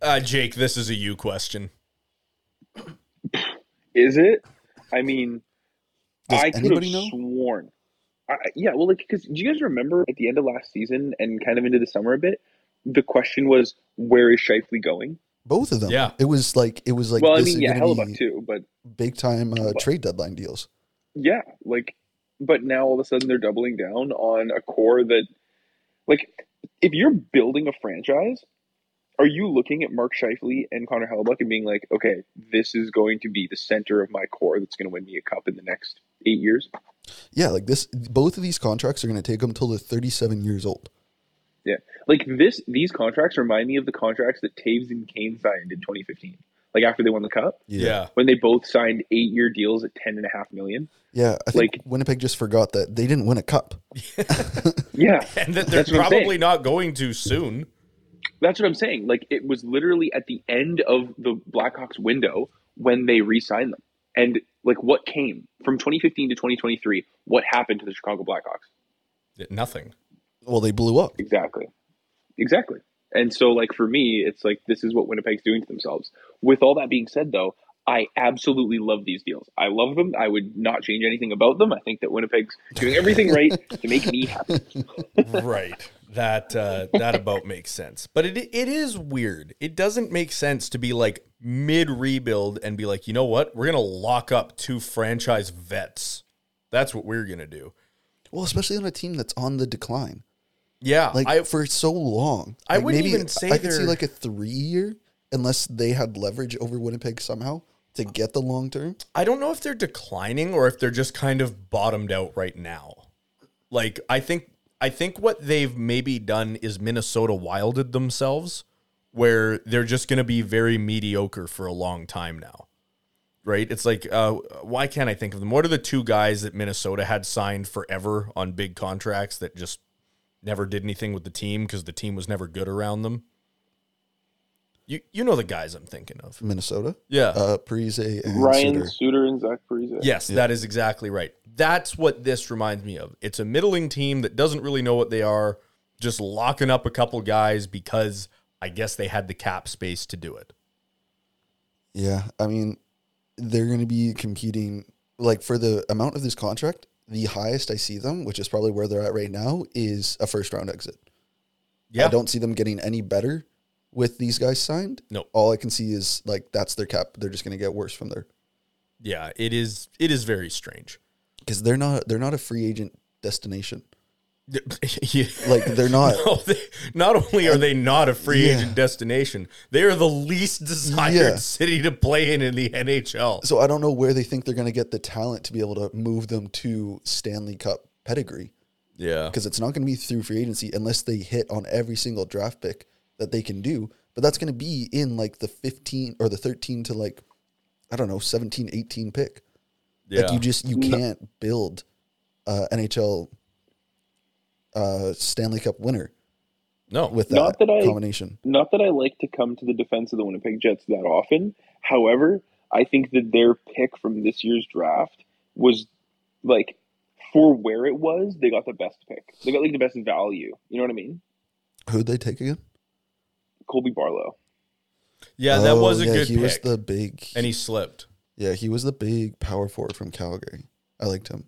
Speaker 4: Uh, Jake, this is a you question.
Speaker 7: Is it? I mean,
Speaker 6: Does
Speaker 7: I could have
Speaker 6: anybody know?
Speaker 7: sworn. I, yeah, well, like, because do you guys remember at the end of last season and kind of into the summer a bit? The question was, where is Shifley going?
Speaker 6: Both of them.
Speaker 4: Yeah.
Speaker 6: It was like, it was like,
Speaker 7: well, I
Speaker 6: this
Speaker 7: mean,
Speaker 6: is
Speaker 7: yeah,
Speaker 6: gonna
Speaker 7: Hellebuck
Speaker 6: be
Speaker 7: too, but
Speaker 6: Big time uh, trade deadline deals.
Speaker 7: yeah, like, but now all of a sudden they're doubling down on a core that, like, if you're building a franchise, are you looking at Mark Shifley and Connor Hellebuck and being like, okay, this is going to be the center of my core that's going to win me a cup in the next eight years?
Speaker 6: Yeah, like this, both of these contracts are going to take them until they're 37 years old.
Speaker 7: Yeah, like this. These contracts remind me of the contracts that Taves and Kane signed in 2015. Like after they won the cup, when they both signed eight-year deals at ten and a half million.
Speaker 6: Yeah. I think
Speaker 7: Like-
Speaker 6: Winnipeg just forgot that they didn't win a cup.
Speaker 7: Yeah,
Speaker 4: And that they're
Speaker 7: That's what I'm
Speaker 4: probably
Speaker 7: saying.
Speaker 4: not going to soon.
Speaker 7: that's what I'm saying. Like it was literally at the end of the Blackhawks window when they re-signed them, and like what came from 2015 to 2023? What happened to the Chicago Blackhawks?
Speaker 4: Nothing.
Speaker 6: Well, they blew up.
Speaker 7: Exactly. Exactly. And so, like, for me, it's like this is what Winnipeg's doing to themselves. With all that being said, though,
Speaker 5: I absolutely love these deals. I love them. I would not change anything about them. I think that Winnipeg's doing everything right to make me happy.
Speaker 4: right. That uh, that about makes sense, but it it is weird. It doesn't make sense to be like mid rebuild and be like, you know what, we're gonna lock up two franchise vets. That's what we're gonna do.
Speaker 6: Well, especially on a team that's on the decline,
Speaker 4: Yeah,
Speaker 6: like
Speaker 4: I,
Speaker 6: for so long.
Speaker 4: I
Speaker 6: Like,
Speaker 4: wouldn't even say
Speaker 6: I could see
Speaker 4: they're-
Speaker 6: like a three year, unless they had leverage over Winnipeg somehow to get the long term.
Speaker 4: I don't know if they're declining or if they're just kind of bottomed out right now. Like I think I think what they've maybe done is Minnesota wilded themselves where they're just going to be very mediocre for a long time now. Right? It's like uh why can't I think of them? What are the two guys that Minnesota had signed forever on big contracts that just never did anything with the team because the team was never good around them? You you know the guys I'm thinking of.
Speaker 6: Minnesota,
Speaker 4: Yeah.
Speaker 6: uh, Parise and
Speaker 7: Ryan
Speaker 6: Suter.
Speaker 7: Suter and Zach Parise.
Speaker 4: Yes, that is exactly right. That's what this reminds me of. It's a middling team that doesn't really know what they are, just locking up a couple guys because I guess they had the cap space to do it.
Speaker 6: Yeah, I mean, they're going to be competing like for the amount of this contract. The highest I see them, which is probably where they're at right now, is a first round exit.
Speaker 4: Yeah.
Speaker 6: I don't see them getting any better with these guys signed.
Speaker 4: No.
Speaker 6: All I can see is like that's their cap. They're just going to get worse from there
Speaker 4: Yeah, it is it is very strange.
Speaker 6: because they're not they're not a free agent destination.
Speaker 4: Yeah.
Speaker 6: Like they're not.
Speaker 4: No, they- not only are they not a free
Speaker 6: Yeah.
Speaker 4: agent destination, they are the least desired
Speaker 6: Yeah.
Speaker 4: city to play in in the NHL.
Speaker 6: So I don't know where they think they're going to get the talent to be able to move them to Stanley Cup pedigree
Speaker 4: Yeah.
Speaker 6: because it's not going to be through free agency unless they hit on every single draft pick that they can do. But that's going to be in like the 15 or the 13 to like, I don't know, 17, 18 pick. Like
Speaker 4: Yeah.
Speaker 6: you just, you can't build uh, NHL uh, Stanley Cup winner
Speaker 4: No.
Speaker 6: with that,
Speaker 7: Not that I-
Speaker 6: combination.
Speaker 7: Not that I like to come to the defense of the Winnipeg Jets that often. However, I think that their pick from this year's draft was like for where it was, they got the best pick. They got like the best value. You know what I mean?
Speaker 6: Who'd they take again?
Speaker 7: Colby Barlow.
Speaker 4: yeah, that
Speaker 6: Oh,
Speaker 4: was a
Speaker 6: yeah,
Speaker 4: good
Speaker 6: He
Speaker 4: pick.
Speaker 6: was the big,
Speaker 4: and he slipped.
Speaker 6: yeah, he was the big power forward from Calgary. I liked him.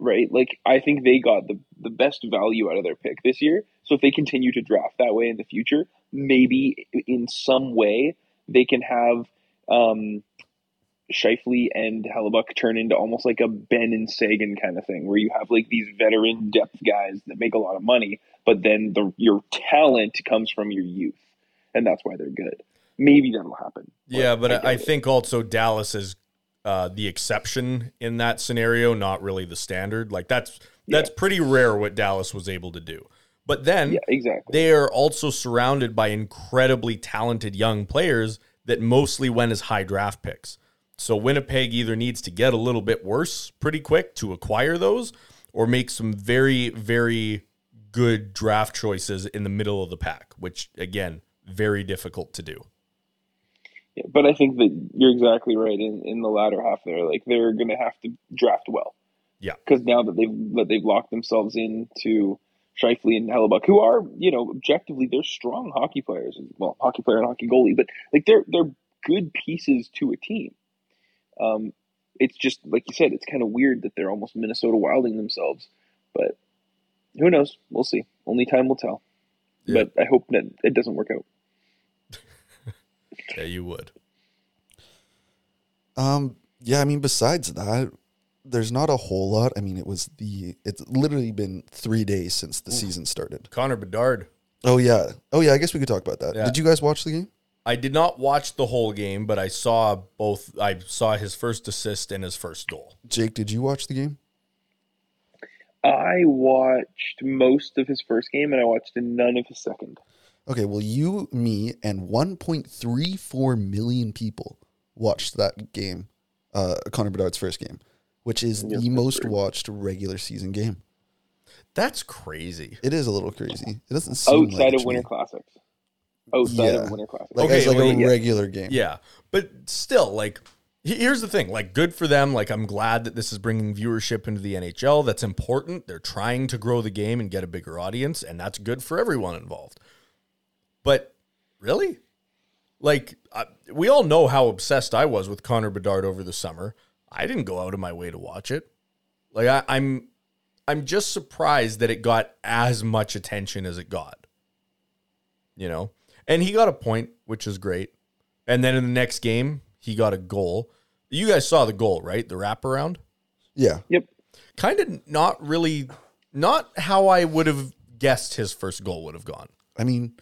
Speaker 7: Right? Like I think they got the, the best value out of their pick this year. So if they continue to draft that way in the future, maybe in some way they can have um Shifley and Hellebuck turn into almost like a Ben and Sagan kind of thing, where you have like these veteran depth guys that make a lot of money, but then the your talent comes from your youth, and that's why they're good. Maybe that'll happen.
Speaker 4: Yeah, but I, I
Speaker 7: doubt it.
Speaker 4: think also Dallas is uh, the exception in that scenario, not really the standard. Like that's that's pretty rare what Dallas was able to do. But then
Speaker 7: yeah, exactly.
Speaker 4: they are also surrounded by incredibly talented young players that mostly went as high draft picks. So Winnipeg either needs to get a little bit worse pretty quick to acquire those, or make some very very good draft choices in the middle of the pack, which again very difficult to do.
Speaker 7: Yeah, but I think that you're exactly right in, in the latter half there. Like they're going to have to draft well.
Speaker 4: Yeah.
Speaker 7: Because now that they've that they've locked themselves into Shifley and Hellebuck, who are you know objectively they're strong hockey players, well hockey player and hockey goalie, but like they're they're good pieces to a team. Um, it's just like you said, it's kind of weird that they're almost Minnesota wilding themselves, but who knows? We'll see. Only time will tell.
Speaker 4: Yeah.
Speaker 7: But I hope that it doesn't work out.
Speaker 4: Yeah, you would.
Speaker 6: Um, yeah, I mean, besides that, there's not a whole lot. I mean, it was the it's literally been three days since the season started.
Speaker 4: Connor Bedard.
Speaker 6: Oh yeah, oh yeah. I guess we could talk about that.
Speaker 4: Yeah.
Speaker 6: Did you guys watch the game?
Speaker 4: I did not watch the whole game, but I saw both. I saw his first assist and his first goal.
Speaker 6: Jake, did you watch the game?
Speaker 7: I watched most of his first game and I watched none of his second.
Speaker 6: Okay, well, you, me, and 1.34 million people watched that game, uh, Connor Bedard's first game, which is
Speaker 7: Yeah,
Speaker 6: the
Speaker 7: that's
Speaker 6: most
Speaker 7: true.
Speaker 6: watched regular season game.
Speaker 4: That's crazy.
Speaker 6: It is a little crazy. It doesn't seem like
Speaker 7: Outside
Speaker 6: it
Speaker 7: of
Speaker 6: should
Speaker 7: Winter
Speaker 6: be.
Speaker 7: Classics. Outside
Speaker 6: Yeah.
Speaker 7: of Winter Classics.
Speaker 6: like,
Speaker 4: Okay,
Speaker 6: as like
Speaker 4: well,
Speaker 6: a
Speaker 4: yeah.
Speaker 6: regular game.
Speaker 4: Yeah, but still, like, he- here's the thing. Like, good for them. Like, I'm glad that this is bringing viewership into the NHL. That's important. They're trying to grow the game and get a bigger audience, and that's good for everyone involved. But really, like, I, we all know how obsessed I was with Connor Bedard over the summer. I didn't go out of my way to watch it. Like I, I'm, I'm just surprised that it got as much attention as it got. You know, and he got a point, which is great. And then in the next game, he got a goal. You guys saw the goal, right? The wraparound
Speaker 6: Yeah.
Speaker 4: kind of not really not how I would have guessed his first goal would have gone.
Speaker 6: I mean,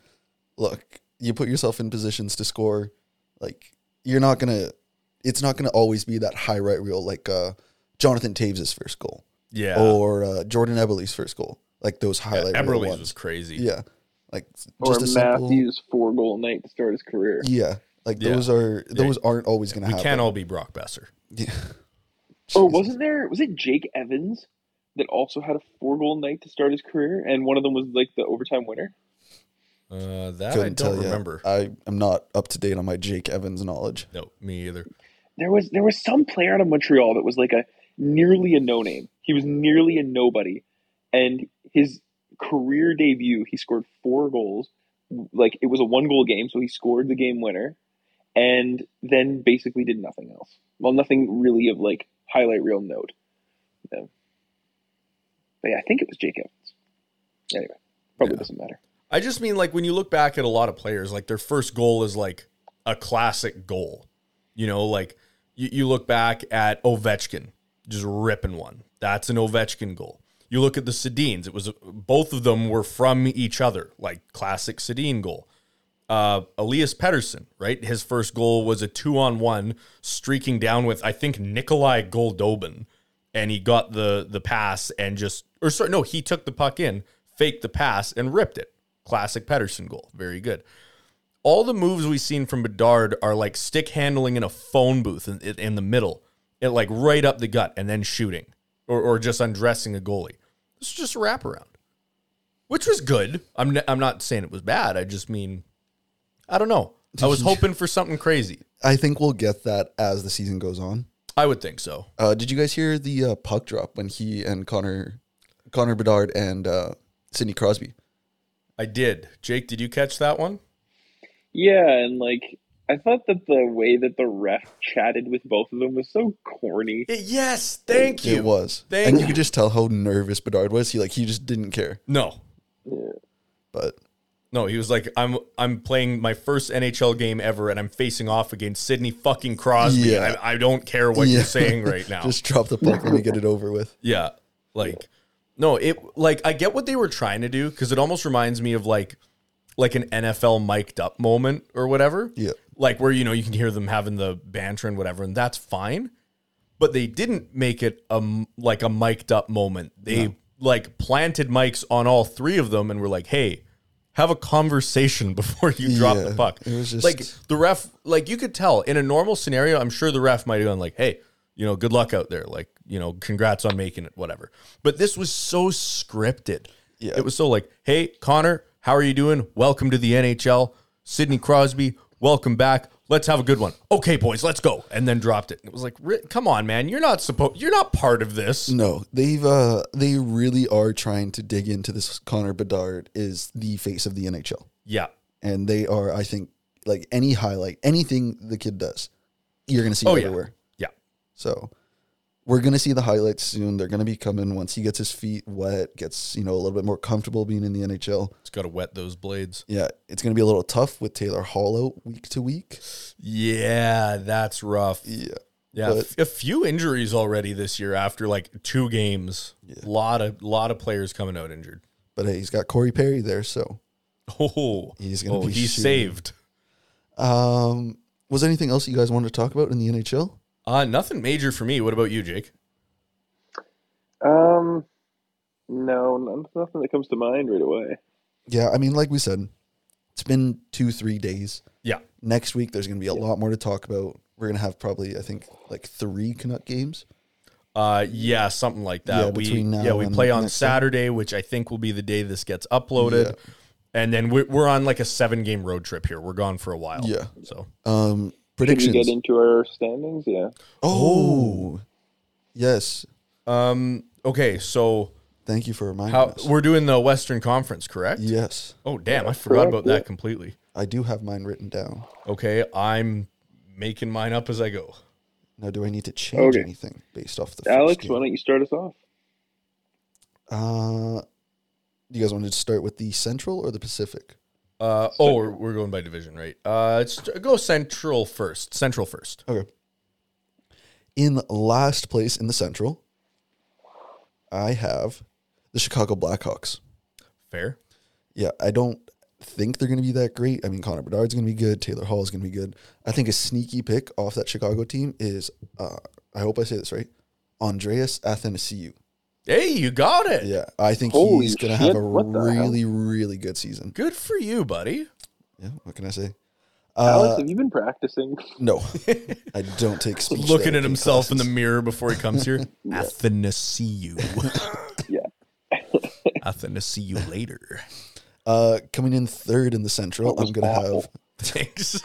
Speaker 6: look, you put yourself in positions to score. Like you're not gonna. It's not gonna always be that high right reel like uh, Jonathan Taves' first goal
Speaker 4: Yeah.
Speaker 6: or uh, Jordan Eberle's first goal. Like those highlight yeah, reel
Speaker 4: Eberle
Speaker 6: ones.
Speaker 4: was crazy.
Speaker 6: yeah. Like s-
Speaker 7: Or
Speaker 6: just a simple.
Speaker 7: Matthews four goal night to start his career.
Speaker 6: Yeah. Like
Speaker 4: Yeah.
Speaker 6: those are those aren't always gonna
Speaker 4: We
Speaker 6: happen.
Speaker 4: can't all be Brock Besser.
Speaker 6: Yeah.
Speaker 7: Or
Speaker 6: Jeez.
Speaker 7: wasn't there? Was it Jake Evans that also had a four goal night to start his career, and one of them was like the overtime winner?
Speaker 4: Uh, that I
Speaker 6: Couldn't
Speaker 4: don't
Speaker 6: tell ya. Uh,
Speaker 4: remember.
Speaker 6: I am not up to date on my Jake Evans knowledge.
Speaker 4: no, me either.
Speaker 7: There was there was some player out of Montreal that was like a nearly a no name. He was nearly a nobody, and his career debut, he scored four goals. Like it was a one goal game, so he scored the game winner, and then basically did nothing else. Well, nothing really of like highlight reel note. No. But yeah, I think it was Jake Evans. Anyway, probably doesn't matter.
Speaker 4: I just mean like when you look back at a lot of players, like their first goal is like a classic goal. You know, like you, you look back at Ovechkin just ripping one. That's an Ovechkin goal. You look at the Sedines. It was both of them were from each other, like classic Sedin goal. Uh, Elias Pettersson, right? His first goal was a two on one, streaking down with I think Nikolai Goldobin, and he got the the pass and just or sorry, no, he took the puck in, faked the pass, and ripped it. Classic Pedersen goal. Very good. All the moves we've seen from Bedard are like stick handling in a phone booth in, in, in the middle, it like right up the gut and then shooting or, or just undressing a goalie. This is just a wraparound, which was good. I'm, n- I'm not saying it was bad. I just mean, I don't know. I was hoping for something crazy.
Speaker 6: I think we'll get that as the season goes on.
Speaker 4: I would think so.
Speaker 6: Uh, did you guys hear the uh, puck drop when he and Connor, Connor Bedard and uh, Sidney Crosby?
Speaker 4: I did. Jake, did you catch that one?
Speaker 7: Yeah, and like I thought that the way that the ref chatted with both of them was so corny.
Speaker 4: yes. Thank you.
Speaker 6: It was,
Speaker 4: Thank
Speaker 6: and
Speaker 4: you.
Speaker 6: you could just tell how nervous Bedard was. He like he just didn't care.
Speaker 4: No,
Speaker 6: But
Speaker 4: No, he was like, I'm I'm playing my first NHL game ever, and I'm facing off against Sidney fucking Crosby.
Speaker 6: Yeah.
Speaker 4: I, I don't care what
Speaker 6: Yeah.
Speaker 4: you're saying right now.
Speaker 6: just drop the puck. Let me get it over with.
Speaker 4: yeah, like, no, it like I get what they were trying to do because it almost reminds me of like like an NFL mic'd up moment or whatever.
Speaker 6: Yeah.
Speaker 4: like where you know you can hear them having the banter and whatever, and that's fine. But they didn't make it um like a mic'd up moment. They like planted mics on all three of them and were like, hey. Have a conversation before you drop the
Speaker 6: Yeah,
Speaker 4: puck.
Speaker 6: it was just-
Speaker 4: like the ref, like you could tell in a normal scenario, I'm sure the ref might have gone like, "Hey, you know, good luck out there. Like, you know, congrats on making it, whatever." But this was so scripted.
Speaker 6: Yeah.
Speaker 4: it was so like, "Hey, Connor, how are you doing? Welcome to the NHL. Sidney Crosby, welcome back. Let's have a good one. Okay, boys, let's go." And then dropped it. It was like, "Ri- "Come on, man, you're not supposed. You're not part of this."
Speaker 6: No, they've uh, they really are trying to dig into this. Connor Bedard is the face of the NHL.
Speaker 4: Yeah.
Speaker 6: and they are i think like any highlight anything the kid does you're gonna see
Speaker 4: Oh,
Speaker 6: it
Speaker 4: yeah.
Speaker 6: everywhere
Speaker 4: Yeah.
Speaker 6: so we're gonna see the highlights soon they're gonna be coming once he gets his feet wet gets you know a little bit more comfortable being in the nhl
Speaker 4: It's got to wet those blades.
Speaker 6: yeah it's gonna be a little tough with taylor hall out week to week
Speaker 4: Yeah, that's rough.
Speaker 6: yeah
Speaker 4: Yeah,
Speaker 6: But-
Speaker 4: f- a few injuries already this year after like two games. A lot of lot of players coming out injured.
Speaker 6: but hey he's got corey perry there so
Speaker 4: Oh,
Speaker 6: He's gonna
Speaker 4: oh,
Speaker 6: be
Speaker 4: he's
Speaker 6: shooting.
Speaker 4: saved.
Speaker 6: um was there anything else you guys wanted to talk about in the nhl
Speaker 4: Uh, nothing major for me. What about you, Jake?
Speaker 7: Um, no, none- nothing that comes to mind right away.
Speaker 6: yeah i mean like we said it's been two three days
Speaker 4: Yeah,
Speaker 6: next week there's going to be a lot more to talk about we're going to have probably i think like three canuck games
Speaker 4: uh, yeah, something like that.
Speaker 6: Yeah,
Speaker 4: we
Speaker 6: between now
Speaker 4: yeah we
Speaker 6: and
Speaker 4: play on
Speaker 6: next time.
Speaker 4: Saturday, which I think will be the day this gets uploaded, and then we're, we're on like a seven game road trip here. We're gone for a while.
Speaker 6: Yeah.
Speaker 4: so
Speaker 6: um
Speaker 7: Did we
Speaker 6: predictions
Speaker 7: get into our standings? Yeah.
Speaker 6: oh yes
Speaker 4: um, okay, so
Speaker 6: thank you for reminding
Speaker 4: how
Speaker 6: us
Speaker 4: we're doing the Western Conference, correct?
Speaker 6: yes
Speaker 4: Oh damn, I forgot about that completely.
Speaker 6: i do have mine written down
Speaker 4: Okay, I'm making mine up as I go.
Speaker 6: Now, do I need to change
Speaker 5: Okay.
Speaker 6: anything based off the first
Speaker 5: Alex,
Speaker 6: game?
Speaker 5: why don't you start us off?
Speaker 6: Uh, do you guys want to start with the Central or the Pacific?
Speaker 4: Uh, oh, we're, we're going by division, right? Uh, it's, go Central first. Central first.
Speaker 6: Okay. In last place in the Central, I have the Chicago Blackhawks.
Speaker 4: Fair.
Speaker 6: Yeah, I don't think they're going to be that great. I mean, Connor Bedard's going to be good. Taylor Hall is going to be good. I think a sneaky pick off that Chicago team is, uh, I hope I say this right, Andreas Athanasiou.
Speaker 4: Hey, you got it.
Speaker 6: Yeah, I think
Speaker 5: Holy
Speaker 6: he's going to have
Speaker 5: shit,
Speaker 6: a
Speaker 5: what the hell?
Speaker 6: really, really good season.
Speaker 4: Good for you, buddy.
Speaker 6: Yeah, what can I say?
Speaker 5: Alex,
Speaker 6: Uh,
Speaker 5: have you been practicing?
Speaker 6: no, I don't take speech.
Speaker 4: Looking
Speaker 6: therapy
Speaker 4: at himself in the
Speaker 6: classes.
Speaker 4: mirror before he comes here. Athanasiu.
Speaker 5: Yeah.
Speaker 4: Athanasiu later.
Speaker 6: Uh, coming in third in the Central,
Speaker 5: That was
Speaker 6: I'm going to have
Speaker 5: awful.
Speaker 4: Thanks.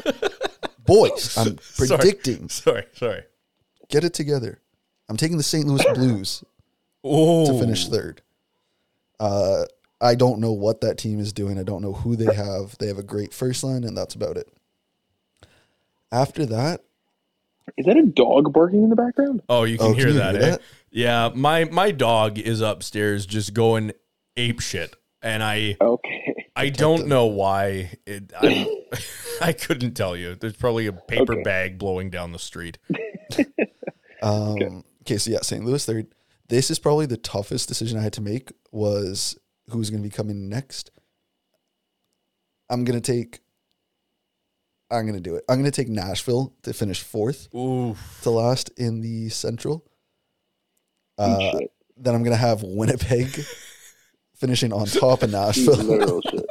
Speaker 6: boys. I'm
Speaker 4: Sorry.
Speaker 6: predicting.
Speaker 4: sorry, sorry.
Speaker 6: Get it together. I'm taking the St. Louis Blues
Speaker 4: Oh,
Speaker 6: to finish third. Uh, I don't know what that team is doing. I don't know who they have. They have a great first line, and that's about it. After that,
Speaker 5: Is that a dog barking in the background?
Speaker 4: Oh, you can
Speaker 6: Oh,
Speaker 4: hear,
Speaker 6: can you
Speaker 4: that,
Speaker 6: hear
Speaker 4: eh?
Speaker 6: that?
Speaker 4: Yeah, my my dog is upstairs just going ape shit, and I
Speaker 5: Okay.
Speaker 4: I don't know why. It, I I couldn't tell you. There's probably a paper
Speaker 5: Okay.
Speaker 4: bag blowing down the street.
Speaker 6: um, okay. so yeah, St. Louis third. This is probably the toughest decision I had to make was who's going to be coming next. I'm going to take. I'm going to do it. I'm going to take Nashville to finish fourth.
Speaker 4: Ooh,
Speaker 6: to last in the Central. Uh,
Speaker 5: shit.
Speaker 6: then I'm gonna have Winnipeg finishing on top of
Speaker 5: Eat
Speaker 6: Nashville.
Speaker 5: literal shit.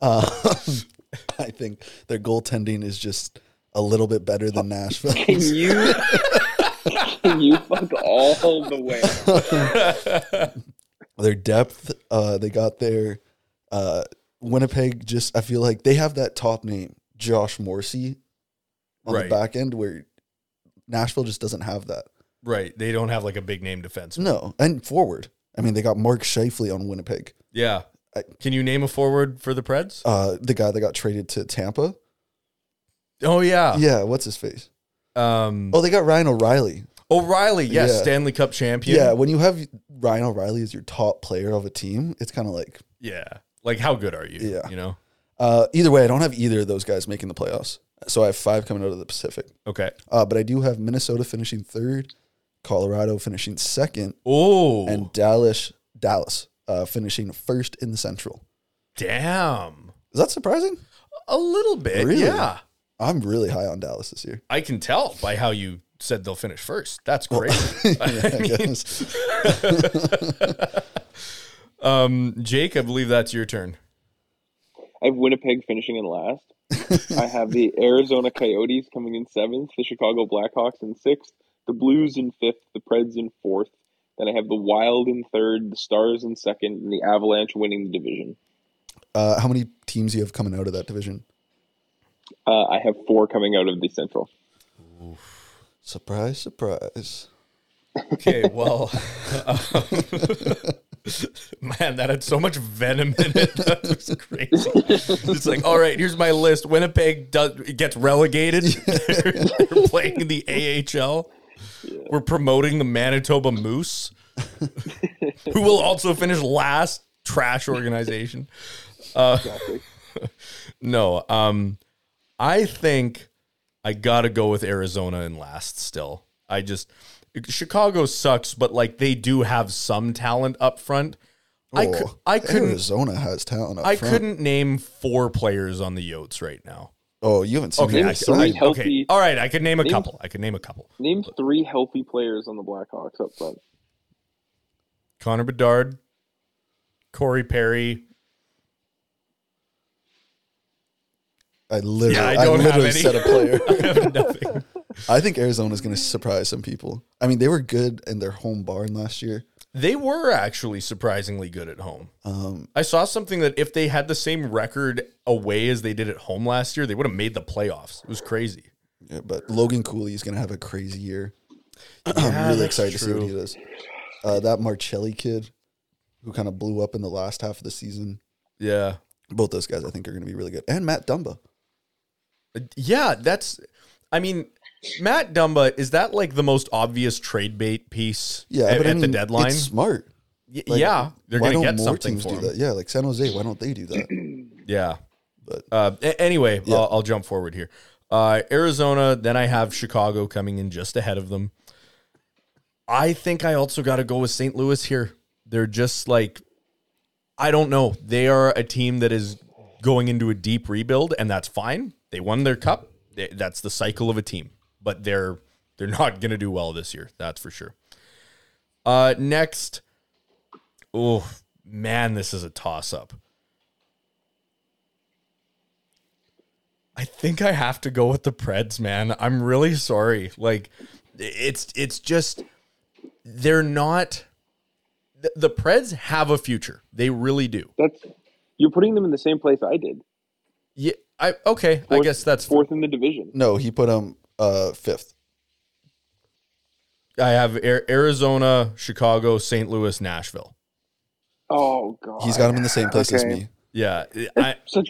Speaker 6: Uh, I think their goaltending is just a little bit better
Speaker 5: Can
Speaker 6: than Nashville.
Speaker 5: you can you fuck all the way?
Speaker 6: their depth, uh, they got their uh, Winnipeg. Just I feel like they have that top name, Josh Morrissey, on
Speaker 4: Right.
Speaker 6: the back end where Nashville just doesn't have that.
Speaker 4: right. They don't have like a big name defense.
Speaker 6: No, and forward. I mean, they got Mark Shifley on Winnipeg.
Speaker 4: Yeah.
Speaker 6: I-
Speaker 4: Can you name a forward for the Preds?
Speaker 6: Uh, the guy that got traded to Tampa.
Speaker 4: oh yeah.
Speaker 6: Yeah, what's his face?
Speaker 4: Um.
Speaker 6: Oh, they got Ryan O'Reilly.
Speaker 4: O'Reilly. Yes,
Speaker 6: Oh. yeah.
Speaker 4: Stanley Cup
Speaker 6: Yeah.
Speaker 4: champion.
Speaker 6: when you have Ryan O'Reilly as your top player of a team, it's kind of like
Speaker 4: Yeah. Like how good are you?
Speaker 6: Yeah.
Speaker 4: You know.
Speaker 6: uh, either way, I don't have either of those guys making the playoffs. So I have five coming out of the Pacific.
Speaker 4: Okay.
Speaker 6: Uh, but I do have Minnesota finishing third, Colorado finishing second,
Speaker 4: Oh.
Speaker 6: and Dallas Dallas uh, finishing first in the Central.
Speaker 4: damn.
Speaker 6: Is that surprising?
Speaker 4: A little bit.
Speaker 6: Really?
Speaker 4: Yeah.
Speaker 6: I'm really high on Dallas this year.
Speaker 4: I can tell by how you said they'll finish first. That's great.
Speaker 6: Yeah, I
Speaker 4: I mean-
Speaker 6: guess.
Speaker 4: um, Jake, I believe that's your turn.
Speaker 5: I have Winnipeg finishing in last. I have the Arizona Coyotes coming in seventh, the Chicago Blackhawks in sixth, the Blues in fifth, the Preds in fourth. Then I have the Wild in third, the Stars in second, and the Avalanche winning the division.
Speaker 6: Uh, how many teams you have coming out of that division?
Speaker 5: Uh, I have four coming out of the Central.
Speaker 6: Surprise, surprise.
Speaker 4: Okay, well, um, man, that had so much venom in it. That was crazy. It's like, all right, here's my list. Winnipeg does gets relegated. They're playing in the AHL. We're promoting the Manitoba Moose, who will also finish last. Trash organization. Uh,
Speaker 5: Exactly.
Speaker 4: No, um, I think I gotta go with Arizona in last. Still, I just Chicago sucks, but like they do have some talent up front. I cou-
Speaker 6: Oh,
Speaker 4: I couldn't
Speaker 6: Arizona has talent. Up
Speaker 4: I
Speaker 6: front.
Speaker 4: couldn't name four players on the Yotes right now.
Speaker 6: Oh, you haven't seen
Speaker 4: Okay,
Speaker 6: me
Speaker 4: I,
Speaker 6: sign.
Speaker 4: I-
Speaker 5: three healthy-
Speaker 4: okay, all right. I could name a
Speaker 5: Name-
Speaker 4: couple. I could name a couple.
Speaker 5: Name three healthy players on the Blackhawks up front.
Speaker 4: Connor Bedard, Corey Perry.
Speaker 6: I literally,
Speaker 4: Yeah, I
Speaker 6: I
Speaker 4: don't have
Speaker 6: literally
Speaker 4: any.
Speaker 6: said a player.
Speaker 4: I have nothing.
Speaker 6: I think Arizona's going to surprise some people. I mean, they were good in their home barn last year.
Speaker 4: They were actually surprisingly good at home.
Speaker 6: Um,
Speaker 4: I saw something that if they had the same record away as they did at home last year, they would have made the playoffs. It was crazy.
Speaker 6: yeah, but Logan Cooley is going to have a crazy year.
Speaker 4: Yeah,
Speaker 6: I'm really
Speaker 4: that's
Speaker 6: excited to see what
Speaker 4: true.
Speaker 6: he does. Uh, that Marcelli kid, who kind of blew up in the last half of the season.
Speaker 4: Yeah.
Speaker 6: Both those guys, I think, are going to be really good. And Matt Dumba.
Speaker 4: Uh, Yeah, that's I mean, Matt Dumba is that like the most obvious trade bait piece?
Speaker 6: Yeah,
Speaker 4: at,
Speaker 6: but I
Speaker 4: at
Speaker 6: mean,
Speaker 4: the deadline.
Speaker 6: it's smart.
Speaker 4: Y-
Speaker 6: like,
Speaker 4: yeah, they're
Speaker 6: why
Speaker 4: gonna
Speaker 6: don't
Speaker 4: get
Speaker 6: more
Speaker 4: something
Speaker 6: teams
Speaker 4: for
Speaker 6: do
Speaker 4: him.
Speaker 6: that? Yeah, like San Jose. Why don't they do that?
Speaker 4: Yeah.
Speaker 6: But-
Speaker 4: uh, a- anyway,
Speaker 6: Yeah.
Speaker 4: I'll, I'll jump forward here. Uh, Arizona, then I have Chicago coming in just ahead of them. I think I also got to go with St. Louis here. They're just like, I don't know. They are a team that is going into a deep rebuild, and that's fine. They won their cup. They- That's the cycle of a team, but they're they're not going to do well this year. That's for sure. Uh, next, oh man, this is a toss up. I think I have to go with the Preds, man. I'm really sorry. Like it's it's just they're not the, the Preds have a future. They really do.
Speaker 7: That's you're putting them in the same place I did.
Speaker 4: Yeah, I okay, I
Speaker 7: Fourth-
Speaker 4: guess that's
Speaker 7: Fourth in the division.
Speaker 6: No, he put him uh, fifth.
Speaker 4: I have Ar- Arizona, Chicago, St. Louis, Nashville.
Speaker 7: Oh god,
Speaker 6: He's got him in the same place as
Speaker 7: Okay.
Speaker 6: me.
Speaker 4: Yeah, I
Speaker 7: Such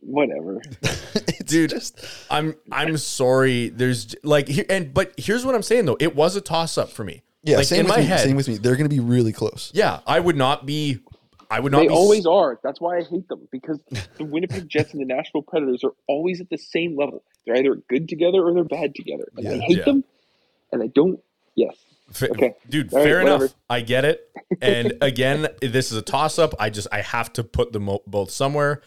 Speaker 7: whatever.
Speaker 6: It's
Speaker 4: Dude.
Speaker 6: just-
Speaker 4: I'm I'm sorry. There's like here and but here's what I'm saying though. It was a toss up for me.
Speaker 6: yeah,
Speaker 4: like
Speaker 6: same
Speaker 4: in
Speaker 6: with
Speaker 4: my
Speaker 6: me,
Speaker 4: head.
Speaker 6: Same with me. They're going to be really close.
Speaker 4: yeah, I would not be I would not
Speaker 7: They
Speaker 4: be
Speaker 7: always are. That's why I hate them because the Winnipeg Jets and the Nashville Predators are always at the same level. They're either good together or they're bad together. And I
Speaker 6: Yeah.
Speaker 7: hate
Speaker 4: Yeah.
Speaker 7: them, and I don't. Yes,
Speaker 4: Fa-
Speaker 7: Okay.
Speaker 4: Dude,
Speaker 7: All right,
Speaker 4: fair enough.
Speaker 7: whatever.
Speaker 4: I get it. And again, this is a toss up. I just I have to put them mo- both somewhere.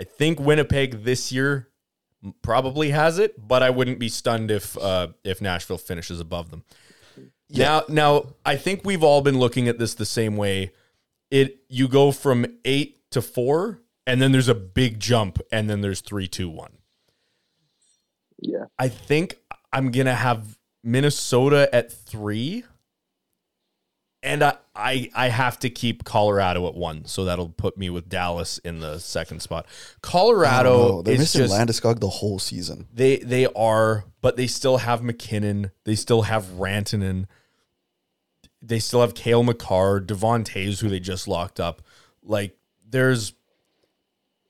Speaker 4: I think Winnipeg this year m- probably has it, but I wouldn't be stunned if uh if Nashville finishes above them. Now now I think we've all been looking at this the same way. It you go from 8 to 4 and then there's a big jump and then there's three, two, one.
Speaker 7: yeah.
Speaker 4: I think I'm gonna have Minnesota at three, and I, I I have to keep Colorado at one, so that'll put me with Dallas in the second spot.
Speaker 6: I don't know.
Speaker 4: Colorado
Speaker 6: They're
Speaker 4: is
Speaker 6: missing
Speaker 4: just
Speaker 6: Landeskog the whole season.
Speaker 4: they they are, but they still have McKinnon, they still have Rantanen, they still have Kale McCarr, Devontae's who they just locked up. Like there's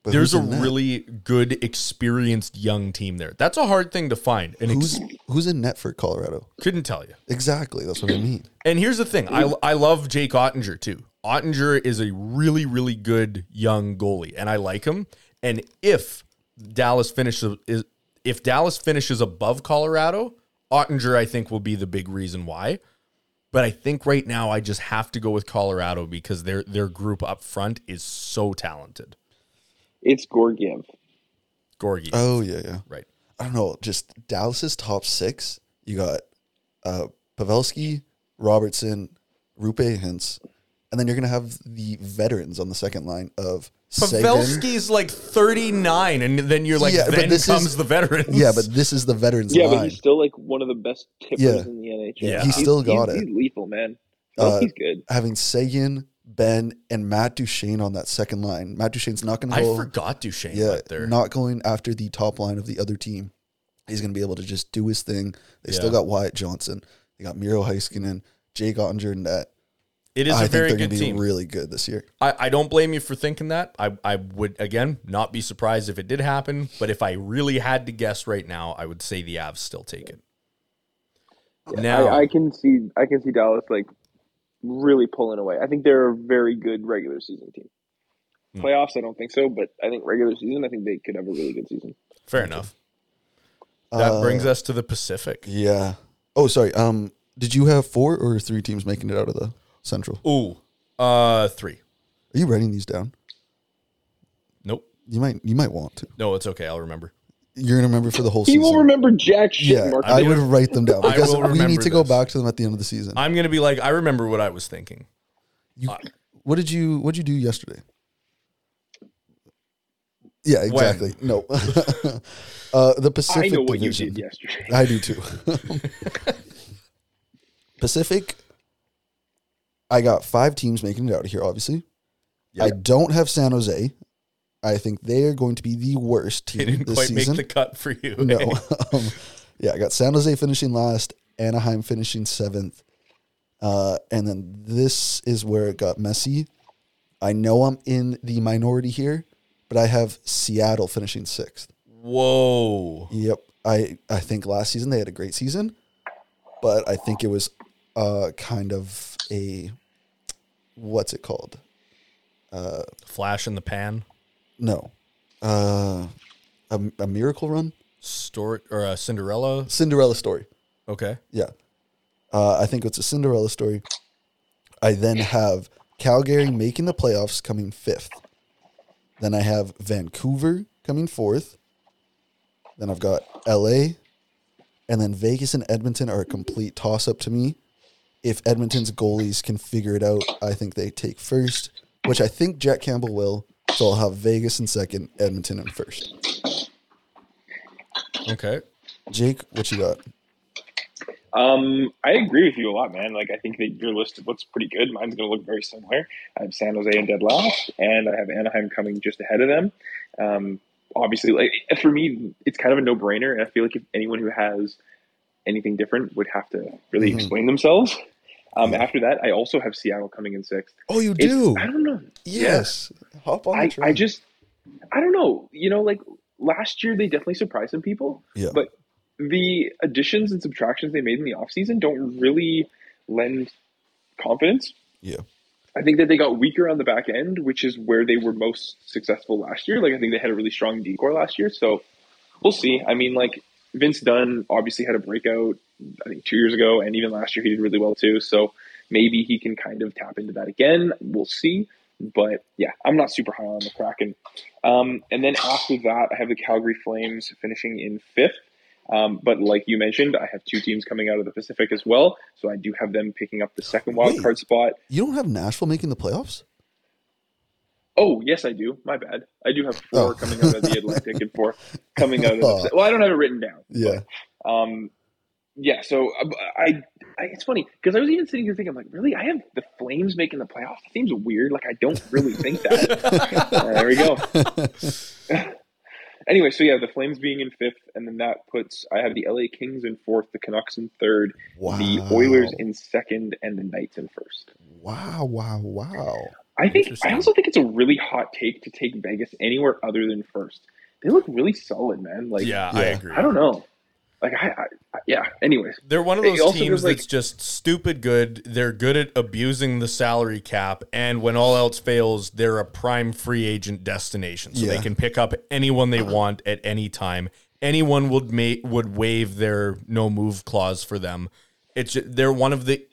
Speaker 6: But
Speaker 4: there's
Speaker 6: who's
Speaker 4: a
Speaker 6: in net?
Speaker 4: really good experienced young team there. That's a hard thing to find, and
Speaker 6: who's
Speaker 4: ex-
Speaker 6: who's in net for Colorado?
Speaker 4: couldn't tell you.
Speaker 6: Exactly. That's what I mean.
Speaker 4: And here's the thing, I I love Jake Ottinger too. Ottinger is a really really good young goalie, and I like him. And if Dallas finishes is if Dallas finishes above Colorado, Ottinger I think will be the big reason why. But I think right now I just have to go with Colorado because their their group up front is so talented.
Speaker 7: It's Gorgiev.
Speaker 4: Gorgie,
Speaker 6: Oh yeah, yeah.
Speaker 4: right?
Speaker 6: I don't know. Just Dallas's top six. You got uh, Pavelski, Robertson, Rupe, Hintz, and then you're gonna have the veterans on the second line of Sagan.
Speaker 4: Pavelski's like 39, and then you're like,
Speaker 6: Yeah, but
Speaker 4: then
Speaker 6: this is-
Speaker 4: comes the veterans.
Speaker 6: Yeah, but this is the veterans
Speaker 7: Yeah, but
Speaker 6: line.
Speaker 7: he's still like one of the best tippers
Speaker 6: Yeah.
Speaker 7: in the NHL.
Speaker 4: Yeah.
Speaker 6: He still got
Speaker 7: he's,
Speaker 6: it.
Speaker 7: He's lethal, man. Oh,
Speaker 6: Uh,
Speaker 7: he's good.
Speaker 6: Having Sagan, Ben, and Matt Duchene on that second line. Matt Duchene's not gonna
Speaker 4: I
Speaker 6: go.
Speaker 4: forgot Duchesne
Speaker 6: yeah,
Speaker 4: up there.
Speaker 6: not going after the top line of the other team. He's going to be able to just do his thing. They still
Speaker 4: Yeah.
Speaker 6: got Wyatt Johnson. They got Miro Heiskanen, Jake Ottinger, and that.
Speaker 4: it is a
Speaker 6: I think
Speaker 4: very
Speaker 6: they're going
Speaker 4: good
Speaker 6: to be
Speaker 4: team.
Speaker 6: really good this year.
Speaker 4: I, I don't blame you for thinking that. I, I would, again, not be surprised if it did happen. But if I really had to guess right now, I would say the Avs still take it. Now,
Speaker 7: I, I can see I can see Dallas like really pulling away. I think they're a very good regular season team.
Speaker 4: Hmm.
Speaker 7: Playoffs, I don't think so, but I think regular season, I think they could have a really good season.
Speaker 4: fair enough. That
Speaker 6: Uh,
Speaker 4: brings us to the Pacific.
Speaker 6: Yeah. Oh, sorry. Um, did you have four or three teams making it out of the Central?
Speaker 4: Ooh, uh, three.
Speaker 6: Are you writing these down?
Speaker 4: Nope.
Speaker 6: You might. You might want to.
Speaker 4: No, it's okay. I'll remember.
Speaker 6: You're going to remember for the whole
Speaker 7: He
Speaker 6: season.
Speaker 7: will remember jack shit,
Speaker 6: Yeah,
Speaker 7: Mark.
Speaker 6: I
Speaker 4: I'm
Speaker 6: would
Speaker 4: gonna-
Speaker 6: write them down
Speaker 4: I
Speaker 6: because
Speaker 4: will
Speaker 6: we need
Speaker 4: remember
Speaker 6: to go
Speaker 4: this.
Speaker 6: back to them at the end of the season.
Speaker 4: I'm going to be like, I remember what I was thinking.
Speaker 6: You, what did you What did you do yesterday? Yeah, exactly. No, uh, the
Speaker 7: I
Speaker 6: Pacific
Speaker 7: know what
Speaker 6: Division.
Speaker 7: you did yesterday.
Speaker 6: I do too. Pacific. I got five teams making it out of here. Obviously, I don't have San Jose. I think they are going to be the worst
Speaker 4: They
Speaker 6: team
Speaker 4: didn't
Speaker 6: this
Speaker 4: quite
Speaker 6: season.
Speaker 4: make the cut for you.
Speaker 6: no,
Speaker 4: eh?
Speaker 6: um, yeah, I got San Jose finishing last, Anaheim finishing seventh, uh, and then this is where it got messy. I know I'm in the minority here, but I have Seattle finishing sixth.
Speaker 4: Whoa.
Speaker 6: Yep. I I think last season they had a great season, but I think it was uh kind of a what's it called? Uh
Speaker 4: Flash in the pan,
Speaker 6: no. Uh a, a miracle run?
Speaker 4: story or a Cinderella.
Speaker 6: Cinderella story.
Speaker 4: Okay,
Speaker 6: Yeah. Uh, I think it's a Cinderella story. I then have Calgary making the playoffs coming fifth. Then I have Vancouver coming fourth. Then I've got LA. And then Vegas and Edmonton are a complete toss up to me. If Edmonton's goalies can figure it out, I think they take first, which I think Jack Campbell will. So I'll have Vegas in second, Edmonton in first.
Speaker 4: okay.
Speaker 6: Jake, what you got?
Speaker 7: Um, I agree with you a lot, man. Like, I think that your list looks pretty good. Mine's going to look very similar. I have San Jose and dead last, and I have Anaheim coming just ahead of them. Um, obviously, like for me, it's kind of a no-brainer, and I feel like if anyone who has anything different would have to really
Speaker 6: Mhm.
Speaker 7: explain themselves. Um, After that, I also have Seattle coming in sixth.
Speaker 6: Oh, you
Speaker 7: It's-
Speaker 6: do?
Speaker 7: I don't know.
Speaker 6: Yes. Hop on the
Speaker 7: I,
Speaker 6: train.
Speaker 7: I just I don't know. You know, like last year they definitely surprised some people.
Speaker 6: Yeah.
Speaker 7: But the additions and subtractions they made in the offseason don't really lend confidence.
Speaker 6: Yeah.
Speaker 7: I think that they got weaker on the back end, which is where they were most successful last year. Like I think they had a really strong decor last year, so we'll see. I mean, like Vince Dunn obviously had a breakout I think two years ago, and even last year he did really well too. So maybe he can kind of tap into that again. We'll see. But yeah, I'm not super high on the Kraken. Um, and then after that, I have the Calgary Flames finishing in fifth. Um, but like you mentioned, I have two teams coming out of the Pacific as well, so I do have them picking up the second wild
Speaker 6: Wait.
Speaker 7: card spot.
Speaker 6: You don't have Nashville making the playoffs?
Speaker 7: Oh yes, I do. My bad. I do have
Speaker 6: Oh.
Speaker 7: four coming out of the Atlantic and four coming out of. The, well, I don't have it written down.
Speaker 6: Yeah.
Speaker 7: Um, yeah. So uh, I, I it's funny because I was even sitting here thinking, I'm like, really, I have the Flames making the playoffs. That seems weird. Like I don't really think that. Uh, there we go. anyway, so yeah, the Flames being in fifth, and then that puts I have the LA Kings in fourth, the Canucks in third, the Oilers in second, and the Knights in first.
Speaker 6: Wow, wow, wow.
Speaker 7: I think
Speaker 4: Interesting.
Speaker 7: I also think it's a really hot take to take Vegas anywhere other than first. They look really solid, man. Like
Speaker 4: yeah, I
Speaker 6: yeah.
Speaker 4: agree.
Speaker 7: I don't know. Like I, I, I yeah. Anyways,
Speaker 4: They're one of
Speaker 7: It
Speaker 4: those
Speaker 7: also
Speaker 4: teams
Speaker 7: feels like-
Speaker 4: that's just stupid good. They're good at abusing the salary cap, and when all else fails, they're a prime free agent destination. So they
Speaker 6: Yeah.
Speaker 4: can pick up anyone they want at any time. Anyone would make would waive their no move clause for them. It's ju- they're one of the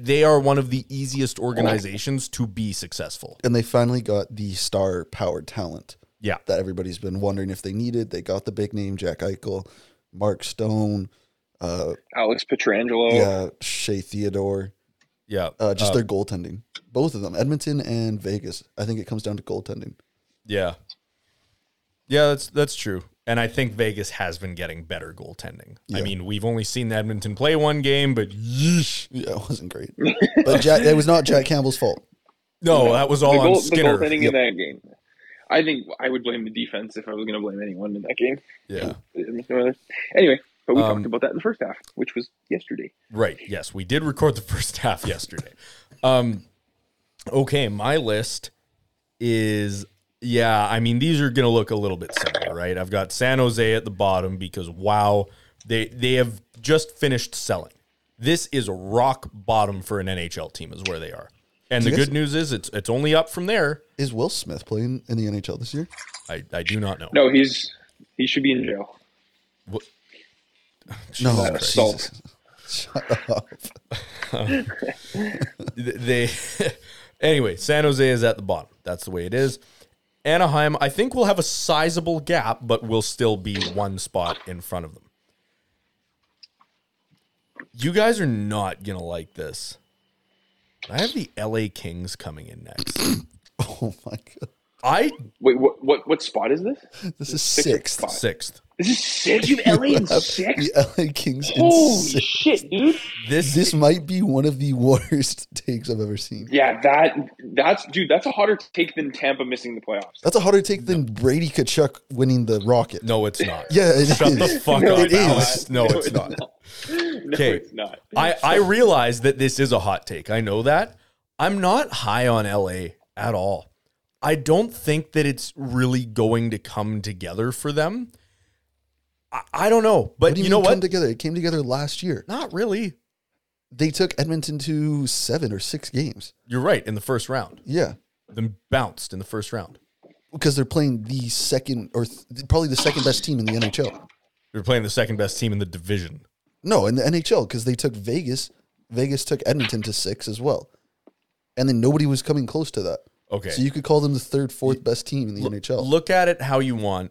Speaker 4: they are one of the easiest organizations to be successful.
Speaker 6: And they finally got the star power talent
Speaker 4: Yeah.
Speaker 6: that everybody's been wondering if they needed. They got the big name Jack Eichel, Mark Stone, uh,
Speaker 7: Alex Petrangelo.
Speaker 6: yeah, Shea Theodore,
Speaker 4: Yeah.
Speaker 6: uh, just
Speaker 4: Uh,
Speaker 6: their goaltending. Both of them, Edmonton and Vegas. I think it comes down to goaltending.
Speaker 4: Yeah. Yeah, that's that's true. And I think Vegas has been getting better goaltending. I
Speaker 6: Yeah.
Speaker 4: mean, we've only seen Edmonton play one game, but yeesh.
Speaker 6: Yeah, it wasn't great. But Jack, it was not Jack Campbell's fault.
Speaker 4: No, that was all
Speaker 7: the,
Speaker 4: on
Speaker 7: goal, the
Speaker 4: Skinner.
Speaker 7: goaltending in that game. I think I would blame the defense if I was going to blame anyone in that game.
Speaker 4: yeah.
Speaker 7: Anyway, but we
Speaker 4: Um,
Speaker 7: talked about that in the first half, which was yesterday.
Speaker 4: Right. Yes, we did record the first half yesterday. Um okay, my list is yeah, I mean these are going to look a little bit similar, right? I've got San Jose at the bottom because wow, they they have just finished selling. This is rock bottom for an NHL team is where they are. And the
Speaker 6: you guys-
Speaker 4: good news is it's it's only up from there.
Speaker 6: Is Will Smith playing in the NHL this year?
Speaker 4: I, I do not know.
Speaker 7: No, he's he should be in jail.
Speaker 6: No,
Speaker 7: Jesus
Speaker 6: Jesus. Shut up.
Speaker 4: they anyway san jose is at the bottom that's the way it is anaheim i think will have a sizable gap but will still be one spot in front of them you guys are not gonna like this i have the la kings coming in next
Speaker 6: Oh my god,
Speaker 4: i
Speaker 7: Wait, what what what spot is this?
Speaker 6: this is
Speaker 7: Six or
Speaker 6: sixth.
Speaker 7: five?
Speaker 4: sixth
Speaker 7: This is six. You have LA in
Speaker 6: Up
Speaker 7: six.
Speaker 6: The LA Kings in
Speaker 7: Holy
Speaker 6: sixth.
Speaker 7: shit, dude!
Speaker 4: this
Speaker 6: This might be one of the worst takes I've ever seen.
Speaker 7: Yeah, that that's dude. That's a hotter take than Tampa missing the playoffs.
Speaker 6: That's a harder take than Brady Kachuk winning the Rocket.
Speaker 4: no it's not
Speaker 6: Yeah, it is.
Speaker 4: shut the fuck
Speaker 7: No,
Speaker 4: up
Speaker 7: it's
Speaker 4: Alex.
Speaker 6: not.
Speaker 4: no it's not
Speaker 7: No,
Speaker 4: Okay.
Speaker 7: it's not.
Speaker 4: I, I realize that this is a hot take. I know that. I'm not high on LA at all. I don't think that it's really going to come together for them. I, I don't know, but
Speaker 6: do
Speaker 4: you,
Speaker 6: mean
Speaker 4: know
Speaker 6: come
Speaker 4: what?
Speaker 6: together. It came together last year.
Speaker 4: Not really.
Speaker 6: They took Edmonton to seven or six games.
Speaker 4: You're right. In the first round,
Speaker 6: Yeah,
Speaker 4: then bounced in the first round.
Speaker 6: because they're playing the second or th- probably the second best team in the NHL.
Speaker 4: They're playing the second best team in the division.
Speaker 6: No, in the NHL because they took Vegas. Vegas took Edmonton to six as well, and then nobody was coming close to that.
Speaker 4: Okay.
Speaker 6: So you could call them the third, fourth best team in the NHL.
Speaker 4: Look at it how you want.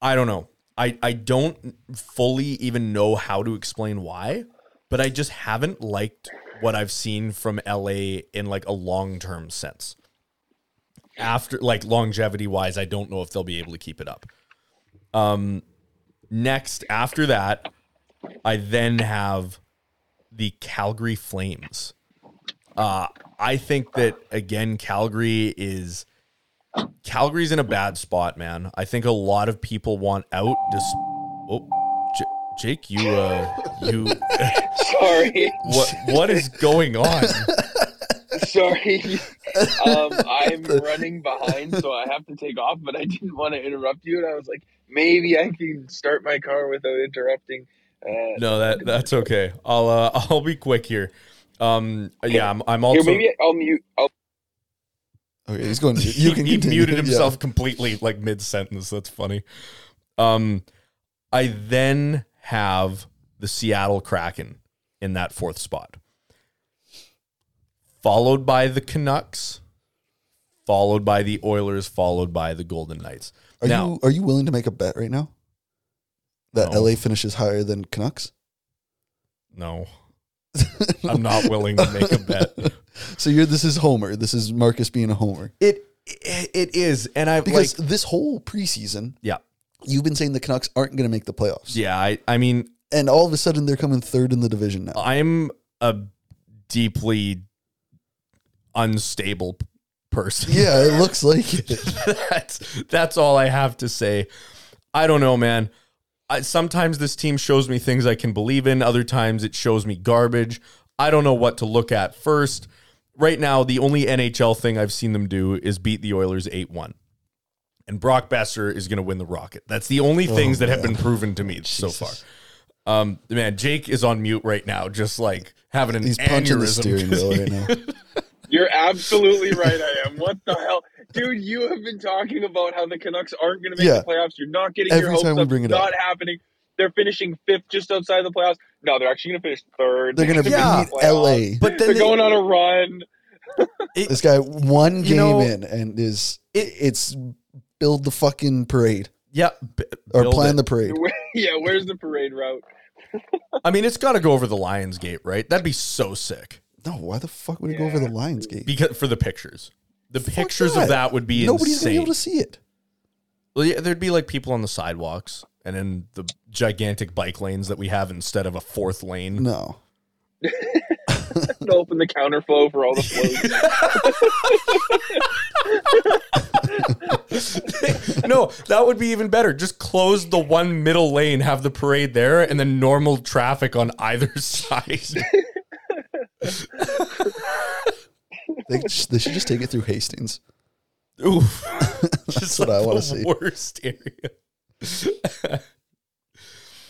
Speaker 4: I don't know. I, I don't fully even know how to explain why, but I just haven't liked what I've seen from LA in like a long term sense. After like longevity wise, I don't know if they'll be able to keep it up. Um next after that, I then have the Calgary Flames. Uh I think that again Calgary is Calgary's in a bad spot, man. I think a lot of people want out. Just oh, J- Jake, you, uh, you,
Speaker 7: Sorry,
Speaker 4: what, what is going on?
Speaker 7: sorry. Um, I'm running behind, so I have to take off. But I didn't want to interrupt you, and I was like, maybe I can start my car without interrupting. Uh,
Speaker 4: No, that that's okay. I'll uh, I'll be quick here. Um, yeah, I'm, I'm also
Speaker 7: here, maybe I'll mute. I'll,
Speaker 6: okay, he's going. You can
Speaker 4: he, he
Speaker 6: continue.
Speaker 4: muted
Speaker 6: Yeah.
Speaker 4: himself completely like mid sentence. That's funny. Um, I then have the Seattle Kraken in that fourth spot, followed by the Canucks, followed by the Oilers, followed by the Golden Knights.
Speaker 6: Are
Speaker 4: now,
Speaker 6: you are you willing to make a bet right now that
Speaker 4: No.
Speaker 6: LA finishes higher than Canucks?
Speaker 4: no, I'm not willing to make a bet.
Speaker 6: So you're this is Homer. This is Marcus being a Homer
Speaker 4: It it is, and I like
Speaker 6: because this whole preseason,
Speaker 4: yeah
Speaker 6: you've been saying the Canucks aren't going to make the playoffs,
Speaker 4: yeah. I I mean
Speaker 6: and all of a sudden they're coming third in the division now.
Speaker 4: I'm a deeply unstable p- person.
Speaker 6: yeah, it looks like it.
Speaker 4: that's that's all I have to say. I don't know, man. I, sometimes this team shows me things I can believe in. Other times it shows me garbage. I don't know what to look at first. Right now, the only NHL thing I've seen them do is beat the Oilers eight one, and Brock Besser is going to win the Rocket. That's the only
Speaker 6: Oh,
Speaker 4: things that have been proven to me so far. Um, man, Jake is on mute right now, just like having an
Speaker 6: He's punching the
Speaker 4: aneurysm
Speaker 6: steering
Speaker 4: 'cause
Speaker 6: wheel
Speaker 4: he-
Speaker 6: right now.
Speaker 7: you're absolutely right. I am. What the hell, dude? You have been talking about how the Canucks aren't going to make
Speaker 6: Yeah.
Speaker 7: the playoffs. You're not getting
Speaker 6: Every
Speaker 7: your hopes
Speaker 6: time we
Speaker 7: up.
Speaker 6: bring it
Speaker 7: not
Speaker 6: up.
Speaker 7: happening. They're finishing fifth, just outside the playoffs. No, they're actually going to finish third.
Speaker 6: They're going to
Speaker 7: They're gonna
Speaker 6: beat
Speaker 7: make the playoffs.
Speaker 6: LA.
Speaker 4: uh, But then
Speaker 7: They're
Speaker 4: they-
Speaker 7: going on a run.
Speaker 6: This guy one
Speaker 4: You
Speaker 6: game
Speaker 4: know,
Speaker 6: in and is
Speaker 4: it-
Speaker 6: it's build the fucking parade
Speaker 4: yeah, b-
Speaker 6: or
Speaker 4: build
Speaker 6: plan
Speaker 4: it.
Speaker 6: the parade.
Speaker 7: yeah, where's the parade route?
Speaker 4: I mean, it's got to go over the Lions Gate, right? That'd be so sick
Speaker 6: No, why the fuck would he go over the Lions gate?
Speaker 4: because for the pictures, the pictures
Speaker 6: that.
Speaker 4: of that would be
Speaker 6: Nobody's
Speaker 4: insane.
Speaker 6: gonna be able to see it.
Speaker 4: Well, yeah, there'd be like people on the sidewalks and in the gigantic bike lanes that we have instead of a fourth lane.
Speaker 6: No.
Speaker 7: To open the counterflow for all the floats.
Speaker 4: no, that would be even better. Just close the one middle lane, have the parade there, and then normal traffic on either side.
Speaker 6: They, they should just take it through Hastings.
Speaker 4: Oof.
Speaker 6: That's
Speaker 4: Just
Speaker 6: what I
Speaker 4: the
Speaker 6: wanna see.
Speaker 4: Worst area.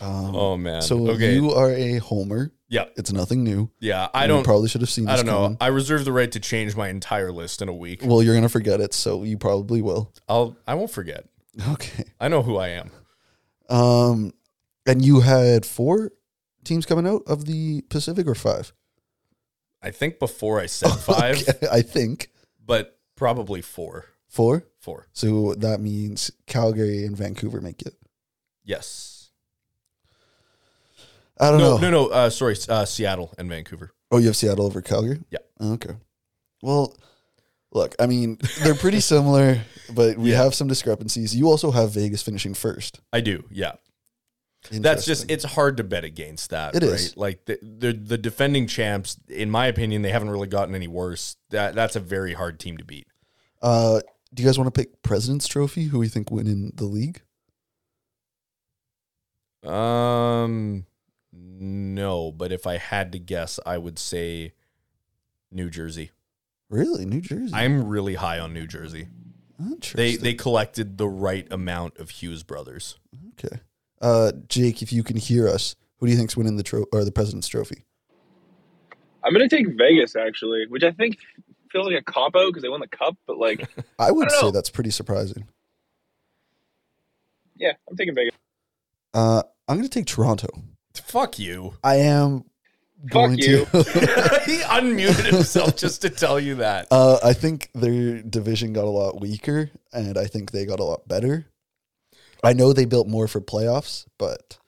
Speaker 6: Um,
Speaker 4: oh man.
Speaker 6: so
Speaker 4: okay.
Speaker 6: you are a homer.
Speaker 4: yeah.
Speaker 6: It's nothing new.
Speaker 4: Yeah. I
Speaker 6: You
Speaker 4: don't
Speaker 6: probably should have seen. This
Speaker 4: I don't know.
Speaker 6: coming.
Speaker 4: I reserve the right to change my entire list in a week.
Speaker 6: well, you're gonna forget it, so you probably will.
Speaker 4: I'll I won't forget.
Speaker 6: Okay.
Speaker 4: I know who I am.
Speaker 6: Um, and you had four teams coming out of the Pacific, or five?
Speaker 4: I think before I said five,
Speaker 6: Okay, I think
Speaker 4: but probably four.
Speaker 6: four.
Speaker 4: Four.
Speaker 6: So that means Calgary and Vancouver make it.
Speaker 4: Yes.
Speaker 6: I don't
Speaker 4: No,
Speaker 6: know.
Speaker 4: no, no. Uh, sorry, uh, Seattle and Vancouver.
Speaker 6: Oh, you have Seattle over Calgary? Oh,
Speaker 4: Yeah.
Speaker 6: Okay. Well, look, I mean, they're pretty similar, but we
Speaker 4: Yeah.
Speaker 6: have some discrepancies. You also have Vegas finishing first.
Speaker 4: I do. Yeah, that's just
Speaker 6: Interesting.
Speaker 4: it's hard to bet against that.
Speaker 6: It
Speaker 4: It is
Speaker 6: is.
Speaker 4: like the, the the defending champs. In my opinion, they haven't really gotten any worse. That that's a very hard team to beat.
Speaker 6: Uh, do you guys want to pick President's Trophy? Who we think win in the league?
Speaker 4: Um, no, but if I had to guess, I would say New Jersey.
Speaker 6: Really, New Jersey?
Speaker 4: I'm really high on New Jersey. They
Speaker 6: Interesting.
Speaker 4: they collected the right amount of Hughes brothers.
Speaker 6: okay. uh, Jake, if you can hear us, who do you think's winning the tro- or the President's Trophy?
Speaker 7: I'm gonna take Vegas actually, which I think feels like a cop out because they won the cup, but like,
Speaker 6: I would
Speaker 7: I don't
Speaker 6: say
Speaker 7: know.
Speaker 6: that's pretty surprising.
Speaker 7: yeah, I'm taking Vegas.
Speaker 6: Uh, I'm going to take Toronto.
Speaker 4: Fuck you.
Speaker 6: I am
Speaker 7: Fuck
Speaker 6: going
Speaker 7: you.
Speaker 6: to.
Speaker 4: he unmuted himself just to tell you that.
Speaker 6: uh, I think their division got a lot weaker, and I think they got a lot better. I know they built more for playoffs, but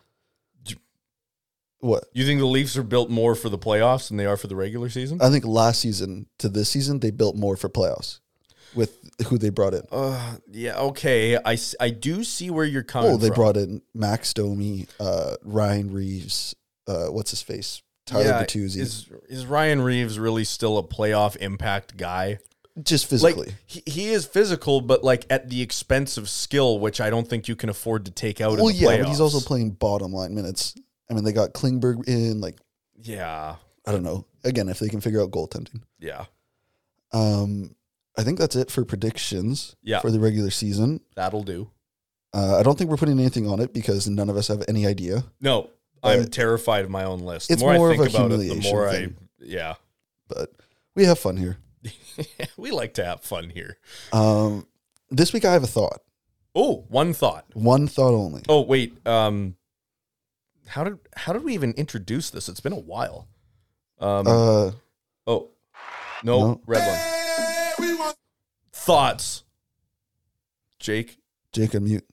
Speaker 6: what?
Speaker 4: You think the Leafs are built more for the playoffs than they are for the regular season?
Speaker 6: I think last season to this season they built more for playoffs with who they brought in.
Speaker 4: Uh, yeah, okay. I, s- I do see where you're coming
Speaker 6: Oh, they
Speaker 4: from.
Speaker 6: brought in Max Domi, uh, Ryan Reeves, uh, what's his face, Tyler
Speaker 4: Yeah,
Speaker 6: Bertuzzi,
Speaker 4: Is, is Ryan Reeves really still a playoff impact guy?
Speaker 6: just physically.
Speaker 4: Like, he, he is physical, but like at the expense of skill, which I don't think you can afford to take out.
Speaker 6: well,
Speaker 4: in the
Speaker 6: yeah, but he's
Speaker 4: playoffs.
Speaker 6: also playing bottom line minutes. I mean, they got Klingberg in. Like,
Speaker 4: Yeah,
Speaker 6: I don't know. Again, if they can figure out goaltending,
Speaker 4: yeah,
Speaker 6: um, I think that's it for predictions
Speaker 4: Yeah.
Speaker 6: for the regular season.
Speaker 4: that'll do.
Speaker 6: Uh, I don't think we're putting anything on it because none of us have any idea.
Speaker 4: No,
Speaker 6: Uh,
Speaker 4: I'm terrified of my own list.
Speaker 6: it's
Speaker 4: the more,
Speaker 6: more
Speaker 4: I
Speaker 6: of
Speaker 4: think
Speaker 6: a
Speaker 4: about it, the
Speaker 6: humiliation
Speaker 4: more
Speaker 6: thing.
Speaker 4: I. Yeah,
Speaker 6: But we have fun here.
Speaker 4: we like to have fun here.
Speaker 6: Um, this week I have a thought.
Speaker 4: Oh, one thought.
Speaker 6: One thought only.
Speaker 4: Oh wait, um, how did how did we even introduce this? It's been a while. Um,
Speaker 6: Uh,
Speaker 4: oh no,
Speaker 6: no.
Speaker 4: red one. Thoughts, Jake.
Speaker 6: Jake, unmute.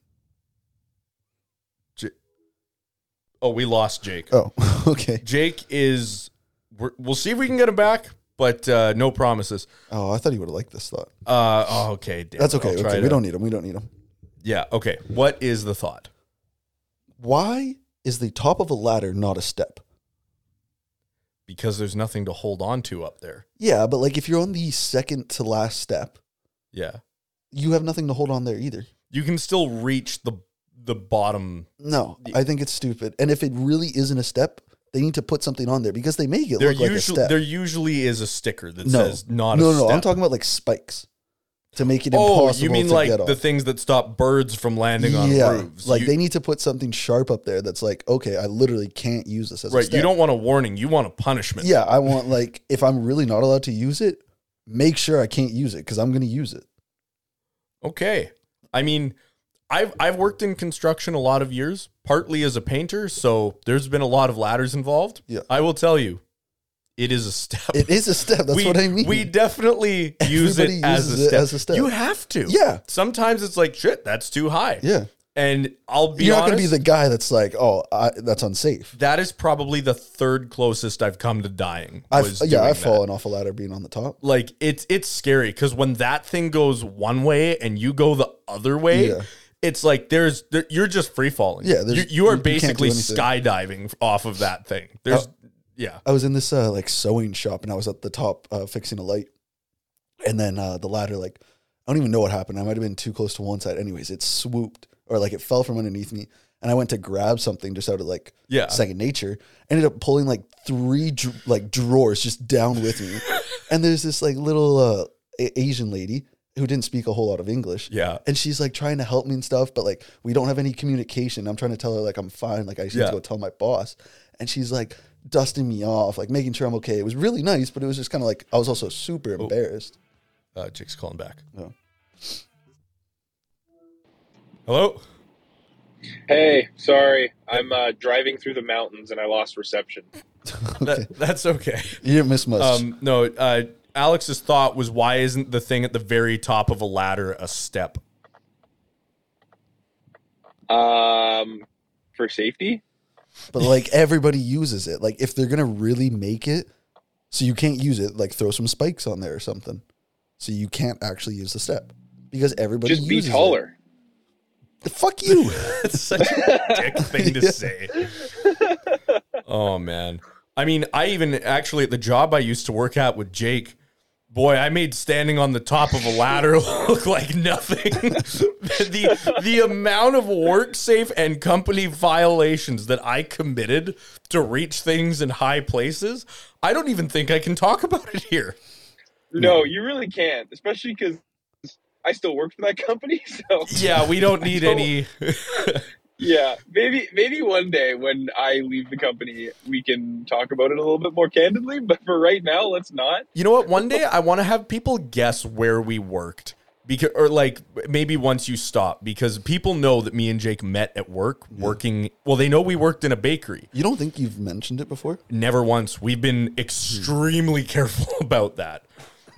Speaker 4: Oh, we lost Jake.
Speaker 6: Oh, okay.
Speaker 4: Jake is. We're, we'll see if we can get him back, but uh, no promises.
Speaker 6: Oh, I thought he would have liked this thought.
Speaker 4: Uh, oh, okay, damn
Speaker 6: That's
Speaker 4: it,
Speaker 6: okay.
Speaker 4: I'll try
Speaker 6: okay.
Speaker 4: to-
Speaker 6: We don't need him. We don't need him.
Speaker 4: Yeah. Okay. What is the thought?
Speaker 6: Why is the top of a ladder not a step?
Speaker 4: Because there's nothing to hold on to up there.
Speaker 6: Yeah, but like if you're on the second to last step,
Speaker 4: Yeah.
Speaker 6: you have nothing to hold on there either.
Speaker 4: You can still reach the the bottom.
Speaker 6: No, I think it's stupid. And if it really isn't a step, they need to put something on there because they make it
Speaker 4: There
Speaker 6: look like a
Speaker 4: usually
Speaker 6: step.
Speaker 4: there usually is a sticker that
Speaker 6: no,
Speaker 4: says not
Speaker 6: no,
Speaker 4: a
Speaker 6: no,
Speaker 4: step.
Speaker 6: I'm talking about like spikes to make it
Speaker 4: Oh,
Speaker 6: impossible
Speaker 4: you mean
Speaker 6: to
Speaker 4: like
Speaker 6: get off.
Speaker 4: the things that stop birds from landing
Speaker 6: yeah,
Speaker 4: on roofs?
Speaker 6: like
Speaker 4: You-
Speaker 6: they need to put something sharp up there that's like, okay, I literally can't use this as a
Speaker 4: right.
Speaker 6: step.
Speaker 4: You don't want a warning. You want a punishment.
Speaker 6: Yeah, I want like if I'm really not allowed to use it, make sure I can't use it because I'm going to use it.
Speaker 4: Okay. I mean, I've I've worked in construction a lot of years, partly as a painter, so there's been a lot of ladders involved.
Speaker 6: Yeah.
Speaker 4: I will tell you, it is a step.
Speaker 6: It is a step. That's
Speaker 4: we,
Speaker 6: what I mean.
Speaker 4: We definitely use it,
Speaker 6: Everybody
Speaker 4: as
Speaker 6: uses
Speaker 4: a,
Speaker 6: it
Speaker 4: step.
Speaker 6: as a step.
Speaker 4: You have to.
Speaker 6: Yeah.
Speaker 4: Sometimes it's like shit. That's too high.
Speaker 6: yeah,
Speaker 4: And I'll be
Speaker 6: you're not
Speaker 4: honest.
Speaker 6: going to be the guy that's like, oh, I, that's unsafe.
Speaker 4: that is probably the third closest I've come to dying.
Speaker 6: I've
Speaker 4: was
Speaker 6: yeah,
Speaker 4: doing
Speaker 6: I've
Speaker 4: that.
Speaker 6: fallen off a ladder being on the top.
Speaker 4: Like it's it's scary because when that thing goes one way and you go the other way,
Speaker 6: Yeah.
Speaker 4: it's like there's there, you're just free falling.
Speaker 6: Yeah,
Speaker 4: you,
Speaker 6: there's-
Speaker 4: you are
Speaker 6: you can't do
Speaker 4: basically
Speaker 6: anything. Uh,
Speaker 4: skydiving off of that thing. There's yeah,
Speaker 6: I was in this uh, like sewing shop and I was at the top uh, fixing a light, and then uh, the ladder like I don't even know what happened. I might have been too close to one side. Anyways, it swooped or like it fell from underneath me, and I went to grab something just out of like
Speaker 4: yeah.
Speaker 6: second nature ended up pulling like three dr- like drawers just down with me and there's this like little uh, A- asian lady who didn't speak a whole lot of english
Speaker 4: Yeah.
Speaker 6: and she's like trying to help me and stuff but like we don't have any communication i'm trying to tell her like i'm fine like i just need
Speaker 4: Yeah.
Speaker 6: to go tell my boss and she's like dusting me off like making sure i'm okay it was really nice but it was just kind of like i was also super
Speaker 7: Oh.
Speaker 6: embarrassed
Speaker 4: Uh, Jake's calling back.
Speaker 6: No.
Speaker 4: Hello.
Speaker 7: Hey, sorry, I'm uh, driving through the mountains and I lost reception.
Speaker 6: okay.
Speaker 4: That, that's okay.
Speaker 6: you didn't miss much
Speaker 4: Um, no, uh, Alex's thought was why isn't the thing at the very top of a ladder a step?
Speaker 7: Um, for safety,
Speaker 6: but like everybody uses it like if they're gonna really make it so you can't use it like throw some spikes on there or something so you can't actually use the step because everybody
Speaker 7: just be
Speaker 6: uses it.
Speaker 7: taller.
Speaker 6: fuck you
Speaker 4: That's such a dick thing to say. Oh man. I mean, I even actually at the job I used to work at with Jake, boy, I made standing on the top of a ladder look like nothing. the the amount of work safe and company violations that I committed to reach things in high places, I don't even think I can talk about it here.
Speaker 7: No, you really can't, especially because I still work for that company. So
Speaker 4: Yeah, we don't need
Speaker 7: don't-
Speaker 4: any
Speaker 7: yeah, maybe maybe one day when I leave the company, we can talk about it a little bit more candidly. But for right now, let's not.
Speaker 4: You know what? One day I want to have people guess where we worked. Because, or like maybe once you stop, because people know that me and Jake met at work, working. Well, they know we worked in a bakery.
Speaker 6: You don't think you've mentioned it before?
Speaker 4: Never once. We've been extremely careful about that.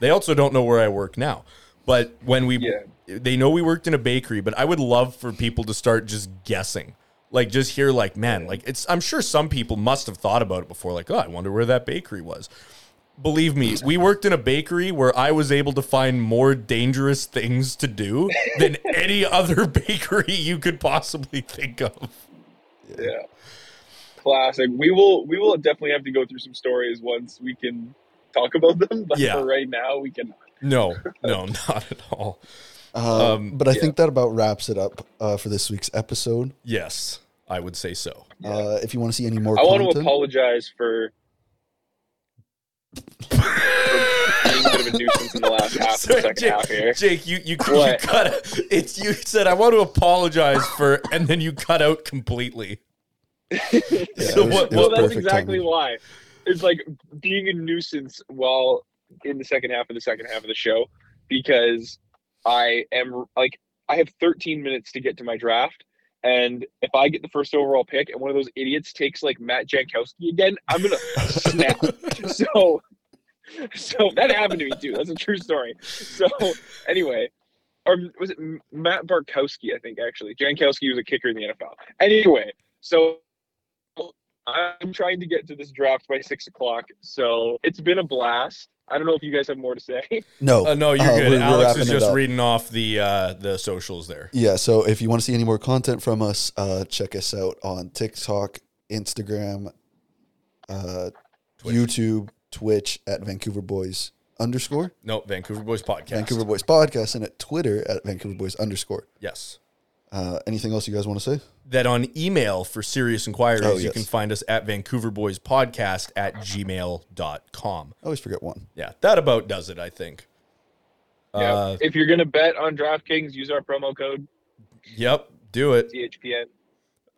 Speaker 4: They also don't know where I work now. But when we,
Speaker 7: Yeah.
Speaker 4: they know we worked in a bakery, but I would love for people to start just guessing. Like, just hear, like, man, like, it's, I'm sure some people must have thought about it before, like, oh, I wonder where that bakery was. Believe me, we worked in a bakery where I was able to find more dangerous things to do than any other bakery you could possibly think of.
Speaker 7: Yeah. Classic. We will we will definitely have to go through some stories once we can talk about them, but
Speaker 4: Yeah.
Speaker 7: for right now we cannot.
Speaker 4: No, no, not at all.
Speaker 6: Uh,
Speaker 4: Um,
Speaker 6: but I think that about wraps it up uh, for this week's episode.
Speaker 4: Yes, I would say so.
Speaker 6: Uh, if you want to see any more
Speaker 7: I
Speaker 6: content,
Speaker 7: want to apologize for for being a bit of a nuisance in the last half of the
Speaker 4: Sorry,
Speaker 7: second
Speaker 4: Jake,
Speaker 7: half here.
Speaker 4: Jake, you you, you
Speaker 7: What?
Speaker 4: cut it's you said I want to apologize for and then you cut out completely.
Speaker 6: Yeah,
Speaker 4: so
Speaker 6: it was-
Speaker 4: what,
Speaker 6: it was
Speaker 7: Well,
Speaker 4: what
Speaker 7: that's
Speaker 6: perfect
Speaker 7: exactly
Speaker 6: timing.
Speaker 7: why. It's like being a nuisance while in the second half of the second half of the show because I am like I have 13 minutes to get to my draft. And if I get the first overall pick and one of those idiots takes like Matt Jankowski again, I'm gonna snap. So so that happened to me too. That's a true story. So anyway, or was it Matt Barkowski, I think actually. Jankowski was a kicker in the NFL. Anyway, so I'm trying to get to this draft by six o'clock, so it's been a blast. I don't know if you guys have more to say.
Speaker 6: no,
Speaker 4: uh, no, you're
Speaker 6: uh,
Speaker 4: good.
Speaker 6: we're- we're
Speaker 4: Alex
Speaker 6: wrapping
Speaker 4: is
Speaker 6: it
Speaker 4: just
Speaker 6: up.
Speaker 4: reading off the uh the socials there.
Speaker 6: Yeah, so if you want to see any more content from us, uh, check us out on TikTok, Instagram, uh,
Speaker 4: Twitch.
Speaker 6: YouTube, Twitch at Vancouver Boys underscore
Speaker 4: No, Vancouver Boys podcast.
Speaker 6: Vancouver Boys podcast, and at Twitter at Vancouver Boys underscore.
Speaker 4: Yes.
Speaker 6: Uh, anything else you guys want to say?
Speaker 4: That on email for serious inquiries,
Speaker 6: Oh,
Speaker 4: you
Speaker 6: yes.
Speaker 4: can find us at Vancouver Boys Podcast at gmail.com.
Speaker 6: I always forget one.
Speaker 4: Yeah, that about does it, I think. Uh,
Speaker 7: if you're gonna bet on DraftKings, use our promo code
Speaker 4: yep, do it.
Speaker 7: THPN.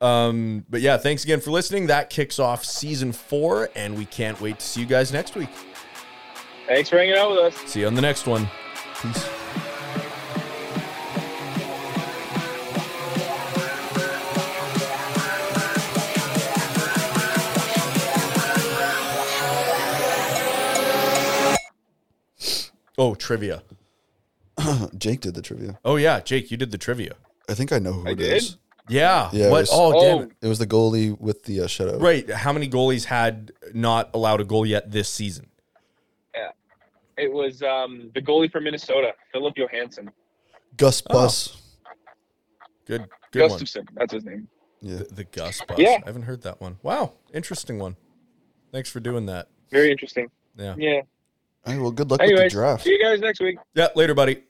Speaker 4: Um, but yeah, thanks again for listening. That kicks off season four, and we can't wait to see you guys next week.
Speaker 7: Thanks for hanging out with us.
Speaker 4: See you on the next one.
Speaker 6: Peace.
Speaker 4: Oh, trivia.
Speaker 6: Jake did the trivia.
Speaker 4: Oh yeah, Jake, you did the trivia.
Speaker 6: I think I know who
Speaker 7: I
Speaker 6: it
Speaker 7: did?
Speaker 6: is.
Speaker 4: Yeah.
Speaker 6: Yeah, it
Speaker 4: what?
Speaker 6: was-
Speaker 4: oh, damn
Speaker 7: Oh.
Speaker 4: it.
Speaker 6: It was the goalie with the uh, shutout.
Speaker 4: Right. How many goalies had not allowed a goal yet this season?
Speaker 7: It was um, the goalie from Minnesota, Philip Johansson.
Speaker 6: Gus
Speaker 4: Oh.
Speaker 6: Bus.
Speaker 4: Good. Good one.
Speaker 7: Gustafson, that's his name.
Speaker 6: Yeah.
Speaker 4: The, the Gus bus.
Speaker 7: Yeah.
Speaker 4: I haven't heard that one. Wow, interesting one. Thanks for doing that.
Speaker 7: Very interesting.
Speaker 4: Yeah.
Speaker 7: Yeah.
Speaker 6: All right, well, good luck with
Speaker 7: Anyways,
Speaker 6: the draft.
Speaker 7: see you guys next week.
Speaker 4: Yeah. Later, buddy.